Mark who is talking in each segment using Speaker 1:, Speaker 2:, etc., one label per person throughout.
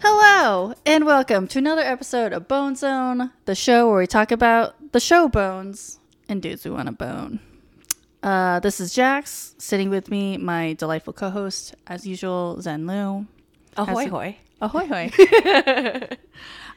Speaker 1: Hello, and welcome to another episode of Bone Zone, the show where we talk about the show bones and dudes we want to bone. Uh, this is Jax, sitting with me, my delightful co host, as usual, Zen Lu.
Speaker 2: Ahoy
Speaker 1: Has-
Speaker 2: hoy.
Speaker 1: Ahoy hoy.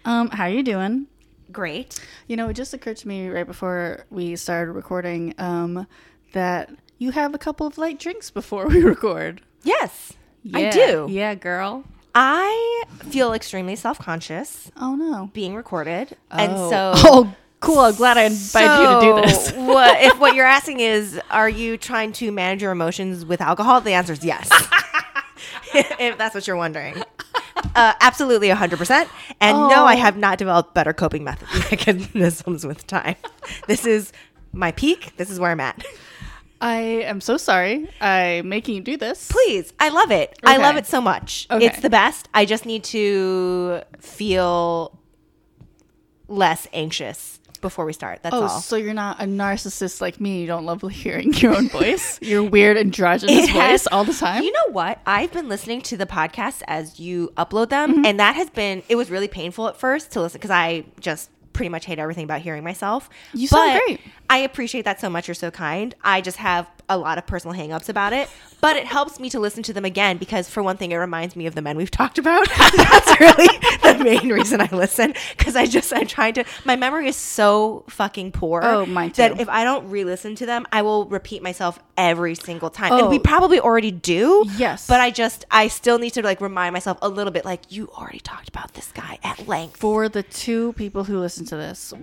Speaker 1: um, how you doing?
Speaker 2: Great.
Speaker 1: You know, it just occurred to me right before we started recording um, that you have a couple of light drinks before we record.
Speaker 2: Yes, I
Speaker 1: Yeah.
Speaker 2: do.
Speaker 1: Yeah, girl.
Speaker 2: I feel extremely self conscious
Speaker 1: Oh, no.
Speaker 2: being recorded. And so.
Speaker 1: Oh, cool. I'm glad I invited you to do this.
Speaker 2: So, what, if what you're asking is, are you trying to manage your emotions with alcohol? The answer is yes. if that's what you're wondering. Uh, absolutely 100%. And no,
Speaker 1: Oh.
Speaker 2: I have not developed better coping method- mechanisms with time. This is my peak. This is where I'm at.
Speaker 1: I am so sorry. I'm making you do this.
Speaker 2: Please, I love it. I
Speaker 1: Okay.
Speaker 2: love it so much.
Speaker 1: Okay.
Speaker 2: It's the best. I just need to feel less anxious before we start. That's
Speaker 1: Oh,
Speaker 2: all.
Speaker 1: so you're not a narcissist like me. You don't love hearing your own voice. your weird androgynous
Speaker 2: It
Speaker 1: voice
Speaker 2: has-
Speaker 1: all the time.
Speaker 2: You know what? I've been listening to the podcasts as you upload them,
Speaker 1: Mm-hmm.
Speaker 2: and that has been. It was really painful at first to listen because I just pretty much hate everything about hearing myself.
Speaker 1: You sound great.
Speaker 2: I appreciate that so much. You're so kind. I just have a lot of personal hangups about it, but it helps me to listen to them again because, for one thing, it reminds me of the men we've talked about. That's really the main reason I listen because I just I'm trying to. My memory is so fucking poor.
Speaker 1: Oh, mine
Speaker 2: That
Speaker 1: too.
Speaker 2: if I don't re-listen to them, I will repeat myself every single time,
Speaker 1: Oh.
Speaker 2: and we probably already do.
Speaker 1: Yes.
Speaker 2: But I just I still need to like remind myself a little bit like you already talked about this guy at length.
Speaker 1: For the two people who listen to this,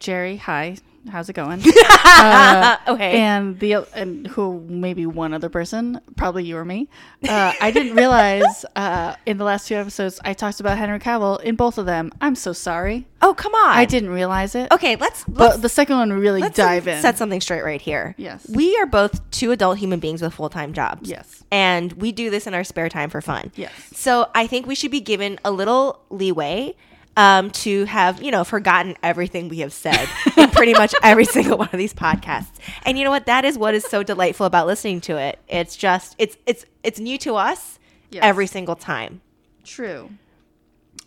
Speaker 1: Jerry, hi, how's it going? Uh,
Speaker 2: okay.
Speaker 1: And the and who maybe one other person, probably you or me. Uh, I didn't realize uh, in the last two episodes I talked about Henry Cavill in both of them. I'm so sorry.
Speaker 2: oh, come on.
Speaker 1: I didn't realize it.
Speaker 2: Okay, let's let's
Speaker 1: But the second one really
Speaker 2: let's
Speaker 1: dive in.
Speaker 2: Set something straight right here.
Speaker 1: Yes.
Speaker 2: We are both two adult human beings with full-time jobs.
Speaker 1: Yes.
Speaker 2: And we do this in our spare time for fun.
Speaker 1: Yes.
Speaker 2: So I think we should be given a little leeway um, to have, you know, forgotten everything we have said in pretty much every single one of these podcasts. And you know what? That is what is so delightful about listening to it. It's just it's it's it's new to us
Speaker 1: Yes.
Speaker 2: every single time.
Speaker 1: True.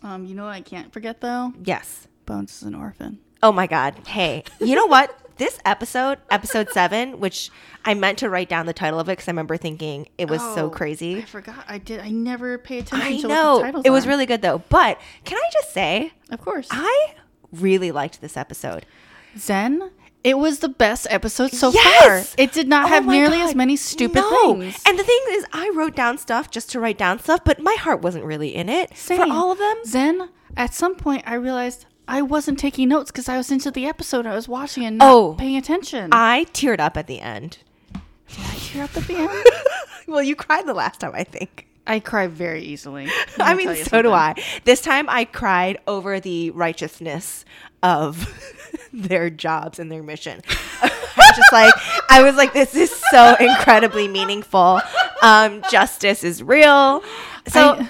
Speaker 1: Um, you know what I can't forget though?
Speaker 2: Yes.
Speaker 1: Bones is an orphan.
Speaker 2: Oh my God. Hey, you know what? This episode, episode seven, which I meant to write down the title of it because I remember thinking it was so
Speaker 1: I
Speaker 2: crazy.
Speaker 1: forgot. I did. Oh, I never pay attention
Speaker 2: I
Speaker 1: to what the
Speaker 2: know.
Speaker 1: titles
Speaker 2: It was
Speaker 1: are.
Speaker 2: really good though. But can I just say,
Speaker 1: Of course.
Speaker 2: I really liked this episode.
Speaker 1: Zen. It was the best episode so
Speaker 2: Yes!
Speaker 1: far. It did not
Speaker 2: Oh
Speaker 1: have
Speaker 2: my
Speaker 1: nearly as
Speaker 2: God.
Speaker 1: many stupid
Speaker 2: No.
Speaker 1: things.
Speaker 2: And the thing is, I wrote down stuff just to write down stuff, but my heart wasn't really in it for
Speaker 1: Same.
Speaker 2: all of them.
Speaker 1: Zen. At some point, I realized I wasn't taking notes because I was into the episode. I was watching and not
Speaker 2: Oh.
Speaker 1: paying attention.
Speaker 2: I teared up at the end.
Speaker 1: I tear up at the end.
Speaker 2: well, you cried the last time, I think.
Speaker 1: I cry very easily. Let me
Speaker 2: I
Speaker 1: tell
Speaker 2: mean,
Speaker 1: you
Speaker 2: so do
Speaker 1: something.
Speaker 2: I. This time I cried over the righteousness of their jobs and their mission. I just like I was like, this is so incredibly meaningful. Um, justice is real. So,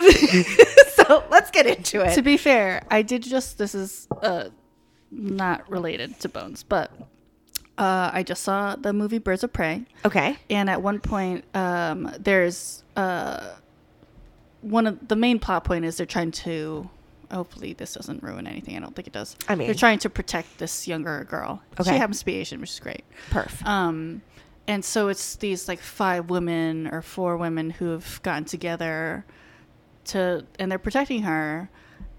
Speaker 2: so let's get into
Speaker 1: to
Speaker 2: it.
Speaker 1: be fair, I did just this is uh not related to Bones, but uh I just saw the movie Birds of Prey
Speaker 2: Okay.
Speaker 1: and at one point um there's uh one of the main plot point is they're trying to hopefully this doesn't ruin anything. I don't think it does.
Speaker 2: I mean-
Speaker 1: they're trying to protect this younger girl. She
Speaker 2: Okay.
Speaker 1: happens to be Asian, which is great.
Speaker 2: Perf.
Speaker 1: Um, and so it's these like five women or four women who have gotten together to, and they're protecting her.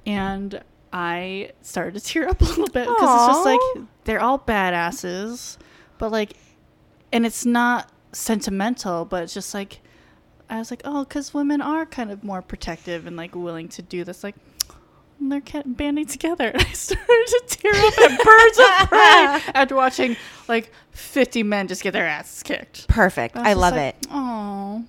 Speaker 1: And I started to tear up a little bit because it's just
Speaker 2: Aw.
Speaker 1: like they're all badasses, but like, and it's not sentimental, but it's just like, I was like, oh, because women are kind of more protective and like willing to do this, like, and they're ca- banding together. And I started to tear up at Birds of Prey after watching like 50 men just get their asses kicked.
Speaker 2: Perfect. I love it.
Speaker 1: Oh,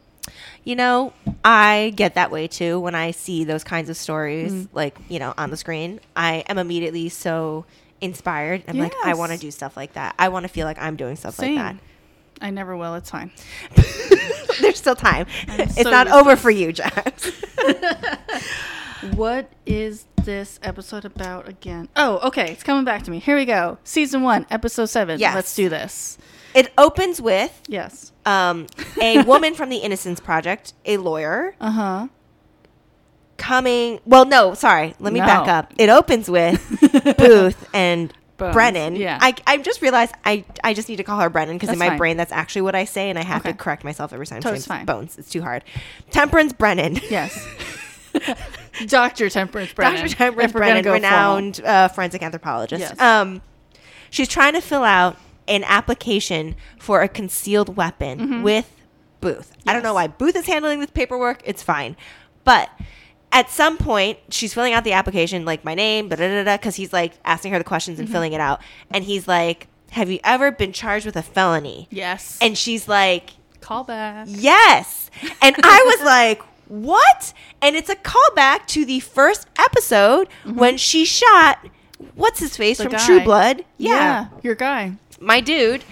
Speaker 2: You know, I get that way too when I see those kinds of stories,
Speaker 1: Mm-hmm.
Speaker 2: like, you know, on the screen. I am immediately so inspired. I'm like, I
Speaker 1: Yes.
Speaker 2: want to do stuff like that. I want to feel like I'm doing stuff
Speaker 1: same.
Speaker 2: like
Speaker 1: I never will. It's fine.
Speaker 2: that. There's still time. it's
Speaker 1: so
Speaker 2: not
Speaker 1: used
Speaker 2: over for you, Jax.
Speaker 1: What is this episode about again? Oh, okay. It's coming back to me. Here we go. Season one, episode seven.
Speaker 2: Yes.
Speaker 1: Let's do this.
Speaker 2: it opens with
Speaker 1: Yes. Uh-huh.
Speaker 2: um, a woman from the Innocence Project, a lawyer,
Speaker 1: Uh huh.
Speaker 2: coming. Well, no, sorry. Let me back
Speaker 1: No.
Speaker 2: up. It opens with Booth and
Speaker 1: Bones,
Speaker 2: Brennan.
Speaker 1: yeah.
Speaker 2: I, I just realized I, I just need to call her Brennan because in
Speaker 1: That's
Speaker 2: my
Speaker 1: fine.
Speaker 2: brain that's actually what I say, and I have
Speaker 1: Okay.
Speaker 2: to correct myself every time.
Speaker 1: Totally
Speaker 2: Same-
Speaker 1: fine.
Speaker 2: Bones. It's too hard. Temperance Brennan.
Speaker 1: Yes. Dr. Temperance Brennan.
Speaker 2: Dr. Temperance
Speaker 1: If we're gonna
Speaker 2: Brennan,
Speaker 1: go
Speaker 2: renowned uh, forensic anthropologist.
Speaker 1: Yes.
Speaker 2: Um, she's trying to fill out an application for a concealed weapon with Booth. I don't know
Speaker 1: Mm-hmm. Yes.
Speaker 2: why Booth is handling this paperwork. It's fine, but at some point she's filling out the application like my name, da da da da, because he's like asking her the questions
Speaker 1: Mm-hmm.
Speaker 2: and filling it out, and he's like, "Have you ever been charged with a felony?"
Speaker 1: Yes.
Speaker 2: And she's like,
Speaker 1: call back.
Speaker 2: Yes. And I was like, what? And it's a callback to the first episode when she shot what's his face
Speaker 1: Mm-hmm. The
Speaker 2: from
Speaker 1: guy.
Speaker 2: True Blood. Yeah.
Speaker 1: Your guy.
Speaker 2: My dude.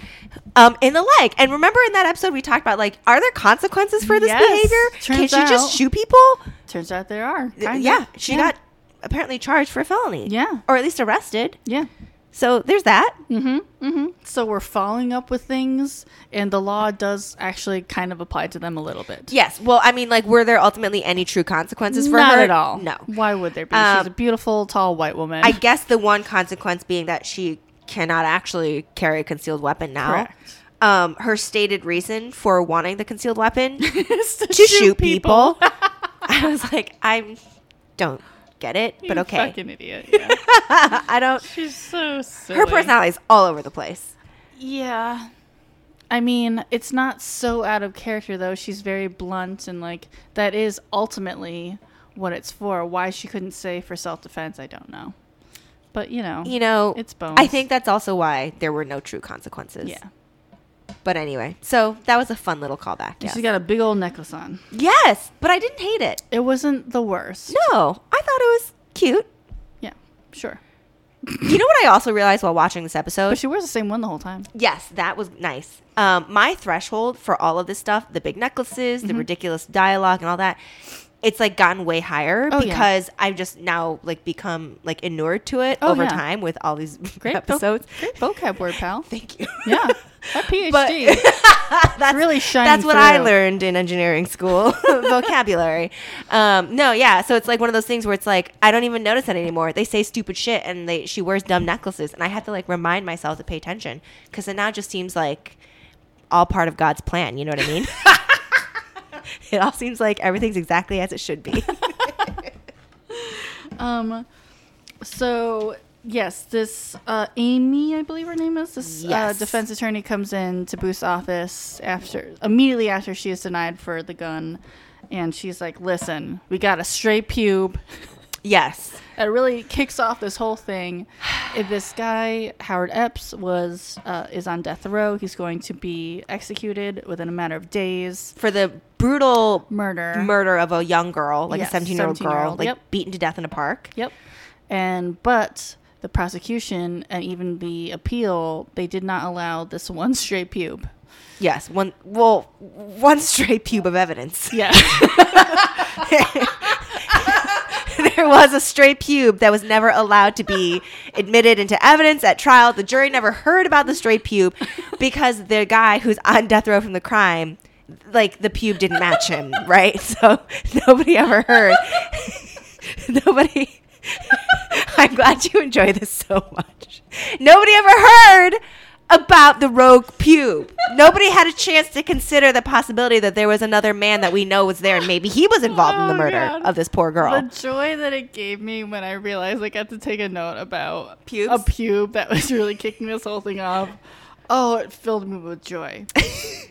Speaker 2: Um, in the leg. And remember in that episode we talked about like, are there consequences for this
Speaker 1: Yes.
Speaker 2: behavior?
Speaker 1: Turns
Speaker 2: Can she
Speaker 1: out-
Speaker 2: just shoot people?
Speaker 1: Turns out there are.
Speaker 2: Th-
Speaker 1: kinda.
Speaker 2: Yeah. She got apparently charged for a felony.
Speaker 1: Yeah.
Speaker 2: Or at least arrested.
Speaker 1: Yeah.
Speaker 2: So there's that.
Speaker 1: Mm-hmm. Mm-hmm. So we're following up with things, and the law does actually kind of apply to them a little bit.
Speaker 2: Yes. Well, I mean, like, were there ultimately any true consequences for
Speaker 1: Not
Speaker 2: her?
Speaker 1: at all.
Speaker 2: No.
Speaker 1: Why would there be?
Speaker 2: Um,
Speaker 1: She's a beautiful, tall white woman.
Speaker 2: I guess the one consequence being that she cannot actually carry a concealed weapon now.
Speaker 1: Correct.
Speaker 2: Um, her stated reason for wanting the concealed weapon to
Speaker 1: It's to
Speaker 2: shoot, people. I was like, I don't get it, but
Speaker 1: You
Speaker 2: okay.
Speaker 1: Fucking idiot. Yeah.
Speaker 2: I don't.
Speaker 1: She's so silly.
Speaker 2: Her personality is all over the place.
Speaker 1: Yeah. I mean, it's not so out of character though. She's very blunt and like that is ultimately what it's for. Why she couldn't say for self-defense, I don't know. But you know,
Speaker 2: You know,
Speaker 1: It's bones.
Speaker 2: I think that's also why there were no true consequences.
Speaker 1: yeah.
Speaker 2: But anyway, so that was a fun little callback.
Speaker 1: And
Speaker 2: Yes.
Speaker 1: She's got a big old necklace on.
Speaker 2: yes, but I didn't hate it.
Speaker 1: It wasn't the worst.
Speaker 2: No, I thought it was cute.
Speaker 1: Yeah, sure.
Speaker 2: You know what I also realized while watching this episode?
Speaker 1: But she wears the same one the whole time.
Speaker 2: Yes, that was nice. Um, my threshold for all of this stuff, the big necklaces,
Speaker 1: Mm-hmm.
Speaker 2: the ridiculous dialogue and all that, it's like gotten way higher
Speaker 1: Oh, yeah.
Speaker 2: because I've just now like become like inured to it
Speaker 1: Oh,
Speaker 2: over
Speaker 1: yeah.
Speaker 2: time with all these
Speaker 1: Great voc-
Speaker 2: episodes.
Speaker 1: Great vocab word, pal.
Speaker 2: Thank you.
Speaker 1: Yeah, that PhD.
Speaker 2: that's
Speaker 1: really shining
Speaker 2: That's what I
Speaker 1: through.
Speaker 2: learned in engineering school vocabulary. Um, no, yeah. So it's like one of those things where it's like I don't even notice that anymore. They say stupid shit, and they she wears dumb necklaces, and I have to like remind myself to pay attention because it now just seems like all part of God's plan. You know what I mean? it all seems like everything's exactly as it should be.
Speaker 1: Um, so yes, this uh, Amy, I believe her name is. This
Speaker 2: Yes.
Speaker 1: uh, defense attorney comes in to Booth's office after immediately after she is denied for the gun, and she's like, "Listen, we got a stray pube."
Speaker 2: yes.
Speaker 1: That really kicks off this whole thing. If This guy Howard Epps was uh, is on death row. He's going to be executed within a matter of days.
Speaker 2: For the brutal
Speaker 1: Murder.
Speaker 2: murder of a young girl, like
Speaker 1: Yes,
Speaker 2: a 17 year old girl,
Speaker 1: 17-year-old,
Speaker 2: like
Speaker 1: yep.
Speaker 2: beaten to death in a park.
Speaker 1: Yep. And but the prosecution and even the appeal, they did not allow this one stray pube.
Speaker 2: Yes, one well, one straight pube of evidence.
Speaker 1: Yeah.
Speaker 2: there was a straight pube that was never allowed to be admitted into evidence at trial. The jury never heard about the straight pube because the guy who's on death row from the crime, like the pube didn't match him, right? So nobody ever heard. nobody. I'm glad you enjoy this so much. Nobody ever heard about the rogue pube. Nobody had a chance to consider the possibility that there was another man that we know was there and maybe he was involved in the
Speaker 1: Oh,
Speaker 2: murder
Speaker 1: God.
Speaker 2: of this poor girl.
Speaker 1: the joy that it gave me when I realized I got to take a note about
Speaker 2: Pubes?
Speaker 1: a pube that was really kicking this whole thing off. Oh, it filled me with joy.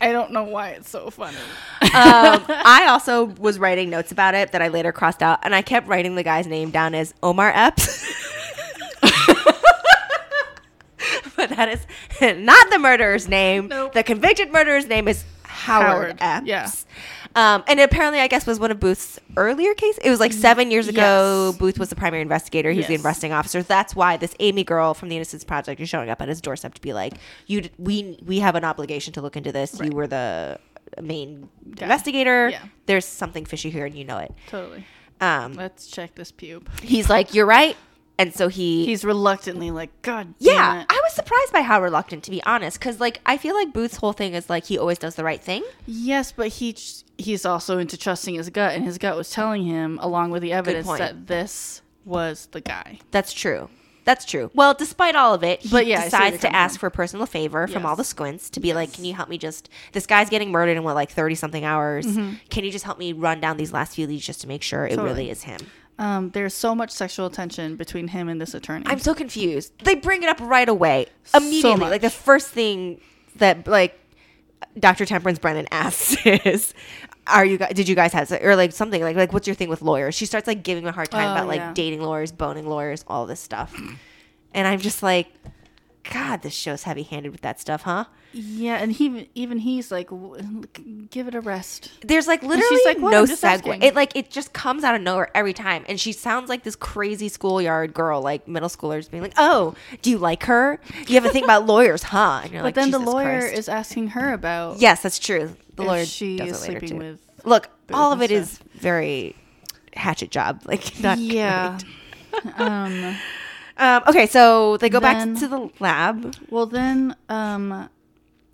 Speaker 1: I don't know why it's so funny.
Speaker 2: um, I also was writing notes about it that I later crossed out, and I kept writing the guy's name down as Omar Epps. but that is not the murderer's name.
Speaker 1: Nope.
Speaker 2: The convicted murderer's name is Howard,
Speaker 1: Howard,
Speaker 2: Epps.
Speaker 1: yeah.
Speaker 2: Um, and apparently, I guess was one of Booth's earlier cases. It was like seven years ago.
Speaker 1: Mm, Yes.
Speaker 2: Booth was the primary investigator. He's the
Speaker 1: Yes.
Speaker 2: arresting officer. That's why this Amy girl from the Innocence Project is showing up at his doorstep to be like, "You, d- we, we have an obligation to look into this. You were the main
Speaker 1: Guy.
Speaker 2: investigator.
Speaker 1: Yeah.
Speaker 2: There's something fishy here, and you know it."
Speaker 1: Totally.
Speaker 2: Um,
Speaker 1: Let's check this pube.
Speaker 2: he's like, "You're right. and so he
Speaker 1: He's reluctantly like, God damn
Speaker 2: yeah,
Speaker 1: it.
Speaker 2: I was surprised by how reluctant, to be honest, because like I feel like Booth's whole thing is like he always does the right thing.
Speaker 1: Yes, but he ch- he's also into trusting his gut, and his gut was telling him, along with the evidence,
Speaker 2: point.
Speaker 1: that this was the guy.
Speaker 2: That's true. That's true. Well, despite all of it, he
Speaker 1: But yeah, I see where
Speaker 2: decides
Speaker 1: you're
Speaker 2: to
Speaker 1: coming
Speaker 2: ask for a personal favor from
Speaker 1: Yes.
Speaker 2: all the squints to be like, "Can you help me just? This guy's getting murdered in what like thirty something hours.
Speaker 1: Mm-hmm.
Speaker 2: Can you just help me run down these last few leads just to make sure it really is him?"
Speaker 1: Um, there's so much sexual tension between him and this attorney.
Speaker 2: I'm so confused. They bring it up right away, immediately. like the first thing that like Dr. Temperance Brennan asks is, "Are you guys? Did you guys have se- or like something like like what's your thing with lawyers?" She starts like giving him a hard time
Speaker 1: Oh,
Speaker 2: about like
Speaker 1: yeah.
Speaker 2: dating lawyers, boning lawyers, all this stuff, and I'm just like, God, this show's heavy handed with that stuff, huh?
Speaker 1: yeah, and he even he's like, "W- give it a rest.
Speaker 2: There's like literally
Speaker 1: she's like, "What?
Speaker 2: no
Speaker 1: I'm just asking."
Speaker 2: segue. It like it just comes out of nowhere every time, and she sounds like this crazy schoolyard girl, like middle schoolers, being like, "Oh, do you like her? Do you have a thing about lawyers, huh?" And you're
Speaker 1: But
Speaker 2: like,
Speaker 1: then the
Speaker 2: "Jesus
Speaker 1: lawyer
Speaker 2: Christ."
Speaker 1: is asking her about
Speaker 2: yes, that's true. The
Speaker 1: if
Speaker 2: lawyer
Speaker 1: she
Speaker 2: does
Speaker 1: is
Speaker 2: it later
Speaker 1: sleeping
Speaker 2: too.
Speaker 1: with.
Speaker 2: Look, all of
Speaker 1: and
Speaker 2: it is very hatchet job, like not
Speaker 1: yeah.
Speaker 2: great.
Speaker 1: um,
Speaker 2: Um, okay, so they go
Speaker 1: Then-
Speaker 2: back to the lab.
Speaker 1: well, then um,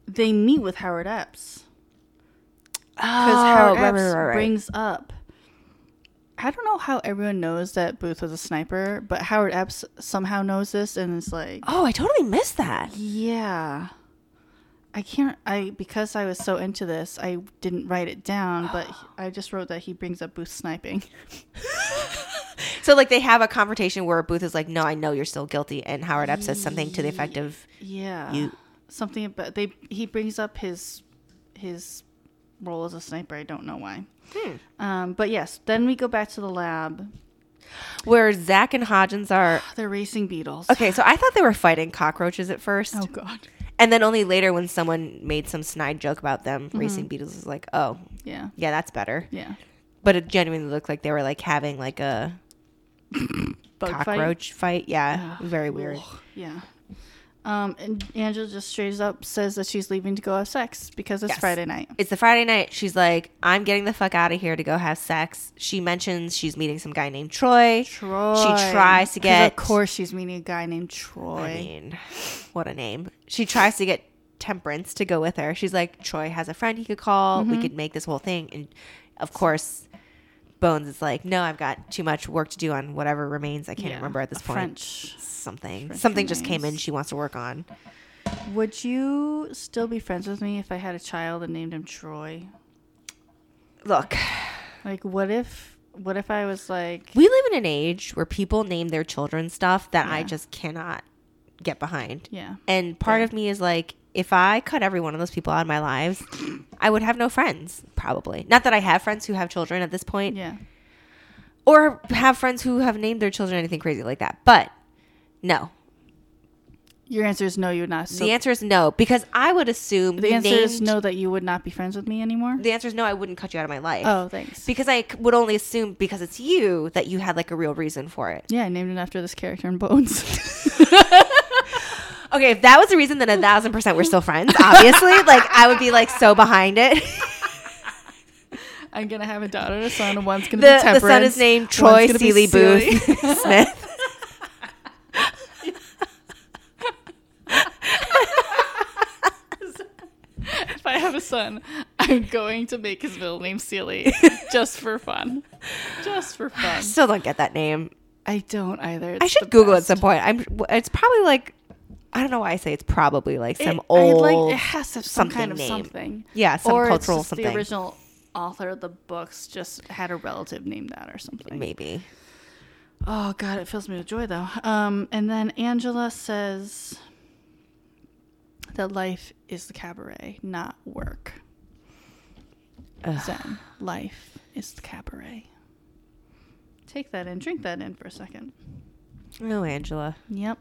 Speaker 1: they meet with Howard Epps. because Howard
Speaker 2: Oh, right,
Speaker 1: Epps
Speaker 2: right, right, right.
Speaker 1: brings up. I don't know how everyone knows that Booth was a sniper, but Howard Epps somehow knows this and is like,
Speaker 2: Oh, I totally missed that.
Speaker 1: yeah. I can't. I because I was so into this, I didn't write it down, but he- I just wrote that he brings up Booth sniping.
Speaker 2: So like they have a confrontation where Booth is like, "No, I know you're still guilty," and Howard Epps says something to the effect of.
Speaker 1: Yeah,
Speaker 2: You-
Speaker 1: something about they. He brings up his his role as a sniper. I don't know why.
Speaker 2: Hmm.
Speaker 1: Um, but yes, then we go back to the lab.
Speaker 2: where Zach and Hodgins are.
Speaker 1: They're racing beetles.
Speaker 2: Okay, so I thought they were fighting cockroaches at first,
Speaker 1: Oh God.
Speaker 2: and then only later when someone made some snide joke about them
Speaker 1: Mm-hmm.
Speaker 2: racing beetles is like, oh,
Speaker 1: Yeah.
Speaker 2: yeah, that's better.
Speaker 1: Yeah.
Speaker 2: But it genuinely looked like they were like having like a
Speaker 1: Bug fight?
Speaker 2: cockroach fight. Yeah, very weird.
Speaker 1: Yeah. Um, and Angela just straight up says that she's leaving to go have sex because it's
Speaker 2: Yes.
Speaker 1: Friday night.
Speaker 2: It's the Friday night. She's like, I'm getting the fuck out of here to go have sex. She mentions she's meeting some guy named Troy.
Speaker 1: Troy.
Speaker 2: She tries to
Speaker 1: 'Cause
Speaker 2: get.
Speaker 1: Of course, she's meeting a guy named Troy.
Speaker 2: I mean, what a name. She tries to get Temperance to go with her. She's like, Troy has a friend he could call.
Speaker 1: Mm-hmm.
Speaker 2: We could make this whole thing. And of course, Bones is like, no, I've got too much work to do on whatever remains. I can't
Speaker 1: Yeah.
Speaker 2: remember at this
Speaker 1: A
Speaker 2: point.
Speaker 1: French.
Speaker 2: Something. Something just came in
Speaker 1: remains.
Speaker 2: she wants to work on.
Speaker 1: Would you still be friends with me if I had a child and named him Troy?
Speaker 2: Look,
Speaker 1: Like, what if? What if I was like,
Speaker 2: we live in an age where people name their children stuff that I just cannot get behind.
Speaker 1: yeah,
Speaker 2: And part of me is like, if I cut every one of those people out of my lives, I would have no friends, probably. Not that I have friends who have children at this point,
Speaker 1: yeah,
Speaker 2: or have friends who have named their children anything crazy like that. But no,
Speaker 1: your answer is no. You would not. So
Speaker 2: the
Speaker 1: the,
Speaker 2: answer is no because I would assume you
Speaker 1: answer is
Speaker 2: named-
Speaker 1: no that you would not be friends with me anymore.
Speaker 2: The answer is no. I wouldn't cut you out of my life
Speaker 1: oh, thanks.
Speaker 2: because I c- would only assume because it's you that you had like a real reason for it.
Speaker 1: yeah, I named him after this character in Bones.
Speaker 2: Okay, if that was the reason, then a thousand percent we're still friends. Obviously, like I would be like so behind it.
Speaker 1: I'm gonna have a daughter and a son, and one's gonna be
Speaker 2: the, the
Speaker 1: temperance.
Speaker 2: son is named
Speaker 1: one's
Speaker 2: Troy
Speaker 1: gonna be
Speaker 2: Seeley
Speaker 1: Seeley.
Speaker 2: Booth Smith.
Speaker 1: if I have a son, I'm going to make his middle name Sealy just for fun. Just for fun.
Speaker 2: Still don't get that name.
Speaker 1: I don't either.
Speaker 2: I
Speaker 1: It's the
Speaker 2: should Google
Speaker 1: best.
Speaker 2: at some point. I'm. It's probably like I don't know why I say it's probably like
Speaker 1: It-
Speaker 2: some
Speaker 1: I
Speaker 2: old.
Speaker 1: like, it has to have some
Speaker 2: something
Speaker 1: kind of
Speaker 2: name.
Speaker 1: something.
Speaker 2: Yeah, some
Speaker 1: or it's
Speaker 2: cultural
Speaker 1: just
Speaker 2: something.
Speaker 1: The original author of the books just had a relative named that or something.
Speaker 2: Maybe.
Speaker 1: Oh God, it fills me with joy though. Um, and then Angela says that life is the cabaret, not work. Zen, life is the cabaret. Take that in, drink that in for a second.
Speaker 2: Oh, Angela.
Speaker 1: Yep,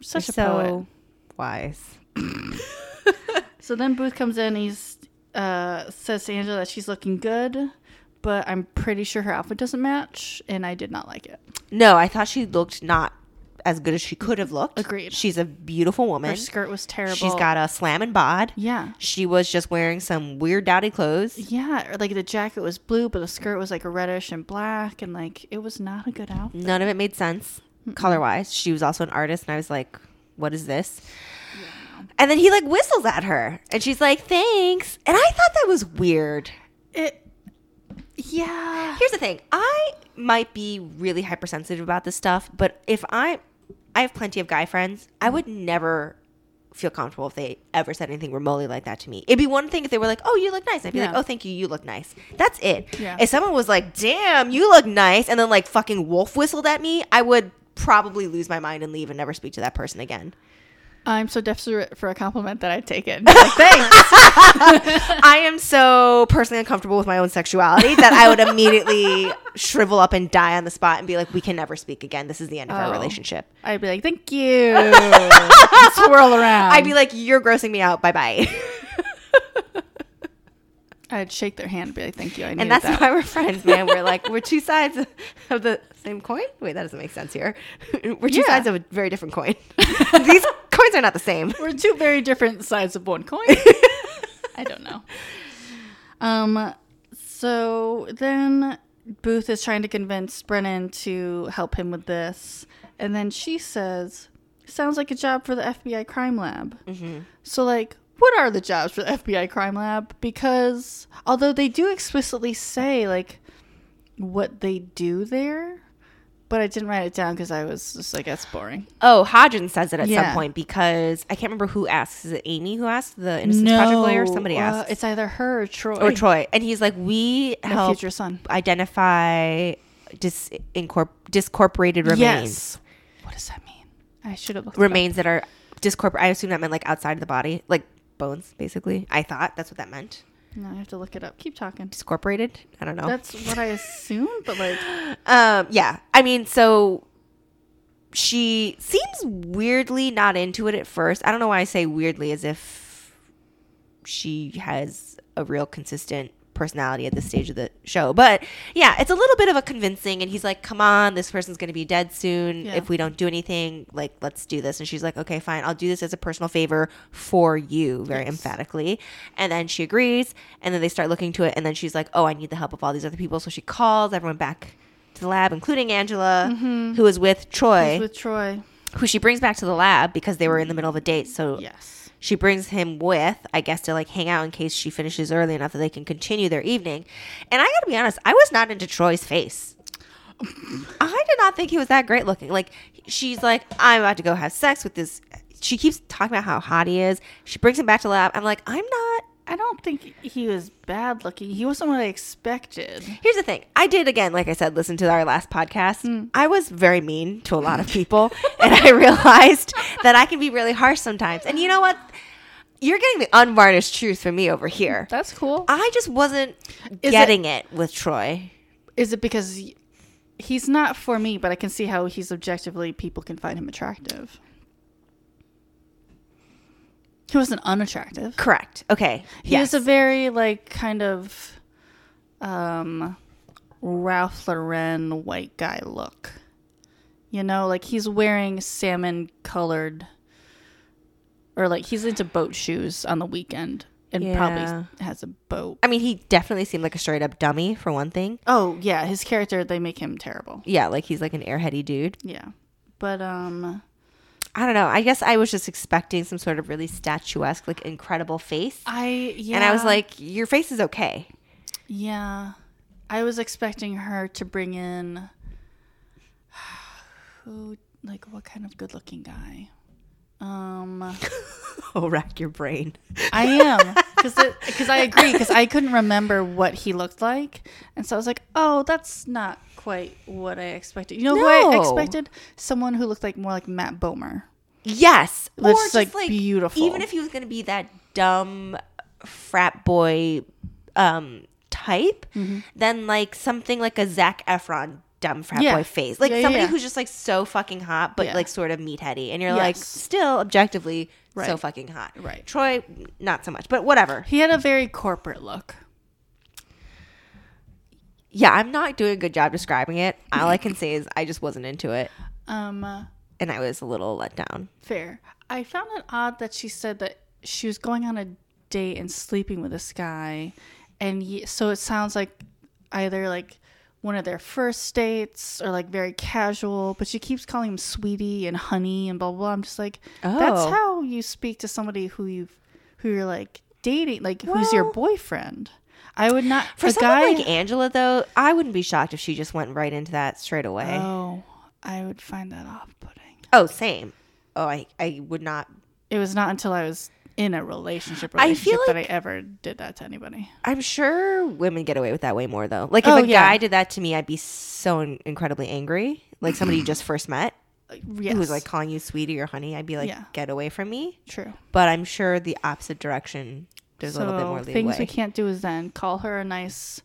Speaker 1: such a poet.
Speaker 2: so wise.
Speaker 1: So then Booth comes in. He's uh, says to Angela that she's looking good, but I'm pretty sure her outfit doesn't match, and I did not like it.
Speaker 2: No, I thought she looked not as good as she could have looked.
Speaker 1: Agreed.
Speaker 2: She's a beautiful
Speaker 1: Her
Speaker 2: woman.
Speaker 1: skirt was terrible.
Speaker 2: She's got a slamming bod.
Speaker 1: yeah.
Speaker 2: She was just wearing some weird dowdy clothes.
Speaker 1: Yeah, or like the jacket was blue, but the skirt was like reddish and black, and like it was not a good outfit.
Speaker 2: None of it made sense. color wise. She was also an artist, and I was like, "What is this?" And then he like whistles at her, and she's like, "Thanks." And I thought that was weird.
Speaker 1: It. Yeah.
Speaker 2: Here's the thing: I might be really hypersensitive about this stuff, but if I, I have plenty of guy friends, I would never feel comfortable if they ever said anything remotely like that to me. It'd be one thing if they were like, "Oh, you look nice," I'd be like,
Speaker 1: Yeah.
Speaker 2: "Oh, thank you, you look nice." That's it.
Speaker 1: Yeah.
Speaker 2: If someone was like, "Damn, you look nice," and then like fucking wolf whistled at me, I would probably lose my mind and leave and never speak to that person again.
Speaker 1: I'm so desperate for a compliment that I take it. Like, Thanks.
Speaker 2: I am so personally uncomfortable with my own sexuality that I would immediately shrivel up and die on the spot and be like, "We can never speak again. This is the end of our
Speaker 1: Oh.
Speaker 2: relationship."
Speaker 1: I'd be like, thank you. And swirl around.
Speaker 2: I'd be like, "You're grossing me out. Bye bye."
Speaker 1: I'd shake their hand and be like, thank you. I needed
Speaker 2: and that's
Speaker 1: that.
Speaker 2: why we're friends, man. We're like we're two sides of the same coin. Wait, that doesn't make sense here. We're two
Speaker 1: Yeah.
Speaker 2: sides of a very different coin. These coins are not the same.
Speaker 1: We're two very different sides of one coin. I don't know. Um, so then Booth is trying to convince Brennan to help him with this, and then she says, "Sounds like a job for the FBI crime lab."
Speaker 2: Mm-hmm.
Speaker 1: So, like, what are the jobs for the FBI crime lab? Because although they do explicitly say like what they do there, but I didn't write it down because I was just like, that's boring.
Speaker 2: Oh, Hodgins says it at some
Speaker 1: Yeah.
Speaker 2: point because I can't remember who asks. Is it Amy who asks the Innocence Project lawyer? Somebody
Speaker 1: uh,
Speaker 2: asks.
Speaker 1: it's either her or Troy.
Speaker 2: or Troy, and he's like, "We
Speaker 1: My
Speaker 2: help
Speaker 1: future son.
Speaker 2: identify dis- incorp- discorporated remains,
Speaker 1: Yes. What does that mean? I should have looked. it up.
Speaker 2: remains that are discorporate." I assume that meant like outside of the body, like bones, basically. I thought that's what that meant.
Speaker 1: No, I have to look it up. Keep talking.
Speaker 2: Discorporated. I don't know.
Speaker 1: That's what I assumed, but like,
Speaker 2: um yeah i mean so she seems weirdly not into it at first i don't know why i say weirdly as if she has a real consistent personality at this stage of the show but yeah it's a little bit of a convincing and he's like come on this person's going to be dead soon
Speaker 1: Yeah.
Speaker 2: if we don't do anything like let's do this and she's like okay fine i'll do this as a personal favor for you very emphatically and then she agrees and then they start looking to it and then she's like oh i need the help of all these other people so she calls everyone back to the lab including angela who is with troy
Speaker 1: Mm-hmm. with Troy.
Speaker 2: who she brings back to the lab because they were in the middle of a date so
Speaker 1: Yes.
Speaker 2: she brings him with, I guess, to like hang out in case she finishes early enough that they can continue their evening. And I gotta be honest, I was not into Troy's face. I did not think he was that great looking. Like she's like, I'm about to go have sex with this. She keeps talking about how hot he is. She brings him back to lab. I'm like, I'm not.
Speaker 1: I don't think he was bad looking. He wasn't what I expected.
Speaker 2: Here's the thing. I did again, like I said, listen to our last podcast. I was very mean to a lot of people, and I realized that I can be really harsh sometimes. And you know what? You're getting the unvarnished truth from me over here.
Speaker 1: That's cool.
Speaker 2: I just wasn't
Speaker 1: Is
Speaker 2: getting it, with Troy.
Speaker 1: Is it because he- he's not for me, but I can see how he's objectively people can find him attractive. He wasn't unattractive.
Speaker 2: Correct. Okay.
Speaker 1: He is a very like kind of um Ralph Lauren white guy look. You know, like he's wearing salmon colored or like he's into boat shoes on the weekend and
Speaker 2: Yeah.
Speaker 1: probably has a boat.
Speaker 2: I mean, he definitely seemed like a straight up dummy for one thing.
Speaker 1: Oh, yeah, his character they make him terrible.
Speaker 2: Yeah, like he's like an airheady dude.
Speaker 1: Yeah. But um
Speaker 2: I don't know. I guess I was just expecting some sort of really statuesque, like incredible face,
Speaker 1: I yeah.
Speaker 2: and I was like, "Your face is okay."
Speaker 1: Yeah. I was expecting her to bring in who like what kind of good looking guy? Um
Speaker 2: Oh, rack your brain.
Speaker 1: I am cuz cuz I agree cuz I couldn't remember what he looked like and so I was like, "Oh, that's not quite what I expected." You know who I
Speaker 2: No.
Speaker 1: expected? Someone who looked like more like Matt Bomer.
Speaker 2: Yes,
Speaker 1: That's, like, beautiful.
Speaker 2: Even if he was going to be that dumb frat boy um, type,
Speaker 1: Mm-hmm.
Speaker 2: then like something like a Zach Efron dumb frat
Speaker 1: Yeah.
Speaker 2: boy face, like
Speaker 1: Yeah, yeah,
Speaker 2: somebody
Speaker 1: yeah.
Speaker 2: who's just like so fucking hot, but
Speaker 1: Yeah.
Speaker 2: like sort of meatheady, and you're like
Speaker 1: Yes.
Speaker 2: still objectively so
Speaker 1: Right.
Speaker 2: fucking hot.
Speaker 1: Right.
Speaker 2: Troy, not so much, but whatever.
Speaker 1: He had a very corporate look.
Speaker 2: Yeah, I'm not doing a good job describing it. All I can say is I just wasn't into it,
Speaker 1: Um
Speaker 2: and I was a little let down.
Speaker 1: Fair. I found it odd that she said that she was going on a date and sleeping with this guy, and y so it sounds like either like one of their first dates or like very casual, but she keeps calling him sweetie and honey and blah blah. blah. I'm just like, that's
Speaker 2: Oh.
Speaker 1: how you speak to somebody who you have who you're like dating, like who's your
Speaker 2: Well-
Speaker 1: boyfriend. I would not
Speaker 2: For
Speaker 1: a
Speaker 2: someone
Speaker 1: guy.
Speaker 2: like Angela, though, I wouldn't be shocked if she just went right into that straight away.
Speaker 1: oh, I would find that off-putting.
Speaker 2: oh, same. Oh, I, I would not.
Speaker 1: It was not until I was in a relationship,
Speaker 2: I feel
Speaker 1: relationship that I ever did that to anybody.
Speaker 2: I'm sure women get away with that way more, though. Like, if
Speaker 1: Oh,
Speaker 2: a
Speaker 1: yeah.
Speaker 2: guy did that to me, I'd be so in- incredibly angry. Like, somebody you just first met
Speaker 1: Yes,
Speaker 2: who was like calling you sweetie or honey, I'd be like,
Speaker 1: Yeah.
Speaker 2: get away from me.
Speaker 1: true.
Speaker 2: But I'm sure the opposite direction, there's a little bit more
Speaker 1: things we
Speaker 2: leeway.
Speaker 1: can't do is then call her a nice.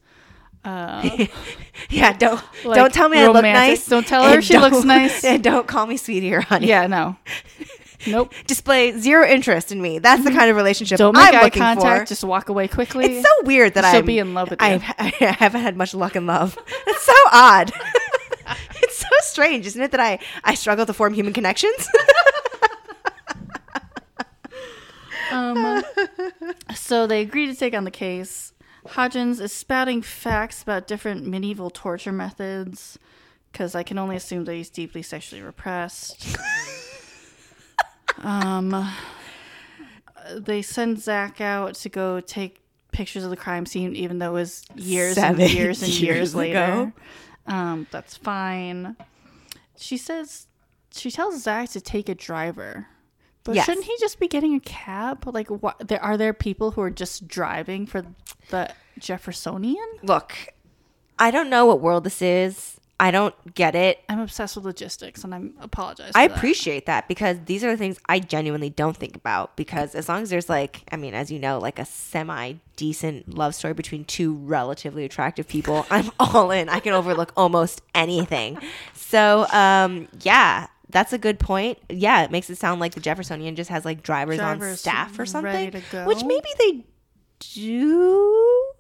Speaker 1: Uh,
Speaker 2: yeah, don't
Speaker 1: like,
Speaker 2: don't tell me I look
Speaker 1: romantic-
Speaker 2: nice.
Speaker 1: don't tell her
Speaker 2: and
Speaker 1: she looks
Speaker 2: don't-
Speaker 1: nice.
Speaker 2: And don't call me sweetie or honey.
Speaker 1: yeah, no, nope.
Speaker 2: display zero interest in me. That's the kind of relationship
Speaker 1: Mm-hmm. Don't make
Speaker 2: I'm
Speaker 1: eye
Speaker 2: looking
Speaker 1: contact.
Speaker 2: for.
Speaker 1: Just walk away quickly.
Speaker 2: it's so weird that
Speaker 1: She'll
Speaker 2: I'm
Speaker 1: be in love with
Speaker 2: I've,
Speaker 1: you.
Speaker 2: I haven't had much luck in love. It's so odd. it's so strange, isn't it? That I I struggle to form human connections.
Speaker 1: Um, so they agree to take on the case. Hodgins is spouting facts about different medieval torture methods because I can only assume that he's deeply sexually repressed. um, they send Zach out to go take pictures of the crime scene, even though it was years
Speaker 2: Seven
Speaker 1: and years and years,
Speaker 2: years ago.
Speaker 1: later. Um, that's fine. She says she tells Zach to take a driver. But
Speaker 2: Yes.
Speaker 1: shouldn't he just be getting a cab? Like, what? There are there people who are just driving for the Jeffersonian?
Speaker 2: Look, I don't know what world this is. I don't get it.
Speaker 1: I'm obsessed with logistics, and I apologize.
Speaker 2: I
Speaker 1: for that.
Speaker 2: appreciate that because these are the things I genuinely don't think about. Because as long as there's like, I mean, as you know, like a semi decent love story between two relatively attractive people, I'm all in. I can overlook almost anything. So, um, yeah, that's a good point. Yeah, it makes it sound like the Jeffersonian just has like drivers, on
Speaker 1: Drivers
Speaker 2: staff or something,
Speaker 1: ready to go?
Speaker 2: which maybe they do.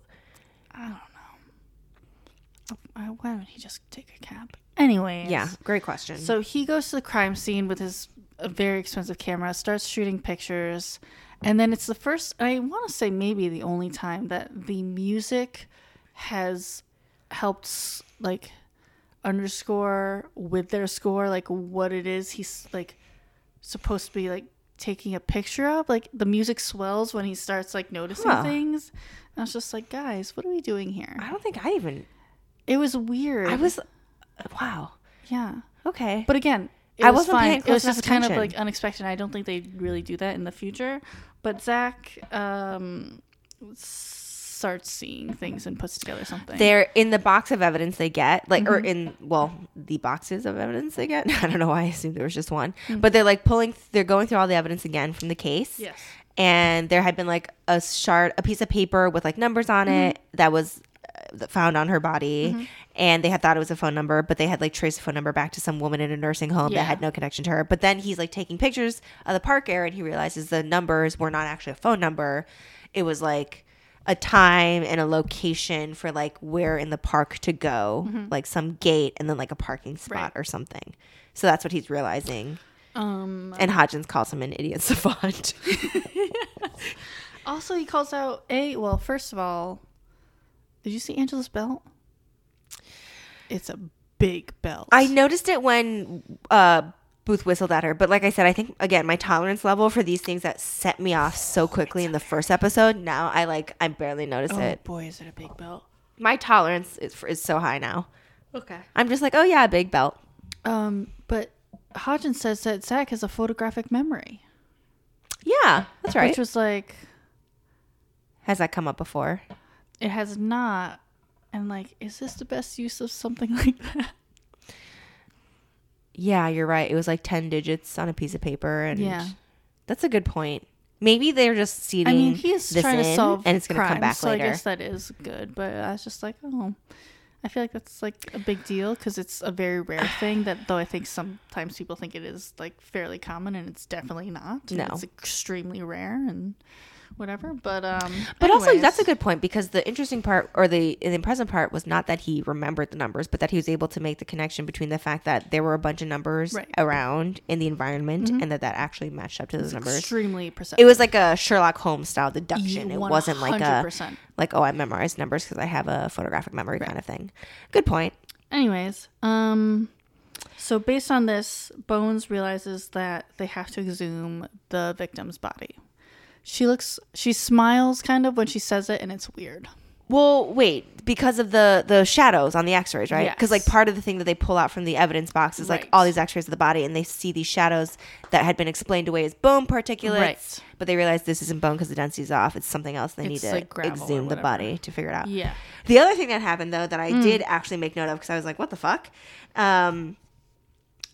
Speaker 1: Why why don't he just take a cab? Anyways,
Speaker 2: Yeah, great question.
Speaker 1: So he goes to the crime scene with his uh, very expensive camera, starts shooting pictures, and then it's the first, I want to say maybe the only time that the music has helped s- like underscore with their score like what it is he's like supposed to be like taking a picture of like the music swells when he starts like noticing
Speaker 2: Huh.
Speaker 1: things and i was just like guys what are we doing here
Speaker 2: I don't think I even.
Speaker 1: it was weird
Speaker 2: I was. Wow.
Speaker 1: yeah
Speaker 2: Okay.
Speaker 1: but again, it
Speaker 2: I
Speaker 1: was
Speaker 2: wasn't
Speaker 1: fine.
Speaker 2: paying
Speaker 1: it was
Speaker 2: close enough
Speaker 1: just kind of
Speaker 2: attention.
Speaker 1: like unexpected. I don't think they really do that in the future. But Zach um, starts seeing things and puts together something.
Speaker 2: they're in the box of evidence they get like or in well the boxes of evidence they get i don't know why i assumed there was just one but they're like pulling they're going through all the evidence again from the case
Speaker 1: Yes.
Speaker 2: and there had been like a shard a piece of paper with like numbers
Speaker 1: Mm-hmm.
Speaker 2: on it that was uh, that found on her body and they had thought it was a phone number but they had like traced the phone number back to some woman in a nursing home
Speaker 1: Yeah.
Speaker 2: that had no connection to her but then he's like taking pictures of the park area and he realizes the numbers were not actually a phone number it was like a time and a location for like where in the park to go like some gate and then like a parking spot
Speaker 1: Mm-hmm. Right.
Speaker 2: or something so that's what he's realizing
Speaker 1: Um,
Speaker 2: and hodgins calls him an idiot savant
Speaker 1: also, he calls out a. Well, first of all, did you see Angela's belt? It's a big belt.
Speaker 2: I noticed it when uh, Booth whistled at her, but like I said, I think again my tolerance level for these things that set me off so quickly in the first episode. Now I like I barely notice
Speaker 1: Oh
Speaker 2: it.
Speaker 1: boy, is it a big belt?
Speaker 2: My tolerance is is so high now.
Speaker 1: Okay.
Speaker 2: I'm just like, oh yeah, big belt.
Speaker 1: Um, but Hodgins says that Zach has a photographic memory,
Speaker 2: Yeah, that's right.
Speaker 1: which was like
Speaker 2: Has that come up before?
Speaker 1: it has not and like is this the best use of something like that
Speaker 2: Yeah, you're right. It was like ten digits on a piece of paper, and
Speaker 1: Yeah.
Speaker 2: that's a good point. Maybe they're just seeding.
Speaker 1: i mean he's
Speaker 2: this
Speaker 1: trying to
Speaker 2: in,
Speaker 1: solve
Speaker 2: and it's gonna
Speaker 1: crimes,
Speaker 2: come back
Speaker 1: so
Speaker 2: later.
Speaker 1: i guess that is good but i was just like oh i feel like that's like a big deal because it's a very rare thing that though i think sometimes people think it is like fairly common and it's definitely not
Speaker 2: No.
Speaker 1: it's extremely rare and whatever. But um,
Speaker 2: But also, that's
Speaker 1: anyways.
Speaker 2: a good point because the interesting part or the, the impressive part was not that he remembered the numbers, but that he was able to make the connection between the fact that there were a bunch of numbers
Speaker 1: Right. Mm-hmm.
Speaker 2: around in the environment and that that actually matched up to those numbers.
Speaker 1: extremely perceptive.
Speaker 2: It was like a Sherlock Holmes style deduction.
Speaker 1: Ye-
Speaker 2: It wasn't like a
Speaker 1: 100%.
Speaker 2: like oh I memorized numbers because I have a photographic memory kind of thing. Good point.
Speaker 1: Anyways, um so based on this, Bones realizes that they have to exhume the victim's body. She looks she smiles kind of when she says it and it's weird.
Speaker 2: Well, wait, because of the the shadows on the X-rays, right? Because like
Speaker 1: Yes.
Speaker 2: part of the thing that they pull out from the evidence box is like
Speaker 1: Right.
Speaker 2: all these X-rays of the body, and they see these shadows that had been explained away as bone particulates,
Speaker 1: Right.
Speaker 2: but they realize this isn't bone because the density's off. It's something else. They
Speaker 1: It's
Speaker 2: need to
Speaker 1: like gravel or
Speaker 2: exhume the
Speaker 1: whatever.
Speaker 2: body to figure it out.
Speaker 1: Yeah. Mm.
Speaker 2: The other thing that happened though that I did actually make note of because I was like, what the fuck? Um,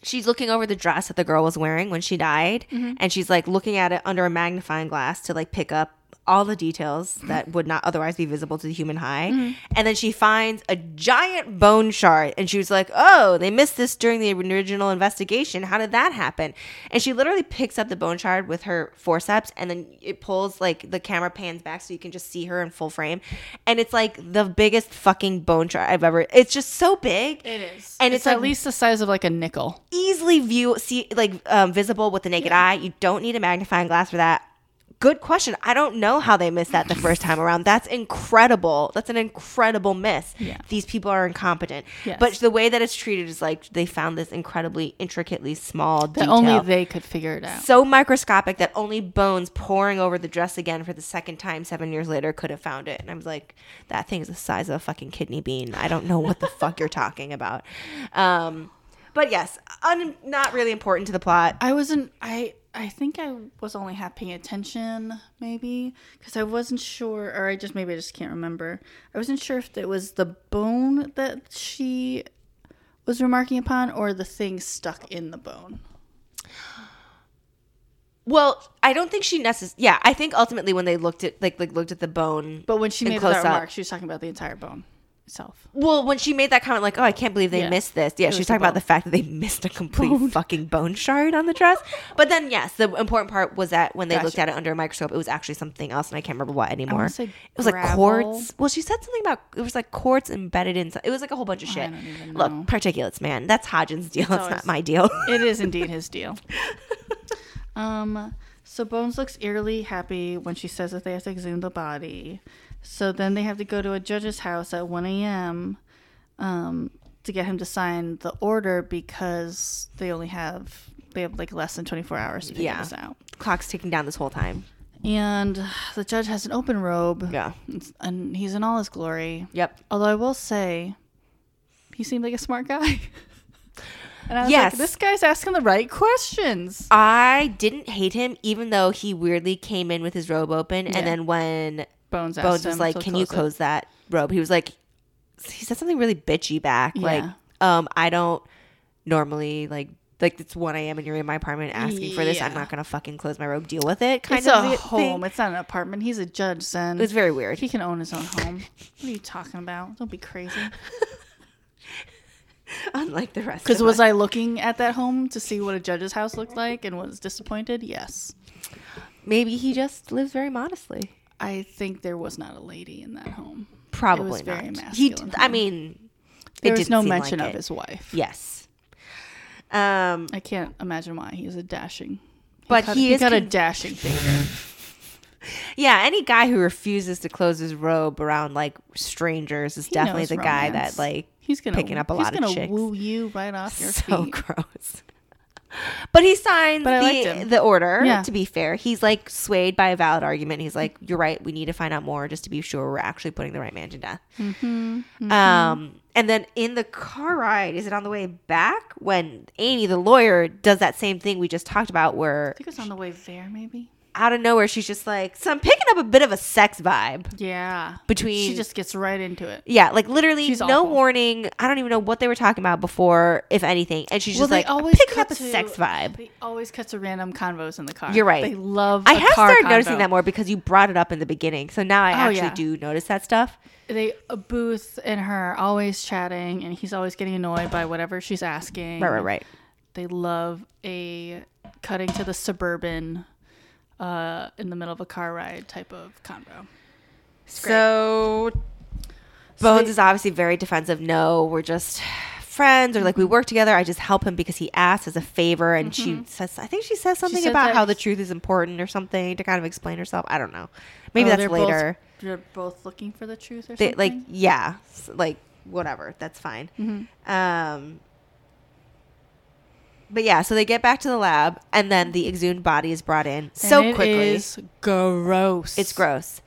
Speaker 2: she's looking over the dress that the girl was wearing when she died, and she's like looking at it under a magnifying glass to like pick up all the details that would not otherwise be visible to the human eye. And then she finds a giant bone shard, and she was like, "Oh, they missed this during the original investigation. How did that happen?" And she literally picks up the bone shard with her forceps, and then it pulls like the camera pans back so you can just see her in full frame, and it's like the biggest fucking bone shard I've ever. It's just so big.
Speaker 1: It is.
Speaker 2: And
Speaker 1: And
Speaker 2: it's
Speaker 1: it's, at
Speaker 2: like-
Speaker 1: least the size of like a nickel.
Speaker 2: easily view see like um, visible with the naked eye. You don't need a magnifying glass for that. Good question. I don't know how they missed that the first time around. That's incredible. That's an incredible miss.
Speaker 1: Yeah.
Speaker 2: These people are incompetent.
Speaker 1: Yes.
Speaker 2: But the way that it's treated is like they found this incredibly intricately small
Speaker 1: That
Speaker 2: detail.
Speaker 1: only they could figure it out.
Speaker 2: so microscopic that only bones pouring over the dress again for the second time seven years later could have found it. And I was like, that thing's the size of a fucking kidney bean. I don't know what the fuck you're talking about. Um, but yes, un- not really important to the plot.
Speaker 1: I wasn't I I think I was only half paying attention maybe cuz I wasn't sure or I just maybe I just can't remember. I wasn't sure if it was the bone that she was remarking upon or the thing stuck in the bone.
Speaker 2: Well, I don't think she necessarily. Yeah, I think ultimately when they looked at like like looked at the bone.
Speaker 1: But when she
Speaker 2: in
Speaker 1: made
Speaker 2: close
Speaker 1: that
Speaker 2: up.
Speaker 1: remark, she was talking about the entire bone itself.
Speaker 2: Well, when she made that comment, like, "Oh, I can't believe they
Speaker 1: Yeah.
Speaker 2: missed this," yeah,
Speaker 1: was
Speaker 2: she's
Speaker 1: the
Speaker 2: talking about
Speaker 1: bone.
Speaker 2: the fact that they missed a complete fucking bone shard on the dress. but then, yes, the important part was that when they looked
Speaker 1: Gotcha.
Speaker 2: at it under a microscope, it was actually something else, and I can't remember what anymore.
Speaker 1: say
Speaker 2: it was like
Speaker 1: gravel.
Speaker 2: quartz. Well, she said something about it was like quartz embedded in. It was like a whole bunch of shit.
Speaker 1: don't even
Speaker 2: Look,
Speaker 1: know.
Speaker 2: particulates, man. That's Hodgins' deal. It's, not
Speaker 1: always-
Speaker 2: my deal.
Speaker 1: It is indeed his deal. um, so Bones looks eerily happy when she says that they have to exhume the body. So then they have to go to a judge's house at 1 a.m. Um, to get him to sign the order because they only have they have like less than 24 hours to figure
Speaker 2: Yeah.
Speaker 1: this out.
Speaker 2: Clock's ticking down this whole time.
Speaker 1: And the judge has an open robe.
Speaker 2: Yeah.
Speaker 1: And he's in all his glory.
Speaker 2: Yep.
Speaker 1: Although I will say, he seemed like a smart guy. and I was
Speaker 2: Yes.
Speaker 1: like, this guy's asking the right questions.
Speaker 2: I didn't hate him, even though he weirdly came in with his robe open,
Speaker 1: Yeah.
Speaker 2: and then when
Speaker 1: Bones,
Speaker 2: Bones
Speaker 1: asked
Speaker 2: was
Speaker 1: him
Speaker 2: like,
Speaker 1: to
Speaker 2: "Can you
Speaker 1: it.
Speaker 2: close that robe?" He was like, he said something really bitchy back, like,
Speaker 1: Yeah.
Speaker 2: "Um, I don't normally like like it's one a.m. and you're in my apartment asking for this. I'm
Speaker 1: Yeah.
Speaker 2: not gonna fucking close my robe. Deal with it." Kind
Speaker 1: It's
Speaker 2: of
Speaker 1: a
Speaker 2: thing.
Speaker 1: home. It's not an apartment. He's a judge, son.
Speaker 2: It was very weird.
Speaker 1: he can own his own home. What are you talking about? Don't be crazy.
Speaker 2: Unlike the rest.
Speaker 1: Because
Speaker 2: of
Speaker 1: was
Speaker 2: us.
Speaker 1: I looking at that home to see what a judge's house looked like and was disappointed? Yes.
Speaker 2: maybe he just lives very modestly.
Speaker 1: I think there was not a lady in that home.
Speaker 2: Probably
Speaker 1: very
Speaker 2: not. He,
Speaker 1: masculine
Speaker 2: I mean, it
Speaker 1: There was
Speaker 2: didn't
Speaker 1: no
Speaker 2: seem like
Speaker 1: mention
Speaker 2: it.
Speaker 1: of his wife.
Speaker 2: Yes. Um,
Speaker 1: I can't imagine why. He was a dashing.
Speaker 2: But
Speaker 1: cut-
Speaker 2: he is
Speaker 1: got a
Speaker 2: con-
Speaker 1: dashing figure.
Speaker 2: Yeah, any guy who refuses to close his robe around like strangers is
Speaker 1: He
Speaker 2: definitely
Speaker 1: knows
Speaker 2: the guy
Speaker 1: romance.
Speaker 2: that like
Speaker 1: he's gonna
Speaker 2: picking up a lot of
Speaker 1: He's
Speaker 2: chicks.
Speaker 1: gonna woo you right off your
Speaker 2: so
Speaker 1: feet.
Speaker 2: gross. But he signs
Speaker 1: But I liked
Speaker 2: the,
Speaker 1: him.
Speaker 2: the order,
Speaker 1: Yeah.
Speaker 2: to be fair. He's like swayed by a valid argument. He's like, You're right, we need to find out more just to be sure we're actually putting the right man to death.
Speaker 1: Mm-hmm,
Speaker 2: Um, and then in the car ride, is it on the way back when Amy, the lawyer, does that same thing we just talked about where
Speaker 1: I think it was on the way there, maybe.
Speaker 2: out of nowhere she's just like, So I'm picking up a bit of a sex vibe.
Speaker 1: Yeah.
Speaker 2: Between-
Speaker 1: she just gets right into it.
Speaker 2: Yeah, like literally
Speaker 1: She's
Speaker 2: no
Speaker 1: awful.
Speaker 2: warning. I don't even know what they were talking about before, if anything. And she's just
Speaker 1: they
Speaker 2: like
Speaker 1: always
Speaker 2: picking up a
Speaker 1: cut to-
Speaker 2: sex vibe.
Speaker 1: They always cut to random convos in the car.
Speaker 2: You're right.
Speaker 1: They love.
Speaker 2: I
Speaker 1: a
Speaker 2: have
Speaker 1: car
Speaker 2: started
Speaker 1: convo.
Speaker 2: noticing that more because you brought it up in the beginning. So now I
Speaker 1: Oh,
Speaker 2: actually
Speaker 1: yeah.
Speaker 2: do notice that stuff.
Speaker 1: They a Booth and her are always chatting, and he's always getting annoyed by whatever she's asking.
Speaker 2: Right, right, right.
Speaker 1: They love a cutting to the suburban uh, in the middle of a car ride type of convo.
Speaker 2: So Bones is obviously very defensive. No, we're just friends or like we work together. I just help him because he asked as a favor and she says I think she says something
Speaker 1: Mm-hmm. said
Speaker 2: about
Speaker 1: that
Speaker 2: how
Speaker 1: was-
Speaker 2: the truth is important or something to kind of explain herself. I don't know. Maybe that's later.
Speaker 1: Oh, Both, they're both looking for the truth or
Speaker 2: They,
Speaker 1: something. Mm-hmm.
Speaker 2: like yeah, s- like whatever. That's fine. Um but yeah, so they get back to the lab, and then the exhumed body is brought in so
Speaker 1: And it
Speaker 2: quickly.
Speaker 1: is gross.
Speaker 2: It's gross.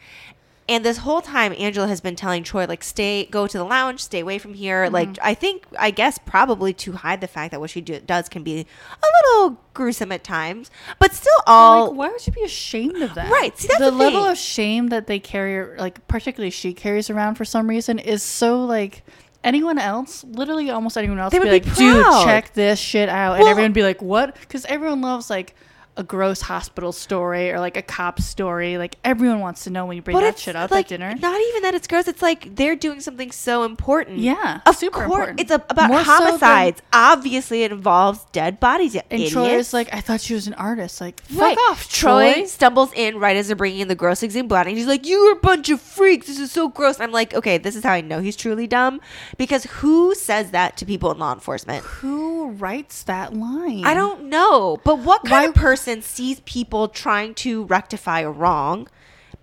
Speaker 2: And this whole time, Angela has been telling Troy, like, stay, go to the lounge, stay away from here.
Speaker 1: Mm-hmm.
Speaker 2: Like, I think, I guess, probably to hide the fact that what she do- does can be a little gruesome at times, but still all.
Speaker 1: Like, why would you be ashamed of that?
Speaker 2: Right, see, that's
Speaker 1: the
Speaker 2: the
Speaker 1: level
Speaker 2: thing.
Speaker 1: of shame that they carry, like particularly she carries around for some reason, is so like anyone else, literally almost anyone else,
Speaker 2: They
Speaker 1: would be
Speaker 2: would
Speaker 1: like,
Speaker 2: be proud.
Speaker 1: dude, check this shit out, and
Speaker 2: Well-
Speaker 1: everyone would be like, what? Because everyone loves like a gross hospital story or like a cop story. Like everyone wants to know when you bring
Speaker 2: but
Speaker 1: that
Speaker 2: it's,
Speaker 1: shit up
Speaker 2: like,
Speaker 1: at dinner.
Speaker 2: Not even that it's gross. It's like they're doing something so important.
Speaker 1: Yeah,
Speaker 2: Of
Speaker 1: super
Speaker 2: course.
Speaker 1: important.
Speaker 2: It's a, about
Speaker 1: More so than-
Speaker 2: homicides. Obviously, it involves dead bodies.
Speaker 1: and
Speaker 2: idiots.
Speaker 1: Troy is like, I thought she was an artist. Like, fuck
Speaker 2: Right.
Speaker 1: off, Troy.
Speaker 2: stumbles in right as they're bringing in the gross exam body. He's like, "You're a bunch of freaks. This is so gross." I'm like, "Okay, this is how I know he's truly dumb because who says that to people in law enforcement?
Speaker 1: Who writes that line?
Speaker 2: I don't know, but what kind
Speaker 1: Why-
Speaker 2: of person sees people trying to rectify a wrong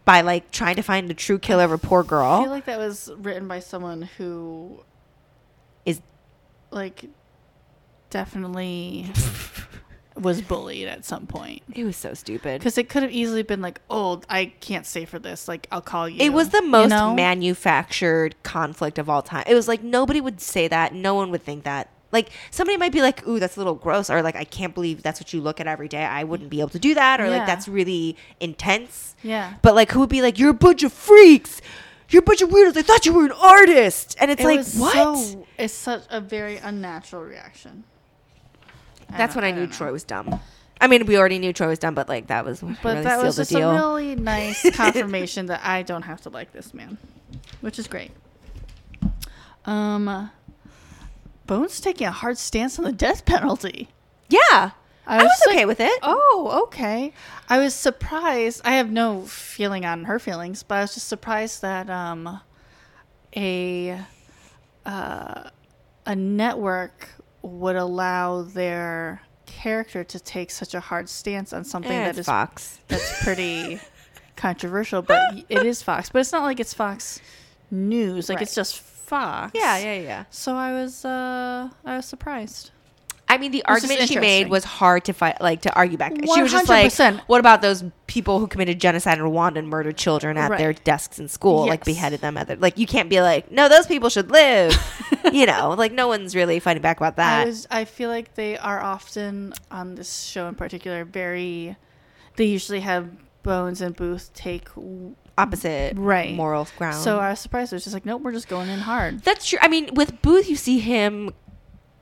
Speaker 2: by like trying to find the true killer of a poor
Speaker 1: I
Speaker 2: girl?
Speaker 1: feel like that was written by someone who
Speaker 2: is
Speaker 1: like definitely was bullied at some point
Speaker 2: it was so stupid.
Speaker 1: because it could have easily been like oh i can't stay for this like i'll call you
Speaker 2: It was the
Speaker 1: you
Speaker 2: most
Speaker 1: know?
Speaker 2: manufactured conflict of all time. It was like nobody would say that. No one would think that. Like somebody might be like, "Ooh, that's a little gross," or like, "I can't believe that's what you look at every day. I wouldn't be able to do that," or
Speaker 1: Yeah.
Speaker 2: like, "That's really intense."
Speaker 1: yeah
Speaker 2: But like, who would be like, "You're a bunch of freaks. You're a bunch of weirdos. I thought you were an artist." And it's
Speaker 1: It
Speaker 2: like,
Speaker 1: was
Speaker 2: what?
Speaker 1: so- it's such a very unnatural reaction
Speaker 2: that's
Speaker 1: don't-
Speaker 2: when I,
Speaker 1: I
Speaker 2: knew
Speaker 1: don't know.
Speaker 2: Troy was dumb. I mean, we already knew Troy was dumb, but like, that was what
Speaker 1: but
Speaker 2: really
Speaker 1: that
Speaker 2: sealed
Speaker 1: was
Speaker 2: the
Speaker 1: just a
Speaker 2: deal.
Speaker 1: really nice confirmation that i don't have to like this man which is great um bones taking a hard stance on the death penalty I
Speaker 2: yeah, I
Speaker 1: was
Speaker 2: was,
Speaker 1: just like,
Speaker 2: okay with it.
Speaker 1: Oh, okay. I was surprised. I have no feeling on her feelings, but I was just surprised that um, a uh, a network would allow their character to take such a hard stance on something
Speaker 2: Eh,
Speaker 1: that
Speaker 2: it's
Speaker 1: is
Speaker 2: Fox.
Speaker 1: that's pretty controversial. But y- it is Fox. But it's not like it's Fox News. Like it's
Speaker 2: Right.
Speaker 1: just Fox.
Speaker 2: Yeah, yeah, yeah.
Speaker 1: So I was uh, I was surprised.
Speaker 2: I mean, the
Speaker 1: was just
Speaker 2: argument she made
Speaker 1: interesting.
Speaker 2: was hard to fight, like to argue back. She was just like,
Speaker 1: 100%.
Speaker 2: "What about those people who committed genocide in Rwanda and murdered children at their
Speaker 1: Right.
Speaker 2: desks in school, like
Speaker 1: Yes.
Speaker 2: beheaded them at their like?" You can't be like, "No, those people should live." you know, like no one's really fighting back about
Speaker 1: I
Speaker 2: that.
Speaker 1: was, I feel like they are often on this show in particular very. They usually have Bones and Booth take w-
Speaker 2: Opposite
Speaker 1: right
Speaker 2: moral ground.
Speaker 1: So I was surprised. It was just like, nope, we're just going in hard.
Speaker 2: That's true. I mean, with Booth, you see him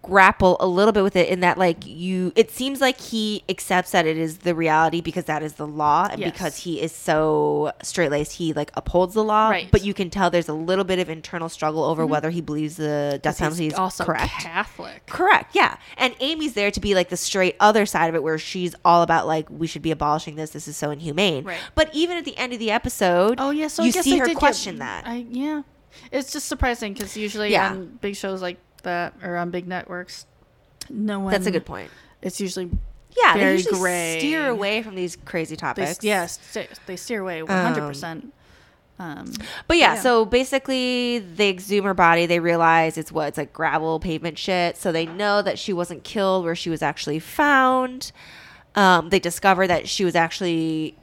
Speaker 2: grapple a little bit with it in that like you it seems like he accepts that it is the reality because that is the law and
Speaker 1: Yes.
Speaker 2: because he is so straight-laced he like upholds the law
Speaker 1: Right. Mm-hmm.
Speaker 2: but you can tell there's a little bit of internal struggle over whether he believes the death penalty is
Speaker 1: also
Speaker 2: correct
Speaker 1: Catholic.
Speaker 2: correct yeah and amy's there to be like the straight other side of it where she's all about like we should be abolishing this this is so inhumane
Speaker 1: Right.
Speaker 2: but even at the end of the episode
Speaker 1: Oh yeah, so I
Speaker 2: you
Speaker 1: guess
Speaker 2: see
Speaker 1: I
Speaker 2: her
Speaker 1: did get-
Speaker 2: question that
Speaker 1: I yeah, it's just surprising because usually
Speaker 2: Yeah.
Speaker 1: on big shows like that or on big networks, no one.
Speaker 2: that's a good point
Speaker 1: It's usually
Speaker 2: Yeah,
Speaker 1: very
Speaker 2: they usually
Speaker 1: gray.
Speaker 2: steer away from these crazy
Speaker 1: they
Speaker 2: topics.
Speaker 1: s- yeah st- they steer away one hundred percent.
Speaker 2: Um,
Speaker 1: um,
Speaker 2: but yeah,
Speaker 1: yeah.
Speaker 2: so basically they exhume her body. They realize it's what it's like gravel pavement shit. So they know that she wasn't killed where she was actually found. Um, they discover that she was actually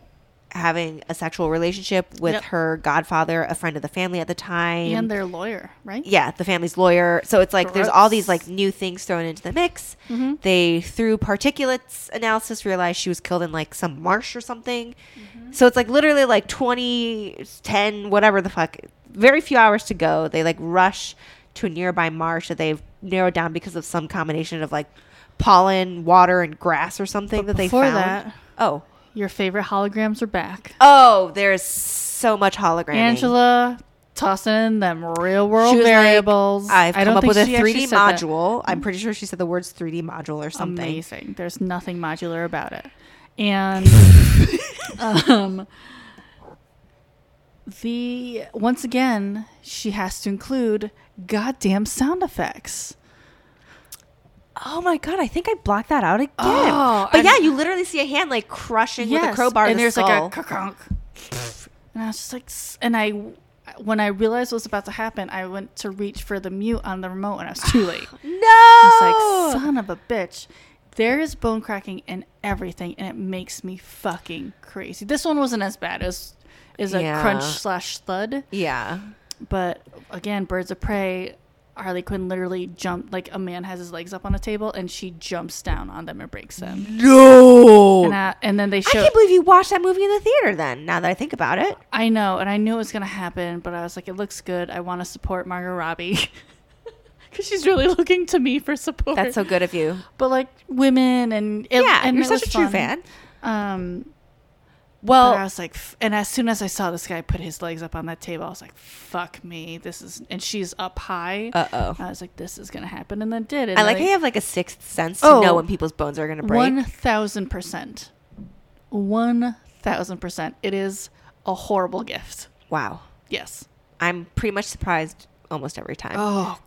Speaker 2: having a sexual relationship with
Speaker 1: Yep.
Speaker 2: her godfather, a friend of the family at the time,
Speaker 1: And their lawyer, right?
Speaker 2: yeah, the family's lawyer. So it's like there's all these
Speaker 1: Gross.
Speaker 2: like new things thrown into the mix.
Speaker 1: Mm-hmm.
Speaker 2: They through particulates analysis realized she was killed in like some marsh or something.
Speaker 1: Mm-hmm.
Speaker 2: So it's like literally like 20 10 whatever the fuck very few hours to go. They like rush to a nearby marsh that they've narrowed down because of some combination of like pollen, water and grass or something that they
Speaker 1: before
Speaker 2: found.
Speaker 1: that-
Speaker 2: oh.
Speaker 1: Your favorite holograms are back.
Speaker 2: Oh, there's so much hologram.
Speaker 1: Angela tossing in them real world
Speaker 2: She was like,
Speaker 1: variables.
Speaker 2: I've
Speaker 1: I
Speaker 2: come
Speaker 1: don't
Speaker 2: up
Speaker 1: think
Speaker 2: with a
Speaker 1: she actually
Speaker 2: 3D
Speaker 1: said that.
Speaker 2: module. I'm pretty sure she said the words 3D module or something.
Speaker 1: Amazing. There's nothing modular about it. and um, the once again she has to include goddamn sound effects.
Speaker 2: Oh my god, I think I blocked that out again.
Speaker 1: Oh,
Speaker 2: but
Speaker 1: and-
Speaker 2: yeah, you literally see a hand like crushing with a crowbar
Speaker 1: and
Speaker 2: the
Speaker 1: there's
Speaker 2: skull.
Speaker 1: like a cronk. and I was just like, s- and I when I realized what was about to happen, I went to reach for the mute on the remote, and I was too late.
Speaker 2: no. Oh!
Speaker 1: It's like, son of a bitch. There is bone cracking and everything, and it makes me fucking crazy. This one wasn't as bad as is a
Speaker 2: Yeah.
Speaker 1: crunch slash thud,
Speaker 2: yeah.
Speaker 1: but again, birds of prey. Harley Quinn literally jumped like a man has his legs up on a table, and she jumps down on them and breaks them.
Speaker 2: No.
Speaker 1: And, I, and then they
Speaker 2: I
Speaker 1: show.
Speaker 2: can't believe you watched that movie in the theater then, now that I think about it.
Speaker 1: I know, and I knew it was gonna happen, but I was like, it looks good. I want to support Margot Robbie because she's really looking to me for support.
Speaker 2: That's so good of you.
Speaker 1: but like women and it,
Speaker 2: Yeah,
Speaker 1: and
Speaker 2: you're
Speaker 1: it
Speaker 2: such
Speaker 1: was
Speaker 2: a true
Speaker 1: fun.
Speaker 2: fan.
Speaker 1: Um,
Speaker 2: Well,
Speaker 1: but I was like, f- and as soon as I saw this guy put his legs up on that table, I was like, fuck me, this is. And she's up high.
Speaker 2: Uh-oh.
Speaker 1: I was like, this is gonna happen, and then it did. And
Speaker 2: I like how you
Speaker 1: like
Speaker 2: have like a sixth sense
Speaker 1: Oh.
Speaker 2: to know when people's bones are going to break.
Speaker 1: one thousand percent, one thousand percent. It is a horrible gift.
Speaker 2: Wow.
Speaker 1: Yes.
Speaker 2: I'm pretty much surprised almost every time.
Speaker 1: Oh.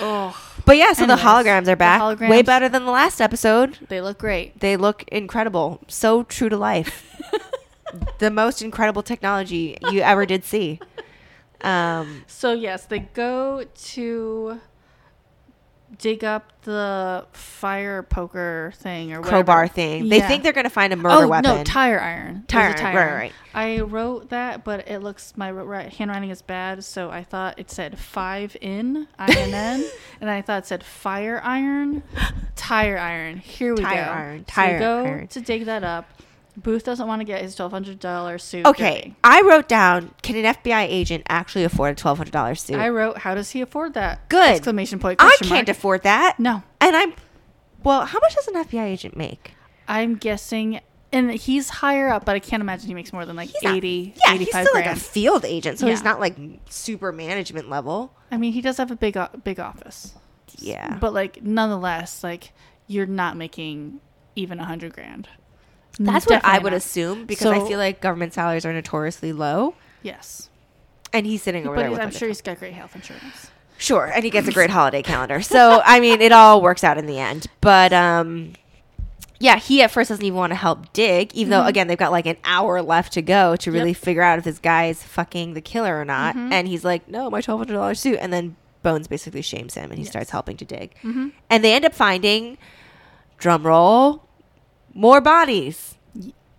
Speaker 1: oh.
Speaker 2: But yeah, so
Speaker 1: Anyways,
Speaker 2: the holograms
Speaker 1: the
Speaker 2: are back. Way
Speaker 1: holograms-
Speaker 2: better than the last episode.
Speaker 1: They look great.
Speaker 2: They look incredible. So true to life. the most incredible technology you ever did see. Um,
Speaker 1: So yes, they go to dig up the fire poker thing or whatever.
Speaker 2: crowbar thing. They
Speaker 1: Yeah.
Speaker 2: think they're going to find a murder
Speaker 1: oh,
Speaker 2: weapon.
Speaker 1: No, tire iron. It was a
Speaker 2: Tire iron, right,
Speaker 1: iron.
Speaker 2: right.
Speaker 1: I wrote that, but it looks my ri- ri- handwriting is bad, so I thought it said five in I N N, and I thought it said fire iron, tire iron. Here we
Speaker 2: Tire
Speaker 1: go.
Speaker 2: iron,
Speaker 1: So
Speaker 2: tire
Speaker 1: we go
Speaker 2: iron.
Speaker 1: to dig that up. Booth doesn't want to get his twelve hundred dollar suit.
Speaker 2: okay. I wrote down can an FBI agent actually afford a $1,200 suit?
Speaker 1: dirty. I
Speaker 2: I,
Speaker 1: wrote, "How does he afford that?"
Speaker 2: Good.
Speaker 1: exclamation point. question mark.
Speaker 2: can't afford that.
Speaker 1: No,
Speaker 2: And I'm, well, how much does an FBI agent make?
Speaker 1: I'm guessing, and he's higher up, but I can't imagine he makes more than like
Speaker 2: He's not-
Speaker 1: 80,
Speaker 2: yeah,
Speaker 1: 85
Speaker 2: he's still
Speaker 1: grand.
Speaker 2: like a field agent, so he's
Speaker 1: Yeah.
Speaker 2: not like super management level.
Speaker 1: I mean, he does have a big, o- big office,
Speaker 2: Yeah.
Speaker 1: but like nonetheless, like you're not making even a hundred grand.
Speaker 2: That's what I
Speaker 1: Mm, Definitely
Speaker 2: would
Speaker 1: not.
Speaker 2: assume because
Speaker 1: So-
Speaker 2: I feel like government salaries are notoriously low.
Speaker 1: Yes,
Speaker 2: And he's sitting over
Speaker 1: but
Speaker 2: there.
Speaker 1: he's-
Speaker 2: With
Speaker 1: I'm
Speaker 2: like a-
Speaker 1: sure he's got great health insurance.
Speaker 2: sure, and he gets a great holiday calendar. So I mean, it all works out in the end. But um, yeah, he at first doesn't even want to help dig, even though again they've got like an hour left to go to
Speaker 1: Mm-hmm.
Speaker 2: really
Speaker 1: Yep. Mm-hmm.
Speaker 2: figure out if this guy is fucking the killer or not. And he's like, "No, my twelve hundred dollars suit." And then Bones basically shames him, and he starts helping to dig.
Speaker 1: Mm-hmm.
Speaker 2: And they end up finding, drum roll, more bodies.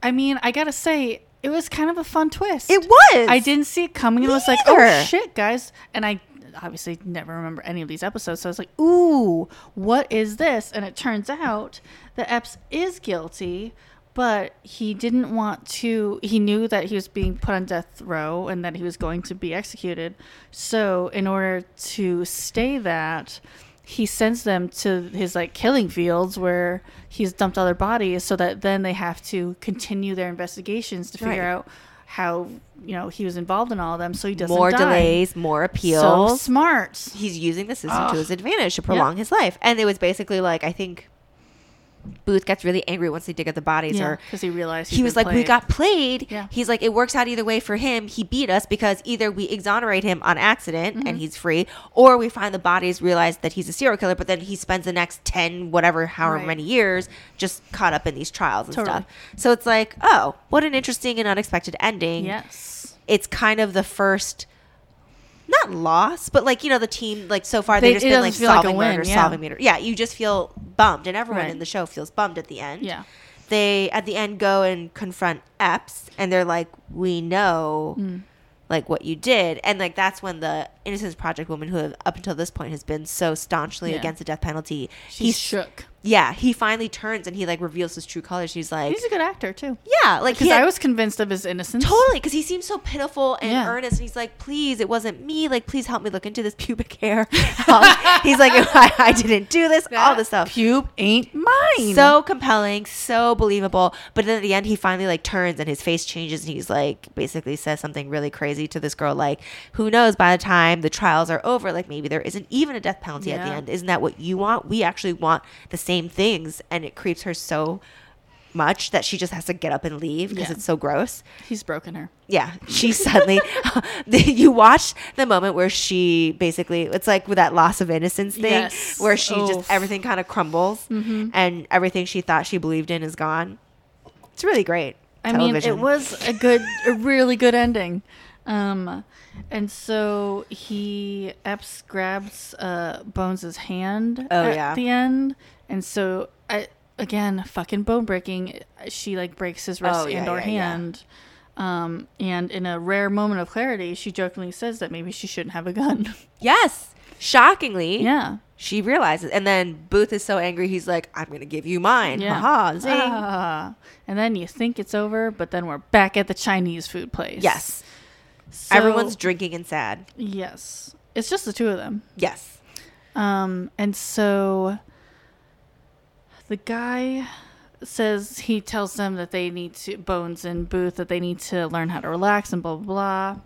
Speaker 1: I mean, I gotta say, it was kind of a fun twist.
Speaker 2: It was.
Speaker 1: I didn't see it coming. and I was like,
Speaker 2: either.
Speaker 1: oh shit, guys. And I obviously never remember any of these episodes. So I was like, ooh, what is this? And it turns out that Epps is guilty, but he didn't want to. He knew that he was being put on death row and that he was going to be executed. So in order to stay that, he sends them to his like killing fields where he's dumped other bodies so that then they have to continue their investigations to figure
Speaker 2: Right.
Speaker 1: out how you know he was involved in all of them, so he doesn't
Speaker 2: more
Speaker 1: die.
Speaker 2: delays, more
Speaker 1: So
Speaker 2: appeals.
Speaker 1: smart.
Speaker 2: He's using the system
Speaker 1: Ugh.
Speaker 2: to his advantage to prolong his life. And it was basically like I think Booth gets really angry once they dig up the bodies
Speaker 1: Yeah,
Speaker 2: or
Speaker 1: because he realized
Speaker 2: he was like, We got played.
Speaker 1: Yeah.
Speaker 2: He's like, it works out either way for him. He beat us because either we exonerate him on accident
Speaker 1: Mm-hmm.
Speaker 2: and he's free, or we find the bodies, realize that he's a serial killer, but then he spends the next 10, whatever, however
Speaker 1: Right.
Speaker 2: many years just caught up in these trials and
Speaker 1: Totally.
Speaker 2: stuff. So it's like, oh, what an interesting and unexpected ending
Speaker 1: yes.
Speaker 2: it's kind of the first not loss, but like you know the team like so far
Speaker 1: They-
Speaker 2: they've just
Speaker 1: it doesn't
Speaker 2: been like
Speaker 1: feel like a
Speaker 2: solving
Speaker 1: win,
Speaker 2: murder,
Speaker 1: yeah.
Speaker 2: solving murder. Yeah, you just feel bummed, and everyone
Speaker 1: Right.
Speaker 2: in the show feels bummed at the end.
Speaker 1: Yeah.
Speaker 2: they at the end go and confront Epps, and they're like, "We know."
Speaker 1: Mm.
Speaker 2: Like what you did, and like that's when the Innocence Project woman, who have, up until this point has been so staunchly
Speaker 1: Yeah.
Speaker 2: against the death penalty,
Speaker 1: She
Speaker 2: he's
Speaker 1: shook.
Speaker 2: yeah, he finally turns and he like reveals his true colors. He's like,
Speaker 1: He's a good actor too.
Speaker 2: yeah, like he
Speaker 1: Because
Speaker 2: had-
Speaker 1: I was convinced of his innocence.
Speaker 2: Totally, because he seems so pitiful and
Speaker 1: Yeah.
Speaker 2: earnest, and he's like, "Please, it wasn't me. Like, please help me look into this pubic hair." Um, he's like, I, "I didn't do this." all this stuff.
Speaker 1: Pube ain't mine.
Speaker 2: So compelling, so believable. But then at the end, he finally like turns and his face changes, and he's like, basically says something really crazy to this girl, like, "Who knows? By the time the trials are over, like maybe there isn't even a death penalty at the
Speaker 1: Yeah.
Speaker 2: end. Isn't that what you want? We actually want the same things." And it creeps her so much that she just has to get up and leave because
Speaker 1: Yeah.
Speaker 2: it's so gross.
Speaker 1: He's broken her.
Speaker 2: Yeah, she suddenly. the, you watch the moment where she basically, it's like with that loss of innocence thing,
Speaker 1: Yes.
Speaker 2: where she
Speaker 1: Oof. Mm-hmm.
Speaker 2: just everything kind of crumbles, and everything she thought she believed in is gone. It's really great.
Speaker 1: I
Speaker 2: television.
Speaker 1: mean, it was a good, a really good ending. Um, and so he Epps grabs uh, Bones' hand
Speaker 2: Oh,
Speaker 1: at
Speaker 2: yeah.
Speaker 1: the end, and so I again fucking bone breaking. She like breaks his wrist
Speaker 2: Oh, yeah,
Speaker 1: and or
Speaker 2: yeah, yeah.
Speaker 1: hand. Um, and in a rare moment of clarity, she jokingly says that maybe she shouldn't have a gun.
Speaker 2: Yes, shockingly.
Speaker 1: yeah,
Speaker 2: She realizes, and then Booth is so angry. He's like, "I'm gonna give you mine."
Speaker 1: yeah.
Speaker 2: Ha ha. Zing.
Speaker 1: Ah. And then you think it's over, but then we're back at the Chinese food place.
Speaker 2: Yes.
Speaker 1: So-
Speaker 2: Everyone's drinking and sad.
Speaker 1: Yes. It's just the two of them.
Speaker 2: Yes.
Speaker 1: Um, and so the guy says he tells them that they need to Bones and Booth that they need to learn how to relax and blah blah blah.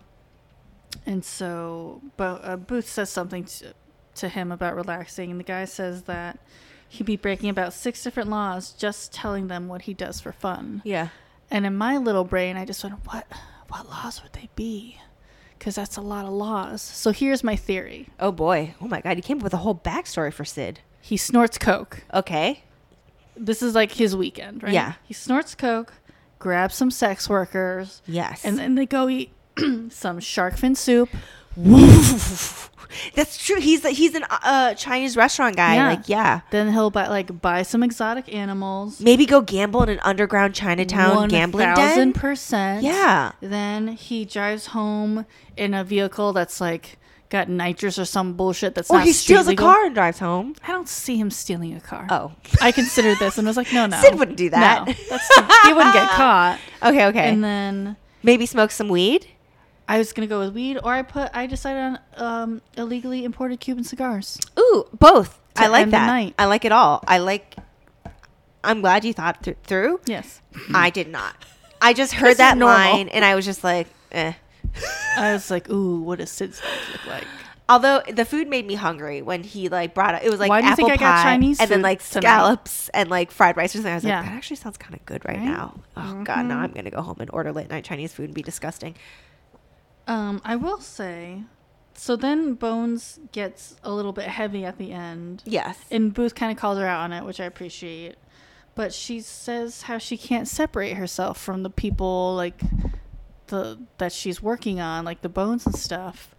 Speaker 1: And so Bo- uh, Booth says something to, to him about relaxing, and the guy says that he'd be breaking about six different laws just telling them what he does for fun.
Speaker 2: Yeah.
Speaker 1: And in my little brain, I just went, what what laws would they be? Because that's a lot of laws. So here's my theory.
Speaker 2: Oh boy. Oh my God. You came up with a whole backstory for Sid.
Speaker 1: He snorts coke.
Speaker 2: Okay.
Speaker 1: This is like his weekend, right?
Speaker 2: Yeah.
Speaker 1: He snorts coke, grabs some sex workers,
Speaker 2: Yes.
Speaker 1: and then they go eat some shark fin soup.
Speaker 2: Woof. That's true. He's he's an uh, Chinese restaurant guy.
Speaker 1: Yeah.
Speaker 2: Like yeah,
Speaker 1: Then he'll buy like buy some exotic animals.
Speaker 2: maybe go gamble in an underground Chinatown gambling den.
Speaker 1: percent.
Speaker 2: Yeah.
Speaker 1: Then he drives home in a vehicle that's like got nitrous or some bullshit that's
Speaker 2: Or
Speaker 1: not
Speaker 2: he steals
Speaker 1: street legal.
Speaker 2: a car and drives home.
Speaker 1: I don't see him stealing a car.
Speaker 2: Oh.
Speaker 1: I considered this and was like, no, no.
Speaker 2: Sid wouldn't do that.
Speaker 1: No, that's too, he wouldn't get caught.
Speaker 2: Okay, okay.
Speaker 1: And then
Speaker 2: maybe smoke some weed.
Speaker 1: I was gonna go with weed, or I put I decided on um, illegally imported Cuban cigars.
Speaker 2: Ooh, both. I
Speaker 1: To
Speaker 2: like
Speaker 1: end the
Speaker 2: that.
Speaker 1: night.
Speaker 2: I like it all. I like. I'm glad you thought thr- through.
Speaker 1: Yes,
Speaker 2: I did not. I just
Speaker 1: 'Cause
Speaker 2: heard
Speaker 1: you're
Speaker 2: that
Speaker 1: normal.
Speaker 2: line and I was just like, eh.
Speaker 1: I was like, ooh, what does Sid's life look like?
Speaker 2: Although the food made me hungry when he like brought it, it was like
Speaker 1: Why do you
Speaker 2: apple
Speaker 1: think I got
Speaker 2: pie
Speaker 1: Chinese
Speaker 2: and then
Speaker 1: food
Speaker 2: like
Speaker 1: tonight?
Speaker 2: scallops and like fried rice or something. I was
Speaker 1: Yeah. Mm-hmm.
Speaker 2: like, that actually sounds kind of good right, now. Oh god, now I'm gonna go home and order late night Chinese food and be disgusting.
Speaker 1: Um, I will say, so then Bones gets a little bit heavy at the end,
Speaker 2: Yes,
Speaker 1: and Booth kind of calls her out on it, which I appreciate. But she says how she can't separate herself from the people like the that she's working on, like the bones and stuff.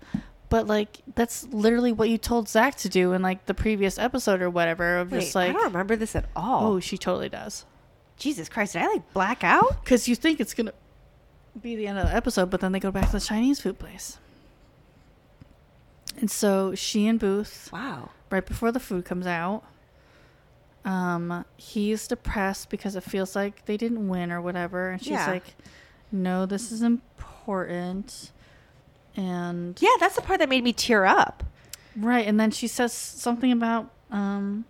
Speaker 1: But like that's literally what you told Zach to do in like the previous episode or whatever of
Speaker 2: Wait,
Speaker 1: just like
Speaker 2: I don't remember this at all.
Speaker 1: Oh, she totally does.
Speaker 2: Jesus Christ, did I like black out?
Speaker 1: Because you think it's going to be the end of the episode, but then they go back to the Chinese food place. And so she and Booth,
Speaker 2: Wow.
Speaker 1: right before the food comes out, um, he's depressed because it feels like they didn't win or whatever. And she's
Speaker 2: Yeah.
Speaker 1: like, no, this is important. And
Speaker 2: Yeah, that's the part that made me tear up.
Speaker 1: Right, and then she says something about um,